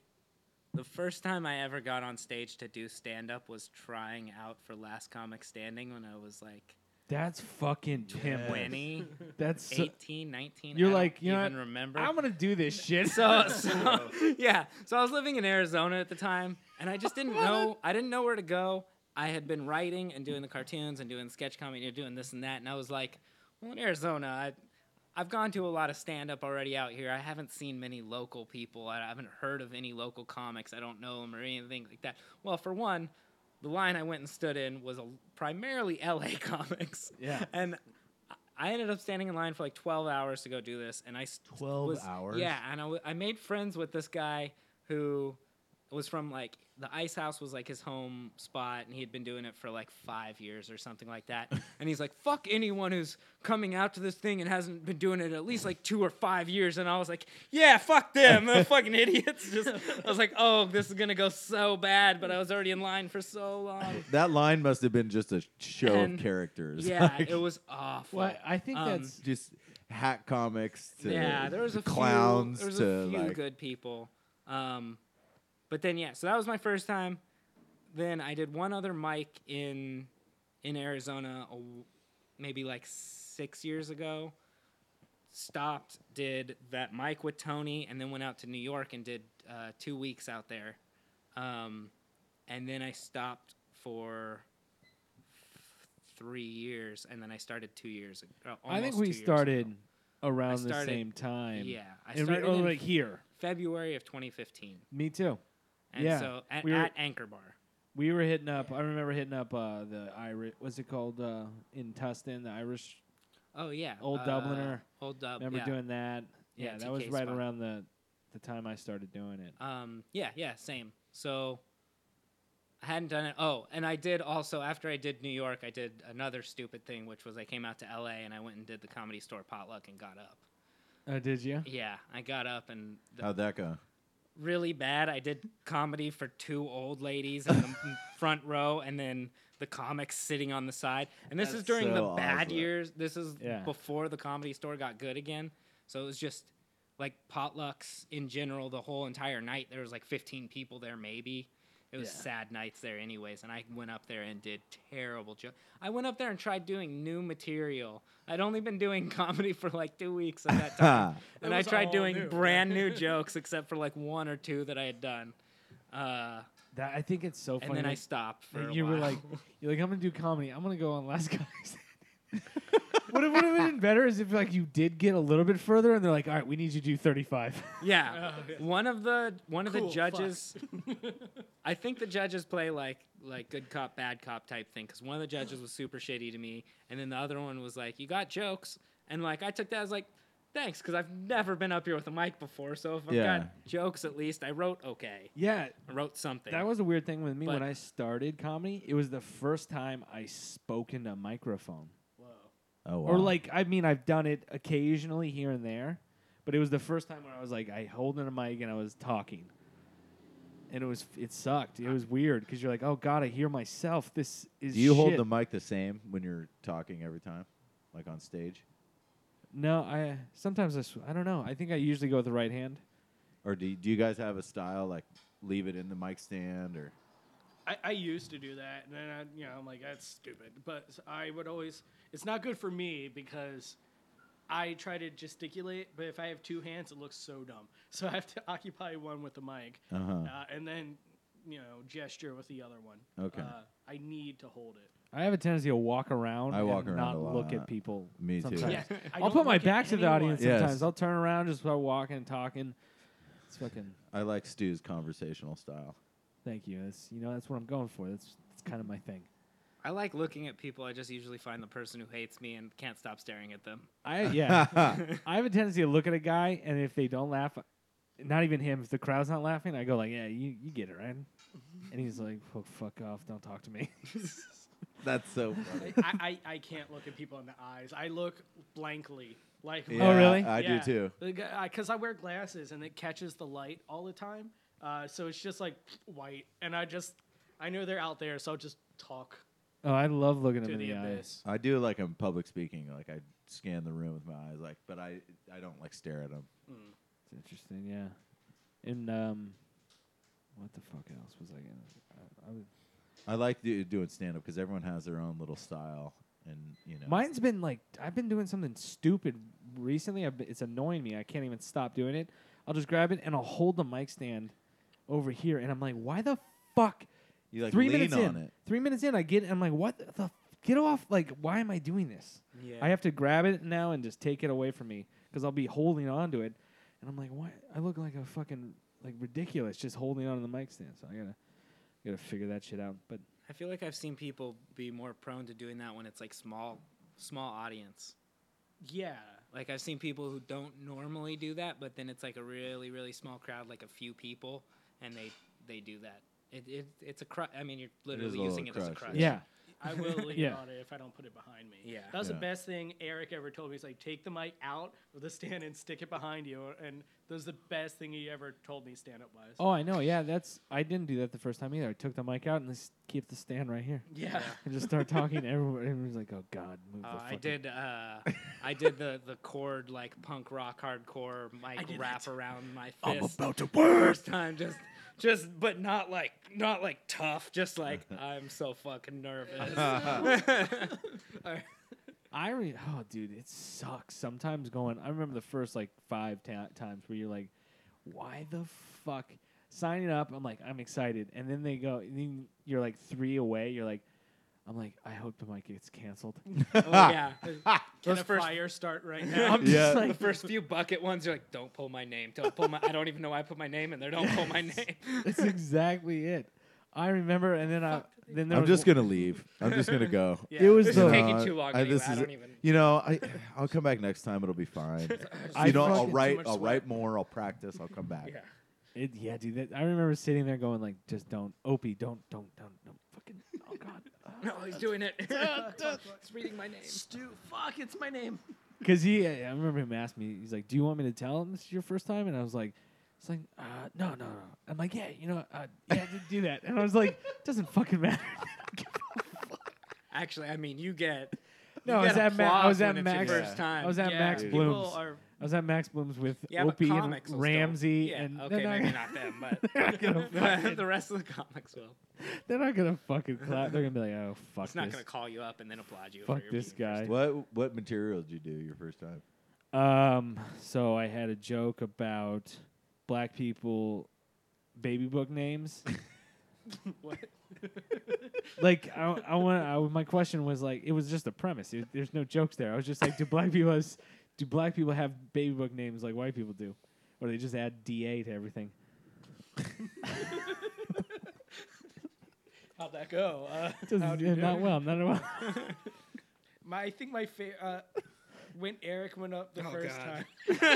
Speaker 3: the first time I ever got on stage to do stand up was trying out for Last Comic Standing when I was like
Speaker 1: That's fucking Tim.
Speaker 2: Yes.
Speaker 3: 20,
Speaker 1: That's <laughs> so,
Speaker 3: 18, 19.
Speaker 1: You're
Speaker 3: I don't
Speaker 1: like, you know
Speaker 3: even
Speaker 1: what?
Speaker 3: remember.
Speaker 1: I'm gonna do this shit. <laughs>
Speaker 3: so, so <laughs> yeah so i was living in arizona at the time and i just didn't know i didn't know where to go i had been writing and doing the cartoons and doing sketch comedy and doing this and that and i was like well in arizona I, i've gone to a lot of stand-up already out here i haven't seen many local people i haven't heard of any local comics i don't know them or anything like that well for one <laughs> the line i went and stood in was a, primarily la comics
Speaker 1: Yeah.
Speaker 3: and I ended up standing in line for like 12 hours to go do this, and I s-
Speaker 2: 12
Speaker 3: was-
Speaker 2: hours?
Speaker 3: Yeah, and I, w- I made friends with this guy who was from like the ice house was like his home spot, and he had been doing it for like five years or something
Speaker 2: <laughs>
Speaker 3: like that. and he's like, "Fuck anyone who's coming out to this thing and hasn't been doing it at least like two or five years." And I was like, "Yeah, fuck them,
Speaker 2: <laughs>
Speaker 3: they're fucking idiots." Just I was like, "Oh, this is gonna go so bad," but I was already in line for
Speaker 2: <laughs>
Speaker 3: so long.
Speaker 2: That line must have been just a show
Speaker 3: And-
Speaker 2: of characters.
Speaker 3: Yeah,
Speaker 2: <laughs> Like,
Speaker 3: it was awful.
Speaker 1: Well, I think
Speaker 3: Um,
Speaker 1: that's
Speaker 2: just hack comics to
Speaker 3: yeah, there was a
Speaker 2: clowns
Speaker 3: few, there was
Speaker 2: to
Speaker 3: a few
Speaker 2: like
Speaker 3: good people. Um, but then yeah, so that was my first time. Then I did one other mic in in Arizona, a w- maybe like six years ago. Stopped, did that mic with Tony, and then went out to New York and did uh, two weeks out there. Um, and then I stopped for three years, and then I started two years ago. uh,
Speaker 1: I think
Speaker 3: almost two
Speaker 1: we
Speaker 3: years ago.
Speaker 1: started around the
Speaker 3: started-
Speaker 1: same time.
Speaker 3: Yeah, I
Speaker 1: And we-
Speaker 3: started
Speaker 1: oh,
Speaker 3: in
Speaker 1: like here.
Speaker 3: February of 2015.
Speaker 1: Me too.
Speaker 3: And
Speaker 1: Yeah,
Speaker 3: so at,
Speaker 1: we were-
Speaker 3: at Anchor Bar.
Speaker 1: We were hitting up. I remember hitting up uh, the Irish. What's it called uh, in Tustin? The Irish.
Speaker 3: Oh yeah.
Speaker 1: Old
Speaker 3: uh,
Speaker 1: Dubliner.
Speaker 3: Old Dub.
Speaker 1: Remember
Speaker 3: yeah.
Speaker 1: doing that? Yeah,
Speaker 3: Yeah,
Speaker 1: that was
Speaker 3: TK
Speaker 1: right
Speaker 3: spot.
Speaker 1: around the the time I started doing it.
Speaker 3: Um. Yeah. Yeah. Same. So I hadn't done it. Oh, and I did also after I did New York, I did another stupid thing, which was I came out to L.A. and I went and did the Comedy Store potluck and got up. Uh,
Speaker 1: Oh, did you?
Speaker 3: Yeah, I got up and the
Speaker 2: how'd that go?
Speaker 3: really bad. I did comedy for two old ladies in the m-
Speaker 2: <laughs>
Speaker 3: front row, and then the comics sitting on the side. And this is
Speaker 2: That's
Speaker 3: during the
Speaker 2: so
Speaker 3: bad
Speaker 2: awesome.
Speaker 3: years. This is
Speaker 1: Yeah.
Speaker 3: before the comedy store got good again. So it was just like potlucks in general. The whole entire night there was like 15 people there, maybe. It was sad nights there, anyways. And I went up there and did terrible jokes. I went up there and tried doing new material. I'd only been doing <laughs> comedy for like two weeks at that time, and
Speaker 4: It
Speaker 3: I
Speaker 4: was
Speaker 3: tried
Speaker 4: all
Speaker 3: doing
Speaker 4: new.
Speaker 3: brand
Speaker 4: <laughs>
Speaker 3: new jokes except for like one or two that I had done. Uh,
Speaker 1: That I think it's so
Speaker 3: and
Speaker 1: funny.
Speaker 3: then I
Speaker 1: like,
Speaker 3: stopped for
Speaker 1: that
Speaker 3: a
Speaker 1: you were
Speaker 3: while.
Speaker 1: like, you're like, I'm gonna do comedy. I'm gonna go on last guy. what would have been better is if like you did get a little bit further, and they're like, all right, we need you to do <laughs> 35.
Speaker 3: <laughs> yeah.
Speaker 4: Oh, yeah.
Speaker 3: One of the one of
Speaker 4: Cool,
Speaker 3: the
Speaker 4: fuck.
Speaker 3: judges
Speaker 4: <laughs>
Speaker 3: I think the judges play like like good cop bad cop type thing because one of the judges was super shitty to me, and then the other one was like, "You got jokes," and like I took that as like, "Thanks," because I've never been up here with a mic before, so if I've
Speaker 2: Yeah.
Speaker 3: got jokes, at least I wrote okay,
Speaker 1: yeah,
Speaker 3: I wrote something.
Speaker 1: That was a weird thing with me when
Speaker 3: But-
Speaker 1: I started comedy. It was the first time I spoke into a microphone.
Speaker 2: <laughs> Oh wow.
Speaker 1: Or like, I mean, I've done it occasionally here and there, but it was the first time when I was like, I holding a mic and I was talking, and it was it sucked. It was weird because you're like, oh god, I hear myself. This is
Speaker 2: do you hold
Speaker 1: shit."
Speaker 2: the mic the same when you're talking every time, like on stage,
Speaker 1: No, I sometimes I, sw- I don't know. I think I usually go with the right hand.
Speaker 2: or do you, do you guys have a style like leave it in the mic stand or?
Speaker 4: I, I used to do that, and then I, you know I'm like that's stupid. But s- I would always. It's not good for me because I try to gesticulate, but if I have two hands, it looks so dumb. <laughs> So I have to occupy one with the mic,
Speaker 2: Uh-huh.
Speaker 4: uh, and then you know gesture with the other one.
Speaker 2: Okay.
Speaker 4: Uh, I need to hold it.
Speaker 1: I have a tendency to walk around.
Speaker 2: I walk
Speaker 1: and
Speaker 2: around
Speaker 1: not
Speaker 2: a
Speaker 1: look at
Speaker 2: lot.
Speaker 1: people.
Speaker 2: Me too.
Speaker 1: sometimes.
Speaker 2: Yeah,
Speaker 4: I
Speaker 1: I'll
Speaker 4: don't
Speaker 1: put my
Speaker 4: look at
Speaker 1: back to the
Speaker 4: anyone.
Speaker 1: audience
Speaker 2: Yes.
Speaker 1: sometimes. I'll turn around, just start walking, talking. It's fucking.
Speaker 2: I like Stu's conversational style.
Speaker 1: Thank you. That's you know that's what I'm going for. That's that's kind of my thing.
Speaker 3: I like looking at people. I just usually find the person who hates me and can't stop staring at them.
Speaker 1: I
Speaker 2: <laughs>
Speaker 1: yeah. I have a tendency to look at a guy, and if they don't laugh, not even him, if the crowd's not laughing, I go like, yeah, you, you get it right. And he's like, fuck, fuck off, don't talk to me. <laughs>
Speaker 2: That's <laughs> so funny.
Speaker 4: I, I, I can't look at people in the eyes. I look blankly. Like
Speaker 2: Oh, Yeah,
Speaker 1: Oh, really?
Speaker 2: I do too.
Speaker 4: Because uh, I wear glasses and it catches the light all the time, uh, so it's just like white. And I just I know they're out there, so I'll just talk
Speaker 1: oh, I love looking
Speaker 4: to
Speaker 1: him in
Speaker 4: the
Speaker 1: the eye.
Speaker 4: abyss.
Speaker 2: I do like I'm public speaking. Like I scan the room with my eyes. Like, but I I don't like stare at them.
Speaker 1: It's interesting, yeah. And um, what the fuck else was I gonna? I, I was,
Speaker 2: I like do, doing stand up because everyone has their own little style, and you know.
Speaker 1: Mine's been like I've been doing something stupid recently. I've been, it's annoying me. I can't even stop doing it. I'll just grab it and I'll hold the mic stand over here, and I'm like, why the fuck?
Speaker 2: You, like,
Speaker 1: three
Speaker 2: lean
Speaker 1: minutes in,
Speaker 2: on it.
Speaker 1: three minutes in, I get. I'm like, what the f- get off? Like, why am I doing this?
Speaker 3: Yeah.
Speaker 1: I have to grab it now and just take it away from me because I'll be holding on to it, and I'm like, why? I look like a fucking like ridiculous just holding on to the mic stand. So I gotta gotta figure that shit out. But
Speaker 3: I feel like I've seen people be more prone to doing that when it's like small, small audience.
Speaker 4: Yeah.
Speaker 3: Like I've seen people who don't normally do that, but then it's like a really really small crowd, like a few people, and they they do that. It, it it's a crutch. I mean, you're literally
Speaker 2: a
Speaker 3: using it
Speaker 2: little
Speaker 3: as a
Speaker 2: crutch,
Speaker 3: crutch.
Speaker 1: Yeah.
Speaker 4: I will lean
Speaker 1: Yeah.
Speaker 4: on it if I don't put it behind me.
Speaker 3: Yeah.
Speaker 4: That was
Speaker 2: Yeah.
Speaker 4: the best thing Eric ever told me. He's like, take the mic out of the stand and stick it behind you. And that was the best thing he ever told me stand up wise.
Speaker 1: Oh, I know. Yeah, that's. I didn't do that the first time either. I took the mic out and just keep the stand right here
Speaker 4: Yeah.
Speaker 1: and just start talking. to Everyone, everyone's like, "Oh God, move the
Speaker 3: Uh, I
Speaker 1: fucking-"
Speaker 3: did. Uh, I did the the chord like punk rock hardcore mic
Speaker 4: did
Speaker 3: wrap
Speaker 4: that.
Speaker 3: around my <laughs> fist
Speaker 2: to burn.
Speaker 1: <laughs>
Speaker 3: first time. Just <laughs> just but not like not like tough. Just like I'm so fucking nervous. Or-
Speaker 1: I re- oh dude, it sucks sometimes going. I remember the first like five ta- times where you're like, why the fuck signing up? I'm like, I'm excited, and then they go, and then you're like three away. You're like, I'm like, I hope the mic gets canceled.
Speaker 3: oh,
Speaker 2: Ah.
Speaker 3: <laughs> yeah.
Speaker 4: Can
Speaker 3: Those
Speaker 4: a
Speaker 3: first-
Speaker 4: fire start right
Speaker 1: <laughs>
Speaker 4: now?
Speaker 1: I'm just
Speaker 2: Yeah.
Speaker 1: like,
Speaker 3: <laughs> The first few bucket ones are like, don't pull my name. Don't pull my. I don't even know why I put my name in there. Don't pull my name. <laughs>
Speaker 1: that's exactly it. I remember, and then I then there
Speaker 2: I'm
Speaker 1: was
Speaker 2: just
Speaker 1: one-
Speaker 2: gonna leave. I'm just gonna
Speaker 3: <laughs>
Speaker 2: go.
Speaker 4: Yeah.
Speaker 1: It was
Speaker 3: This
Speaker 1: the
Speaker 3: is taking too long.
Speaker 2: I-
Speaker 3: anyway.
Speaker 2: this
Speaker 3: I
Speaker 2: is-
Speaker 3: don't even.
Speaker 2: You know, I I'll come back next time.
Speaker 3: <laughs>
Speaker 2: It'll be fine.
Speaker 1: I
Speaker 2: you know, I'll
Speaker 1: fucking-
Speaker 2: write.
Speaker 4: much
Speaker 2: I'll
Speaker 4: sweat.
Speaker 2: write more. I'll practice. I'll come back.
Speaker 3: Yeah.
Speaker 1: It, yeah, dude. That, I remember sitting there going like, just don't, Opie, don't, don't, don't, don't, fucking, oh god,
Speaker 3: No, he's doing it. <laughs> He's reading my name.
Speaker 4: Stu, fuck, it's my name.
Speaker 1: because he. I I remember him asking me, he's like, "Do you want me to tell him this is your first time?" And I was like, "It's like, uh, no, no, no." I'm like, "Yeah, you know, uh, yeah, d- do that." And I was like, <laughs> "Doesn't fucking matter."
Speaker 3: Actually, I mean, you get.
Speaker 1: No, I
Speaker 3: you
Speaker 1: was
Speaker 3: get
Speaker 1: at Ma- I
Speaker 3: applause
Speaker 1: was at
Speaker 3: when it's your
Speaker 1: Max-
Speaker 3: First time.
Speaker 1: I was at
Speaker 4: Yeah,
Speaker 1: Max
Speaker 2: dude.
Speaker 1: Bloom's.
Speaker 4: People are
Speaker 1: I was at Max Bloom's with
Speaker 3: yeah, but
Speaker 1: Opie and
Speaker 3: comics will still-
Speaker 1: Ramsey,
Speaker 3: yeah,
Speaker 1: and
Speaker 3: okay,
Speaker 1: they're not,
Speaker 3: maybe not them,
Speaker 1: <laughs> they're not
Speaker 3: <laughs>
Speaker 1: gonna
Speaker 3: but the rest of the comics will.
Speaker 1: they're not gonna fucking clap. They're gonna be like, "Oh fuck
Speaker 3: It's not
Speaker 1: this."
Speaker 3: gonna call you up and then applaud you.
Speaker 1: Fuck
Speaker 3: for your
Speaker 1: this
Speaker 3: being
Speaker 1: guy.
Speaker 2: What What material did you do your first time?
Speaker 1: Um, so I had a joke about black people baby book names.
Speaker 4: What?
Speaker 1: like I, I want I, my question was like it was just a premise. It, there's no jokes there. I was just like, do black people has, do black people have baby book names like white people do, or they just add da to everything?
Speaker 4: How'd that go? Uh,
Speaker 1: Doesn't-
Speaker 4: how'd you do?
Speaker 1: not well, not well.
Speaker 4: My, I think my favorite. Uh, when Eric went up the
Speaker 3: Oh,
Speaker 4: first
Speaker 3: God.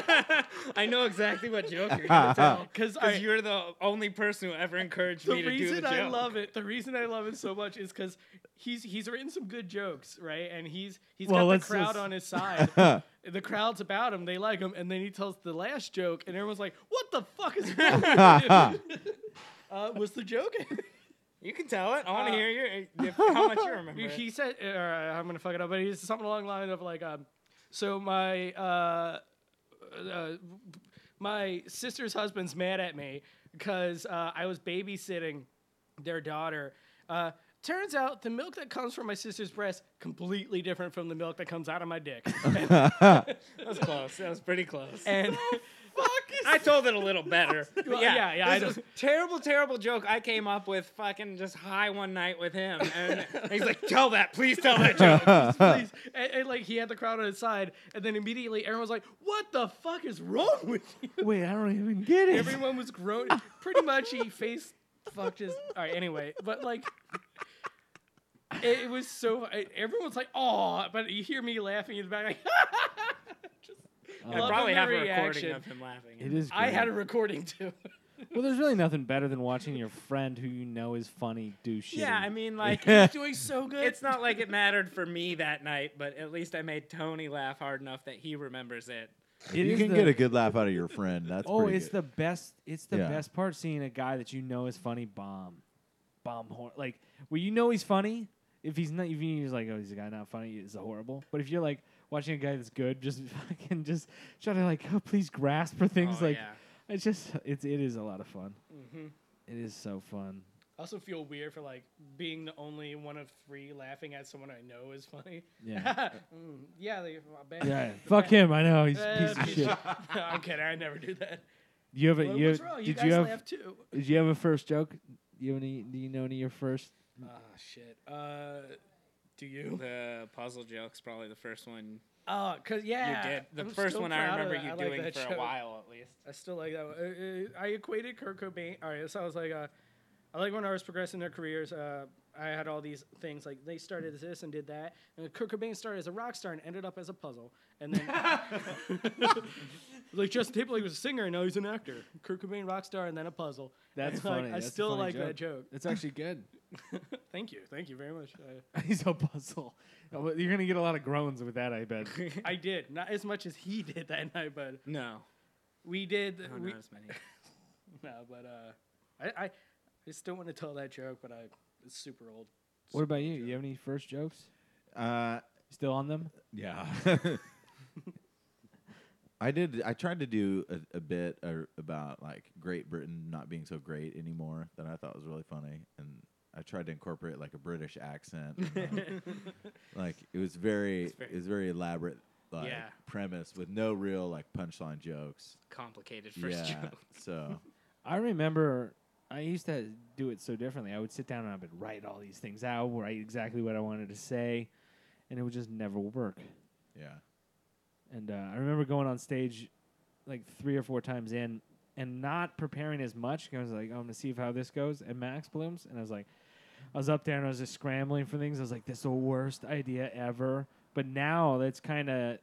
Speaker 1: <laughs>
Speaker 4: time,
Speaker 3: I know exactly what joke you're
Speaker 1: Uh-huh.
Speaker 3: gonna tell
Speaker 4: because
Speaker 3: because you're the only person who ever encouraged
Speaker 4: the
Speaker 3: me to do the
Speaker 4: reason
Speaker 3: joke.
Speaker 4: I love it, the reason I love it so much is because he's he's written some good jokes, right? And he's he's
Speaker 1: Well,
Speaker 4: got the
Speaker 1: let's
Speaker 4: crowd
Speaker 1: just- <laughs>
Speaker 4: on his side. the crowd's about him, they like him, and then he tells the last joke, and everyone's like, "What the fuck is that?"
Speaker 1: <laughs>
Speaker 4: <laughs> uh, was the joke? <laughs>
Speaker 3: You can tell it. I want to
Speaker 4: Uh,
Speaker 3: hear your if, how much you remember. it.
Speaker 4: he said, or, uh, "I'm gonna fuck it up," but he's something along the line of like, um, "So my uh, uh, my sister's husband's mad at me because uh, I was babysitting their daughter. Uh, turns out the milk that comes from my sister's breast completely different from the milk that comes out of
Speaker 3: <laughs>
Speaker 4: my dick.
Speaker 3: that was close. That was pretty close.
Speaker 4: And <laughs>
Speaker 3: I told it a little better. But
Speaker 4: Well,
Speaker 3: yeah,
Speaker 4: yeah,
Speaker 3: yeah,
Speaker 4: yeah, I
Speaker 3: This is terrible, terrible joke I came up with fucking just high one night with him.
Speaker 1: <laughs>
Speaker 3: And he's like, tell that, please tell that joke.
Speaker 4: <laughs> please, and, and, like he had the crowd on his side, and then immediately everyone was like, "What the fuck is wrong with you?"
Speaker 1: <laughs> Wait, I don't even get it.
Speaker 4: Everyone was groaning. Pretty much, he face fucked his. All right, anyway, but like, it, it was so. I- everyone's like, "Oh," but you hear me laughing in the back. <laughs> Like,
Speaker 3: I
Speaker 4: Love
Speaker 3: probably
Speaker 4: the
Speaker 3: have a recording
Speaker 4: reaction.
Speaker 3: of him laughing.
Speaker 1: it is.
Speaker 4: I
Speaker 1: great.
Speaker 4: had a
Speaker 1: <laughs>
Speaker 4: recording too.
Speaker 1: well. There's really nothing better than watching your friend who you know is funny do shit.
Speaker 3: yeah,
Speaker 1: <laughs>
Speaker 3: I mean, like,
Speaker 4: He's doing so good.
Speaker 3: it's not like it mattered for me that night, but at least I made Tony laugh hard enough that he remembers it.
Speaker 1: It
Speaker 2: <laughs> you
Speaker 1: is
Speaker 2: can
Speaker 1: the-
Speaker 2: get a good laugh out of your friend. That's
Speaker 1: Oh,
Speaker 2: pretty
Speaker 1: it's
Speaker 2: good.
Speaker 1: the best. It's the
Speaker 2: Yeah.
Speaker 1: best part seeing a guy that you know is funny bomb, bomb hor- like where you know he's funny. If he's not, if he's like, oh, he's a guy not funny, it's horrible. But if you're like watching a guy that's good, just <laughs> fucking just try to like, <laughs> oh, please grasp for things.
Speaker 3: Oh,
Speaker 1: like
Speaker 3: yeah.
Speaker 1: it's just it's it is a lot of fun.
Speaker 4: Mm-hmm.
Speaker 1: It is so fun.
Speaker 4: I also feel weird for like being the only one of three laughing at someone I know is funny. <laughs>
Speaker 1: Yeah,
Speaker 4: Mm, yeah, they, well, bad.
Speaker 1: yeah. Fuck him. I know he's
Speaker 4: Uh,
Speaker 1: a piece of
Speaker 4: piece
Speaker 1: shit.
Speaker 4: No, <laughs> I'm kidding. I never do that.
Speaker 1: You have a
Speaker 4: What-
Speaker 1: you,
Speaker 4: what's
Speaker 1: have-
Speaker 4: wrong? You
Speaker 1: did
Speaker 4: guys
Speaker 1: you have
Speaker 4: laugh too.
Speaker 1: did you have a first joke? You have any? Do you know any of your first?
Speaker 4: Ah, shit. Uh, do you?
Speaker 3: The puzzle joke's probably the first one
Speaker 4: Oh, cause yeah,
Speaker 3: you did. The
Speaker 4: I'm
Speaker 3: first
Speaker 4: still
Speaker 3: one I
Speaker 4: proud of
Speaker 3: remember
Speaker 4: that.
Speaker 3: you
Speaker 4: I like
Speaker 3: doing
Speaker 4: that
Speaker 3: for a
Speaker 4: joke.
Speaker 3: while at least.
Speaker 4: I still like that one. Uh, uh, I equated Kurt Cobain. All right, so I was like, uh, I like when artists progress in their careers. Uh, I had all these things like they started as this and did that, and Kurt Cobain started as a rock star and ended up as a puzzle, and then
Speaker 3: <laughs>
Speaker 4: <laughs> like Justin Timberlake was a singer and now he's an actor. Kurt Cobain rock star and then a puzzle.
Speaker 1: That's
Speaker 4: Like,
Speaker 1: funny.
Speaker 4: I
Speaker 1: That's a
Speaker 4: still
Speaker 1: funny
Speaker 4: like that joke.
Speaker 1: It's actually good.
Speaker 4: <laughs> Thank you, thank you very much.
Speaker 1: <laughs>
Speaker 4: I,
Speaker 1: He's a puzzle. Oh, You're gonna get a lot of groans with that, I <laughs> bet.
Speaker 4: I did not as much as he <laughs> did that night, but
Speaker 3: No,
Speaker 4: we did.
Speaker 3: I don't
Speaker 4: we,
Speaker 3: know as many.
Speaker 4: no, but uh, I, I I still want to tell that joke, but I it's super old.
Speaker 1: what about you? You have any first jokes?
Speaker 2: Uh,
Speaker 1: Still on them?
Speaker 2: Yeah. <laughs> I did. I tried to do a, a bit uh, about like Great Britain not being so great anymore that I thought was really funny, and I tried to incorporate like a British
Speaker 3: <laughs>
Speaker 2: accent. and, um, like it was very,
Speaker 3: It's very-
Speaker 2: it was very elaborate, like
Speaker 3: Yeah.
Speaker 2: premise with no real like punchline jokes.
Speaker 3: Complicated <laughs> first
Speaker 2: yeah.
Speaker 3: joke.
Speaker 2: So
Speaker 1: I remember I used to do it so differently. I would sit down and I would write all these things out, write exactly what I wanted to say, and it would just never work.
Speaker 2: yeah,
Speaker 1: And uh, I remember going on stage like three or four times in and not preparing as much. 'cause I was like, I'm going to see how this goes. And Max Blooms. And I was like, I was up there and I was just scrambling for things. I was like, this is the worst idea ever. But now that's kind of,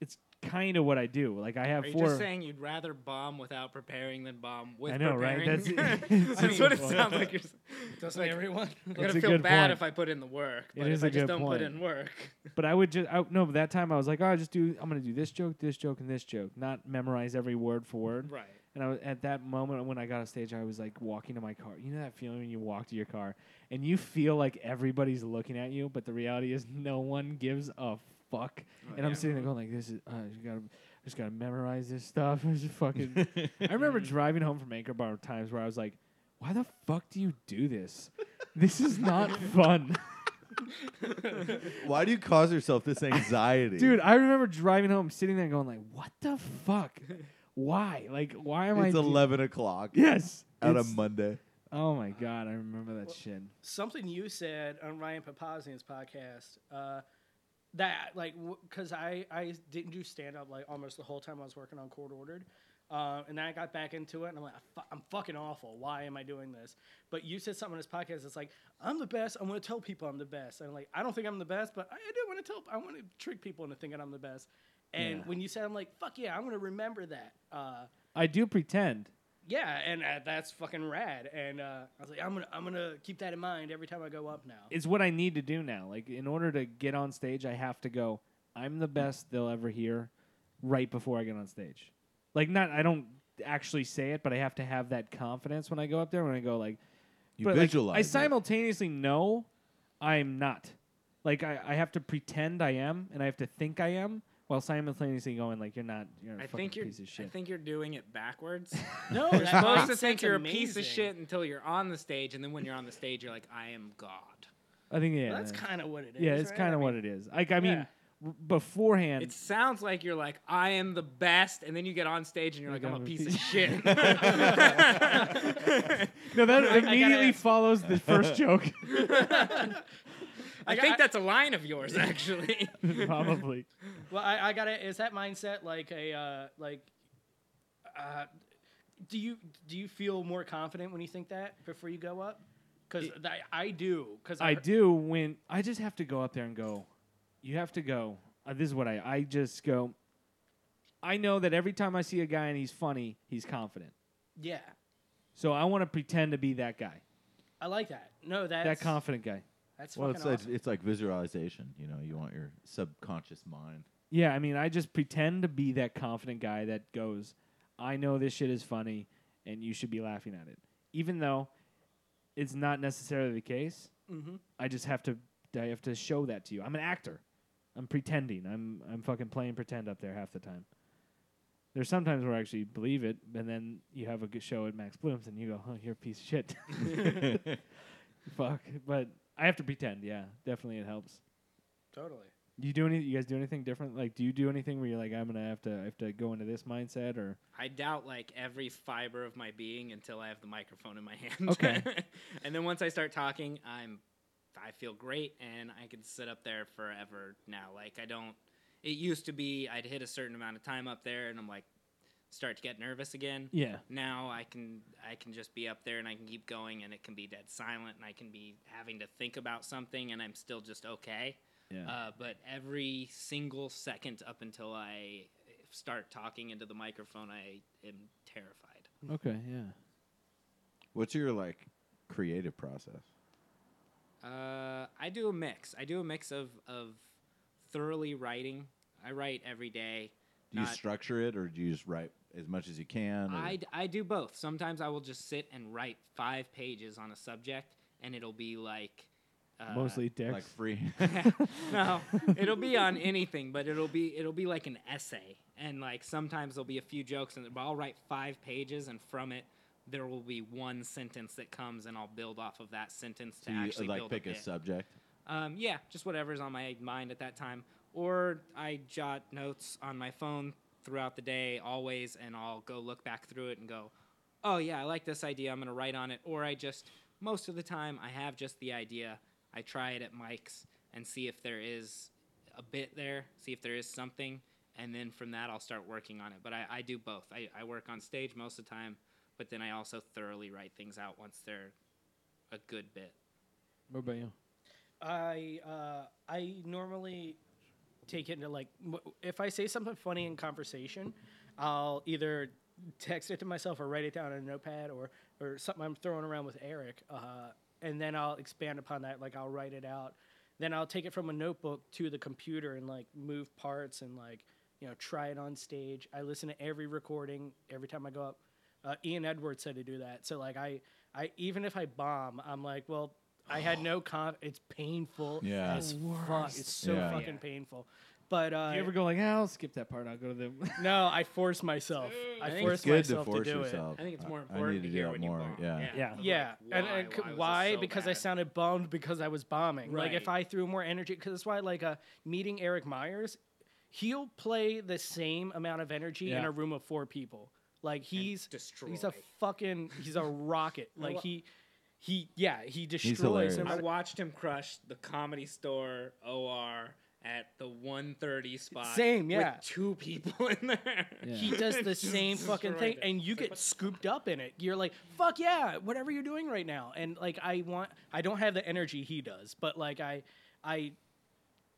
Speaker 1: it's kind of what I do. Like I have
Speaker 3: Are you
Speaker 1: four.
Speaker 3: just saying you'd rather bomb without preparing than bomb with
Speaker 1: I know, right?
Speaker 3: preparing?
Speaker 1: That's-
Speaker 3: <laughs>
Speaker 1: <laughs>
Speaker 3: That's
Speaker 1: that's a
Speaker 3: what
Speaker 1: good
Speaker 3: it
Speaker 1: point.
Speaker 3: sounds like. You're, s-
Speaker 4: Doesn't
Speaker 3: Like-
Speaker 4: everyone?
Speaker 3: I'm
Speaker 1: That's
Speaker 3: gonna
Speaker 1: a
Speaker 3: feel
Speaker 1: good
Speaker 3: bad
Speaker 1: point.
Speaker 3: if I put in the work,
Speaker 1: It
Speaker 3: but
Speaker 1: is
Speaker 3: if
Speaker 1: a
Speaker 3: I just
Speaker 1: good
Speaker 3: don't
Speaker 1: point.
Speaker 3: put in work,
Speaker 1: But I would just I, no. But that time I was like, oh, I just do. I'm gonna do this joke, this joke, and this joke. Not memorize every word for word.
Speaker 3: right? <laughs>
Speaker 1: <laughs> And I was, at that moment when I got on stage, I was like walking to my car. You know that feeling when you walk to your car and you feel like everybody's looking at you, but the reality is <laughs> no one gives a fuck.
Speaker 2: Oh,
Speaker 1: and I'm
Speaker 3: yeah.
Speaker 1: sitting there going like, this is uh, I just gotta I just gotta memorize this stuff. <laughs> I just
Speaker 2: <laughs>
Speaker 1: fucking. I remember driving home from Anchor Bar times where I was like, why the fuck do you do
Speaker 2: <laughs>
Speaker 1: this? This is not fun.
Speaker 2: why do you cause yourself <laughs> this anxiety,
Speaker 1: Dude, I remember driving home, sitting there, going like, "What the
Speaker 2: <laughs>
Speaker 1: fuck? Why? Like, why am I?"
Speaker 2: It's
Speaker 1: do-
Speaker 2: eleven o'clock
Speaker 1: Yes.
Speaker 2: on a
Speaker 1: It's-
Speaker 2: Monday.
Speaker 1: oh my god, I remember that shit.
Speaker 4: something you said on Ryan Papazian's podcast uh, that like because I I didn't do stand up like almost the whole time I was working on Court Ordered. Uh, and then I got back into it, and I'm like, "Fu- I'm fucking awful. Why am I doing this? But you said something on this podcast. It's like, I'm the best. I'm gonna tell people I'm the best. And I'm like, I don't think I'm the best, but I, I do want to tell. I want to trick people into thinking I'm the best. And
Speaker 1: Yeah.
Speaker 4: when you said, I'm like, fuck yeah, I'm gonna remember that. Uh,
Speaker 1: I do pretend.
Speaker 4: yeah, and uh, that's fucking rad. And uh, I was like, I'm gonna I'm gonna keep that in mind every time I go up now.
Speaker 1: It's what I need to do now. Like, in order to get on stage, I have to go. I'm the best they'll ever hear, right before I get on stage. Like, not I don't actually say it, but I have to have that confidence when I go up there. When I go like,
Speaker 2: You
Speaker 1: But, like,
Speaker 2: visualize.
Speaker 1: I
Speaker 2: it.
Speaker 1: simultaneously know I'm not. Like I, I have to pretend I am, and I have to think I am, while simultaneously going like you're not. You're a
Speaker 3: I
Speaker 1: fucking
Speaker 3: think you're.
Speaker 1: piece of
Speaker 3: I
Speaker 1: shit.
Speaker 3: think you're doing it
Speaker 1: <laughs>
Speaker 3: backwards.
Speaker 4: No,
Speaker 3: You're
Speaker 4: that
Speaker 3: supposed to
Speaker 4: mindset's
Speaker 3: think you're a piece
Speaker 4: amazing.
Speaker 3: of shit until you're on the stage, and then when you're on the stage, you're like, I am God.
Speaker 1: I think yeah.
Speaker 4: That's
Speaker 1: yeah.
Speaker 4: kind of what it is.
Speaker 1: yeah, it's
Speaker 4: right?
Speaker 1: kind
Speaker 4: I
Speaker 1: of what
Speaker 4: mean,
Speaker 1: it is. Like I mean,
Speaker 4: yeah.
Speaker 1: r- beforehand,
Speaker 3: It sounds like you're like, I am the best, and then you get on stage and you're like,
Speaker 1: Like,
Speaker 3: I'm a
Speaker 1: I'm a
Speaker 3: piece of
Speaker 1: piece-
Speaker 3: shit. <laughs>
Speaker 1: no, that
Speaker 4: I gotta
Speaker 1: immediately
Speaker 4: ask-
Speaker 1: follows the
Speaker 4: <laughs>
Speaker 1: first joke, <laughs>
Speaker 3: I think that's a line of yours, <laughs> actually.
Speaker 1: probably.
Speaker 4: Well, I, I gotta. Is that mindset like a uh, like? Uh, do you do you feel more confident when you think that before you go up? Because I, I do. Because
Speaker 1: I do when I just have to go up there and go. You have to go. Uh, this is what I I just go. I know that every time I see a guy and he's funny, he's confident.
Speaker 4: Yeah,
Speaker 1: So I want to pretend to be that guy,
Speaker 4: I like that. No, that's
Speaker 1: that confident guy.
Speaker 4: That's
Speaker 2: Well,
Speaker 4: fucking
Speaker 2: it's,
Speaker 4: awesome.
Speaker 2: it's it's like visualization. You know, you want your subconscious mind.
Speaker 1: Yeah, I mean, I just pretend to be that confident guy that goes, I know this shit is funny and you should be laughing at it. Even though it's not necessarily the case,
Speaker 4: Mhm.
Speaker 1: I just have to I have to show that to you. I'm an actor. I'm pretending. I'm I'm fucking playing pretend up there half the time. There's sometimes where I actually believe it, and then you have a good show at Max Bloom's, and you go, "Oh, you're a piece of shit." <laughs> Fuck. But I have to pretend. Yeah, definitely it helps.
Speaker 4: totally.
Speaker 1: You do any? You guys do anything different? Like, do you do anything where you're like, I'm gonna have to, I have to go into this mindset, or
Speaker 3: I doubt like every fiber of my being until I have the microphone in my hand.
Speaker 1: Okay.
Speaker 3: <laughs> and then once I start talking, I'm I feel great and I can sit up there forever now. Like I don't it used to be I'd hit a certain amount of time up there and I'm like start to get nervous again.
Speaker 1: Yeah.
Speaker 3: Now I can I can just be up there and I can keep going and it can be dead silent and I can be having to think about something and I'm still just okay.
Speaker 1: Yeah.
Speaker 3: Uh, but every single second up until I start talking into the microphone, I am terrified.
Speaker 1: okay. Yeah.
Speaker 2: What's your like creative process?
Speaker 3: Uh, I do a mix. I do a mix of of thoroughly writing. I write every day.
Speaker 2: Do you
Speaker 3: Not-
Speaker 2: structure it, or do you just write as much as you can? or-
Speaker 3: I, d- I do both. Sometimes I will just sit and write five pages on a subject, and it'll be like uh,
Speaker 1: Mostly dicks.
Speaker 3: <laughs>
Speaker 2: like free. <laughs>
Speaker 3: no, it'll be on anything, but it'll be it'll be like an essay, and like sometimes there'll be a few jokes, and but I'll write five pages, and from it there will be one sentence that comes, and I'll build off of that sentence
Speaker 2: so
Speaker 3: to
Speaker 2: you
Speaker 3: actually
Speaker 2: like
Speaker 3: build
Speaker 2: pick
Speaker 3: a,
Speaker 2: a
Speaker 3: bit.
Speaker 2: subject.
Speaker 3: Um, yeah, just whatever's on my mind at that time. Or I jot notes on my phone throughout the day, always, and I'll go look back through it and go, oh, yeah, I like this idea. I'm going to write on it. Or I just, most of the time, I have just the idea. I try it at Mike's and see if there is a bit there, see if there is something. And then from that, I'll start working on it. But I, I do both. I, I work on stage most of the time, but then I also thoroughly write things out once they're a good bit.
Speaker 1: what about you?
Speaker 4: I uh, I normally take it into like w- if I say something funny in conversation, I'll either text it to myself or write it down on a notepad or or something I'm throwing around with Eric, uh, and then I'll expand upon that. Like I'll write it out, then I'll take it from a notebook to the computer and like move parts and like you know try it on stage. I listen to every recording every time I go up. Uh, Ian Edwards said to do that. So like I I even if I bomb, I'm like well. I had no conf. It's painful.
Speaker 2: Yeah.
Speaker 4: as fuck. It's so
Speaker 2: Yeah.
Speaker 4: fucking
Speaker 3: Yeah.
Speaker 4: painful. But uh,
Speaker 1: you ever go like, ah, I'll skip that part. I'll go to the. <laughs>
Speaker 4: no, I force myself. I,
Speaker 3: think
Speaker 4: force
Speaker 2: it's good to
Speaker 4: myself
Speaker 2: force
Speaker 4: do
Speaker 2: yourself.
Speaker 3: I think it's
Speaker 2: I-
Speaker 3: more
Speaker 2: I need
Speaker 3: important
Speaker 2: to
Speaker 3: to,
Speaker 2: do
Speaker 3: hear
Speaker 2: that
Speaker 3: when you
Speaker 2: more,
Speaker 3: bomb.
Speaker 2: yeah.
Speaker 1: Yeah.
Speaker 4: it. Yeah, and, and c-
Speaker 3: why, was this
Speaker 4: why?
Speaker 3: so
Speaker 4: because I
Speaker 3: bad?
Speaker 4: sounded bummed because I was bombing. Like if
Speaker 3: Right.
Speaker 4: I threw more energy, because that's why like uh, meeting Eric Myers, he'll play the same amount of energy in
Speaker 1: Yeah.
Speaker 4: a room of four people. Like he's he's a
Speaker 3: destroy.
Speaker 4: fucking he's a rocket.
Speaker 3: <laughs>
Speaker 4: Like he he yeah he
Speaker 2: hilarious.
Speaker 4: destroys. no
Speaker 3: I
Speaker 4: matter-
Speaker 3: watched him crush the comedy store OR at the 130 spot.
Speaker 4: Same, yeah.
Speaker 3: With two people in there.
Speaker 1: Yeah.
Speaker 4: He does
Speaker 3: <laughs>
Speaker 4: the
Speaker 3: Just
Speaker 4: same fucking
Speaker 3: destroyed
Speaker 4: thing,
Speaker 3: it.
Speaker 4: and you get scooped up in it. You're like, "Fuck yeah, whatever you're doing right now." And like, I want, I don't have the energy he does, but like, I, I,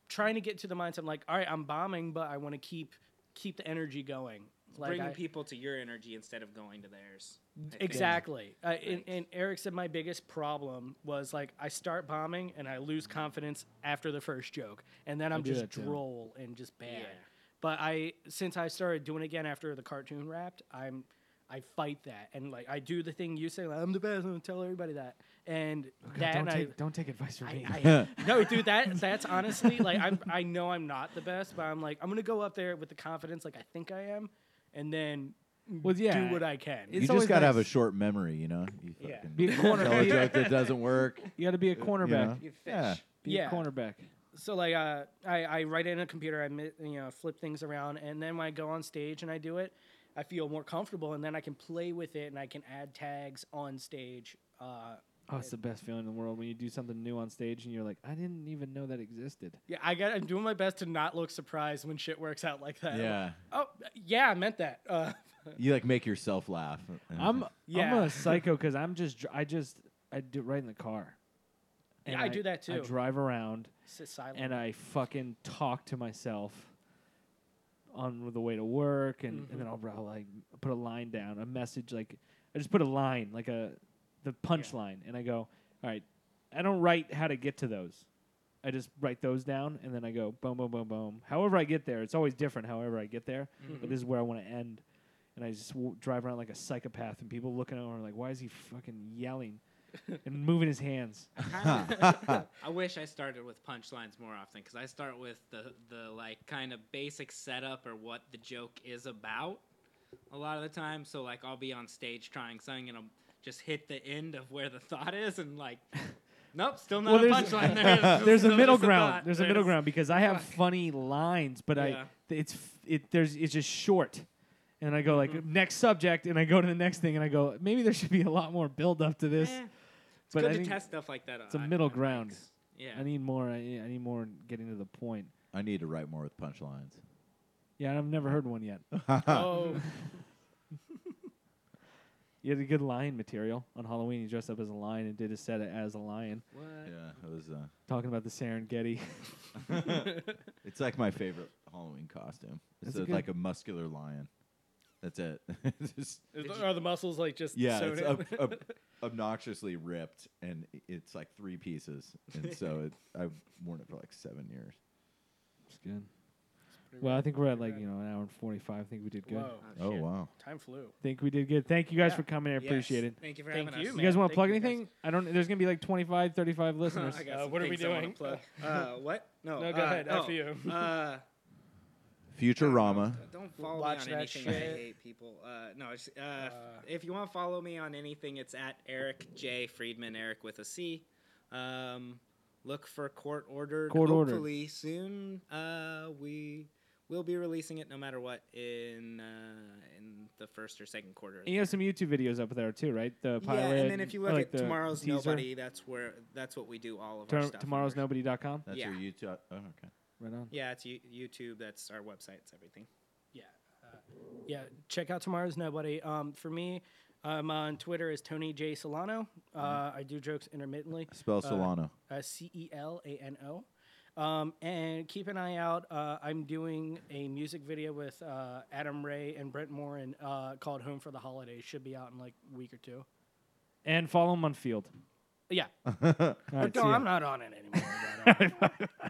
Speaker 4: trying to get to the mindset. I'm like, all right, I'm bombing, but I want to keep keep the energy going. Like,
Speaker 3: Bringing
Speaker 4: I-
Speaker 3: people to your energy instead of going to theirs. I think.
Speaker 4: Exactly. Uh, and, and Eric said my biggest problem was like I start bombing and I lose confidence after the first joke, and then I'm
Speaker 1: do
Speaker 4: just
Speaker 1: that too.
Speaker 4: droll and just bad.
Speaker 3: Yeah.
Speaker 4: But I since I started doing it again after the cartoon wrapped, I'm I fight that and like I do the thing you say like I'm the best. I'm gonna tell everybody that and
Speaker 1: Oh,
Speaker 4: that
Speaker 1: don't
Speaker 4: and
Speaker 1: take
Speaker 4: I,
Speaker 1: don't take advice from <laughs> me.
Speaker 4: I, I, <laughs> no,
Speaker 1: <laughs>
Speaker 4: dude, that that's honestly like I'm. I know I'm not the best, but I'm like I'm gonna go up there with the confidence like I think I am, and then
Speaker 1: well, yeah.
Speaker 4: do what I can.
Speaker 1: It's
Speaker 2: you
Speaker 1: always
Speaker 2: just gotta have a
Speaker 1: nice.
Speaker 2: short memory, you know. You
Speaker 4: Yeah.
Speaker 2: fucking
Speaker 1: Be a corner-
Speaker 2: tell a joke
Speaker 3: <laughs>
Speaker 2: that doesn't work. you
Speaker 1: You got to
Speaker 4: Uh,
Speaker 1: be a
Speaker 2: know?
Speaker 1: cornerback.
Speaker 3: You fish.
Speaker 2: Yeah.
Speaker 1: Be
Speaker 4: Yeah.
Speaker 1: a cornerback.
Speaker 4: so like uh, I, I write it in a computer i mi- you know flip things around and then when i go on stage and i do it i feel more comfortable and then i can play with it and i can add tags on stage uh,
Speaker 1: Oh, it's the best feeling in the world when you do something new on stage and you're like, I didn't even know that existed.
Speaker 4: yeah i got i'm doing my best to not look surprised when shit works out like that
Speaker 2: Yeah.
Speaker 4: oh yeah i meant that uh, <laughs>
Speaker 2: You like make yourself laugh. <laughs>
Speaker 1: I'm I'm
Speaker 4: Yeah. <laughs>
Speaker 1: a psycho because I'm just dr- I just I do it right in the car.
Speaker 4: Yeah, I do that
Speaker 1: I
Speaker 4: too.
Speaker 1: drive around
Speaker 4: it's just silent
Speaker 1: and I fucking talk to myself on the way to work, and, and then I'll, i like put a line down, a message like I just put a line like a the punchline, and I go, all right, I don't write how to get to those. I just write those down, and then I go boom, boom, boom, boom. However I get there, it's always different. However I get there, but this is where I want to end. And I just w- drive around like a psychopath, and people looking over like, why is he fucking yelling and moving his hands?
Speaker 2: <laughs>
Speaker 3: Kinda- I wish I started with punchlines more often because I start with the the like kind of basic setup or what the joke is about a lot of the time. So like I'll be on stage trying something and I'll just hit the end of where the <laughs> thought is and like, nope, still not
Speaker 1: Well,
Speaker 3: a
Speaker 1: there's- <laughs>
Speaker 3: punchline. There is-
Speaker 1: there's a
Speaker 3: still
Speaker 1: middle
Speaker 3: just
Speaker 1: ground.
Speaker 3: thought.
Speaker 1: There's a middle
Speaker 3: There's-
Speaker 1: ground because I have funny lines, but I
Speaker 3: Yeah.
Speaker 1: th- it's f- it there's it's just short, and I go like
Speaker 3: Mm-hmm.
Speaker 1: next subject, and I go to the next thing, and I go maybe there should be a lot more build up to this.
Speaker 3: Eh, it's
Speaker 1: but I
Speaker 3: good to
Speaker 1: think
Speaker 3: test stuff like that.
Speaker 1: it's a
Speaker 3: on-
Speaker 1: middle
Speaker 3: on mics.
Speaker 1: ground.
Speaker 3: Yeah.
Speaker 1: I need more. I, I need more getting to the point.
Speaker 2: I need to write more with punchlines. uh,
Speaker 4: <laughs>
Speaker 1: Yeah, I've never heard one yet.
Speaker 4: oh
Speaker 1: You had a good lion material on Halloween. He dressed up as a lion and did a set as a lion,
Speaker 3: What?
Speaker 2: Yeah, it was. Uh,
Speaker 1: talking about the Serengeti. <laughs>
Speaker 2: <laughs> It's like my favorite Halloween costume. It's
Speaker 1: That's a
Speaker 2: a-
Speaker 1: good-
Speaker 2: like a muscular lion. That's it. <laughs> It's just-
Speaker 4: Are the muscles like just
Speaker 2: yeah,
Speaker 4: sewn
Speaker 2: it's
Speaker 4: in?
Speaker 2: ob- <laughs> ob- obnoxiously ripped, and i- it's like three pieces. And so <laughs> it, I've worn it for like seven years.
Speaker 1: It's good.
Speaker 4: Pretty
Speaker 1: Well, I
Speaker 4: rad.
Speaker 1: think we're at
Speaker 4: Pretty
Speaker 1: like you know an hour and forty five. I think we did good.
Speaker 4: Whoa,
Speaker 2: Oh
Speaker 3: shit.
Speaker 2: wow!
Speaker 4: time flew.
Speaker 1: Think we did good. Thank you guys
Speaker 4: Yeah.
Speaker 1: for coming. I appreciate
Speaker 3: Yes.
Speaker 1: it.
Speaker 3: Thank you for
Speaker 4: Thank
Speaker 3: having
Speaker 4: you,
Speaker 3: us.
Speaker 1: You
Speaker 4: man.
Speaker 1: guys want
Speaker 4: Thank
Speaker 1: to plug
Speaker 4: you, guys.
Speaker 1: anything? I don't. There's gonna be like 25,
Speaker 4: <laughs>
Speaker 1: 35 listeners.
Speaker 3: I got
Speaker 4: Uh,
Speaker 3: some
Speaker 4: what are we
Speaker 3: things I wanna
Speaker 4: doing?
Speaker 3: plug. Uh, what? No.
Speaker 4: No, go
Speaker 3: uh,
Speaker 4: ahead,
Speaker 3: oh,
Speaker 4: after you.
Speaker 3: Uh,
Speaker 2: Futurama.
Speaker 3: don't follow
Speaker 4: Watch
Speaker 3: me
Speaker 4: that
Speaker 3: on anything I
Speaker 4: shit.
Speaker 3: hate, people. Uh, no, it's, uh,
Speaker 4: Uh,
Speaker 3: if you want to follow me on anything, it's at Eric J Friedman, Eric with a C. Um, look for court ordered.
Speaker 1: Court Ordered.
Speaker 3: hopefully soon. Uh, we will be releasing it no matter what in uh, in the first or second quarter. of
Speaker 1: And you have some YouTube videos up there too, right? The
Speaker 3: yeah,
Speaker 1: pilot.
Speaker 3: and then if you look
Speaker 1: like
Speaker 3: at
Speaker 1: the
Speaker 3: tomorrow's
Speaker 1: teaser.
Speaker 3: nobody, that's where that's what we do all of our
Speaker 1: Tom-
Speaker 3: stuff.
Speaker 1: tomorrow's
Speaker 3: under.
Speaker 1: nobody.com.
Speaker 2: That's
Speaker 3: Yeah.
Speaker 2: your YouTube. Oh, okay.
Speaker 1: Right on.
Speaker 3: Yeah, it's you- YouTube. That's our website. It's everything.
Speaker 4: Yeah. Uh, yeah. Check out Tomorrow's Nobody. Um, for me, I'm on Twitter as Tony J Solano. Uh,
Speaker 1: Mm-hmm.
Speaker 4: I do jokes intermittently.
Speaker 2: Spell Solano.
Speaker 4: Uh, C E L A N O. Um, and keep an eye out. Uh, I'm doing a music video with uh, Adam Ray and Brent Morin uh, called Home for the Holidays. Should be out in like a week or two.
Speaker 1: And follow him on Field.
Speaker 4: Yeah.
Speaker 1: <laughs> All right,
Speaker 4: no,
Speaker 1: see ya.
Speaker 4: I'm not on it anymore. but, uh,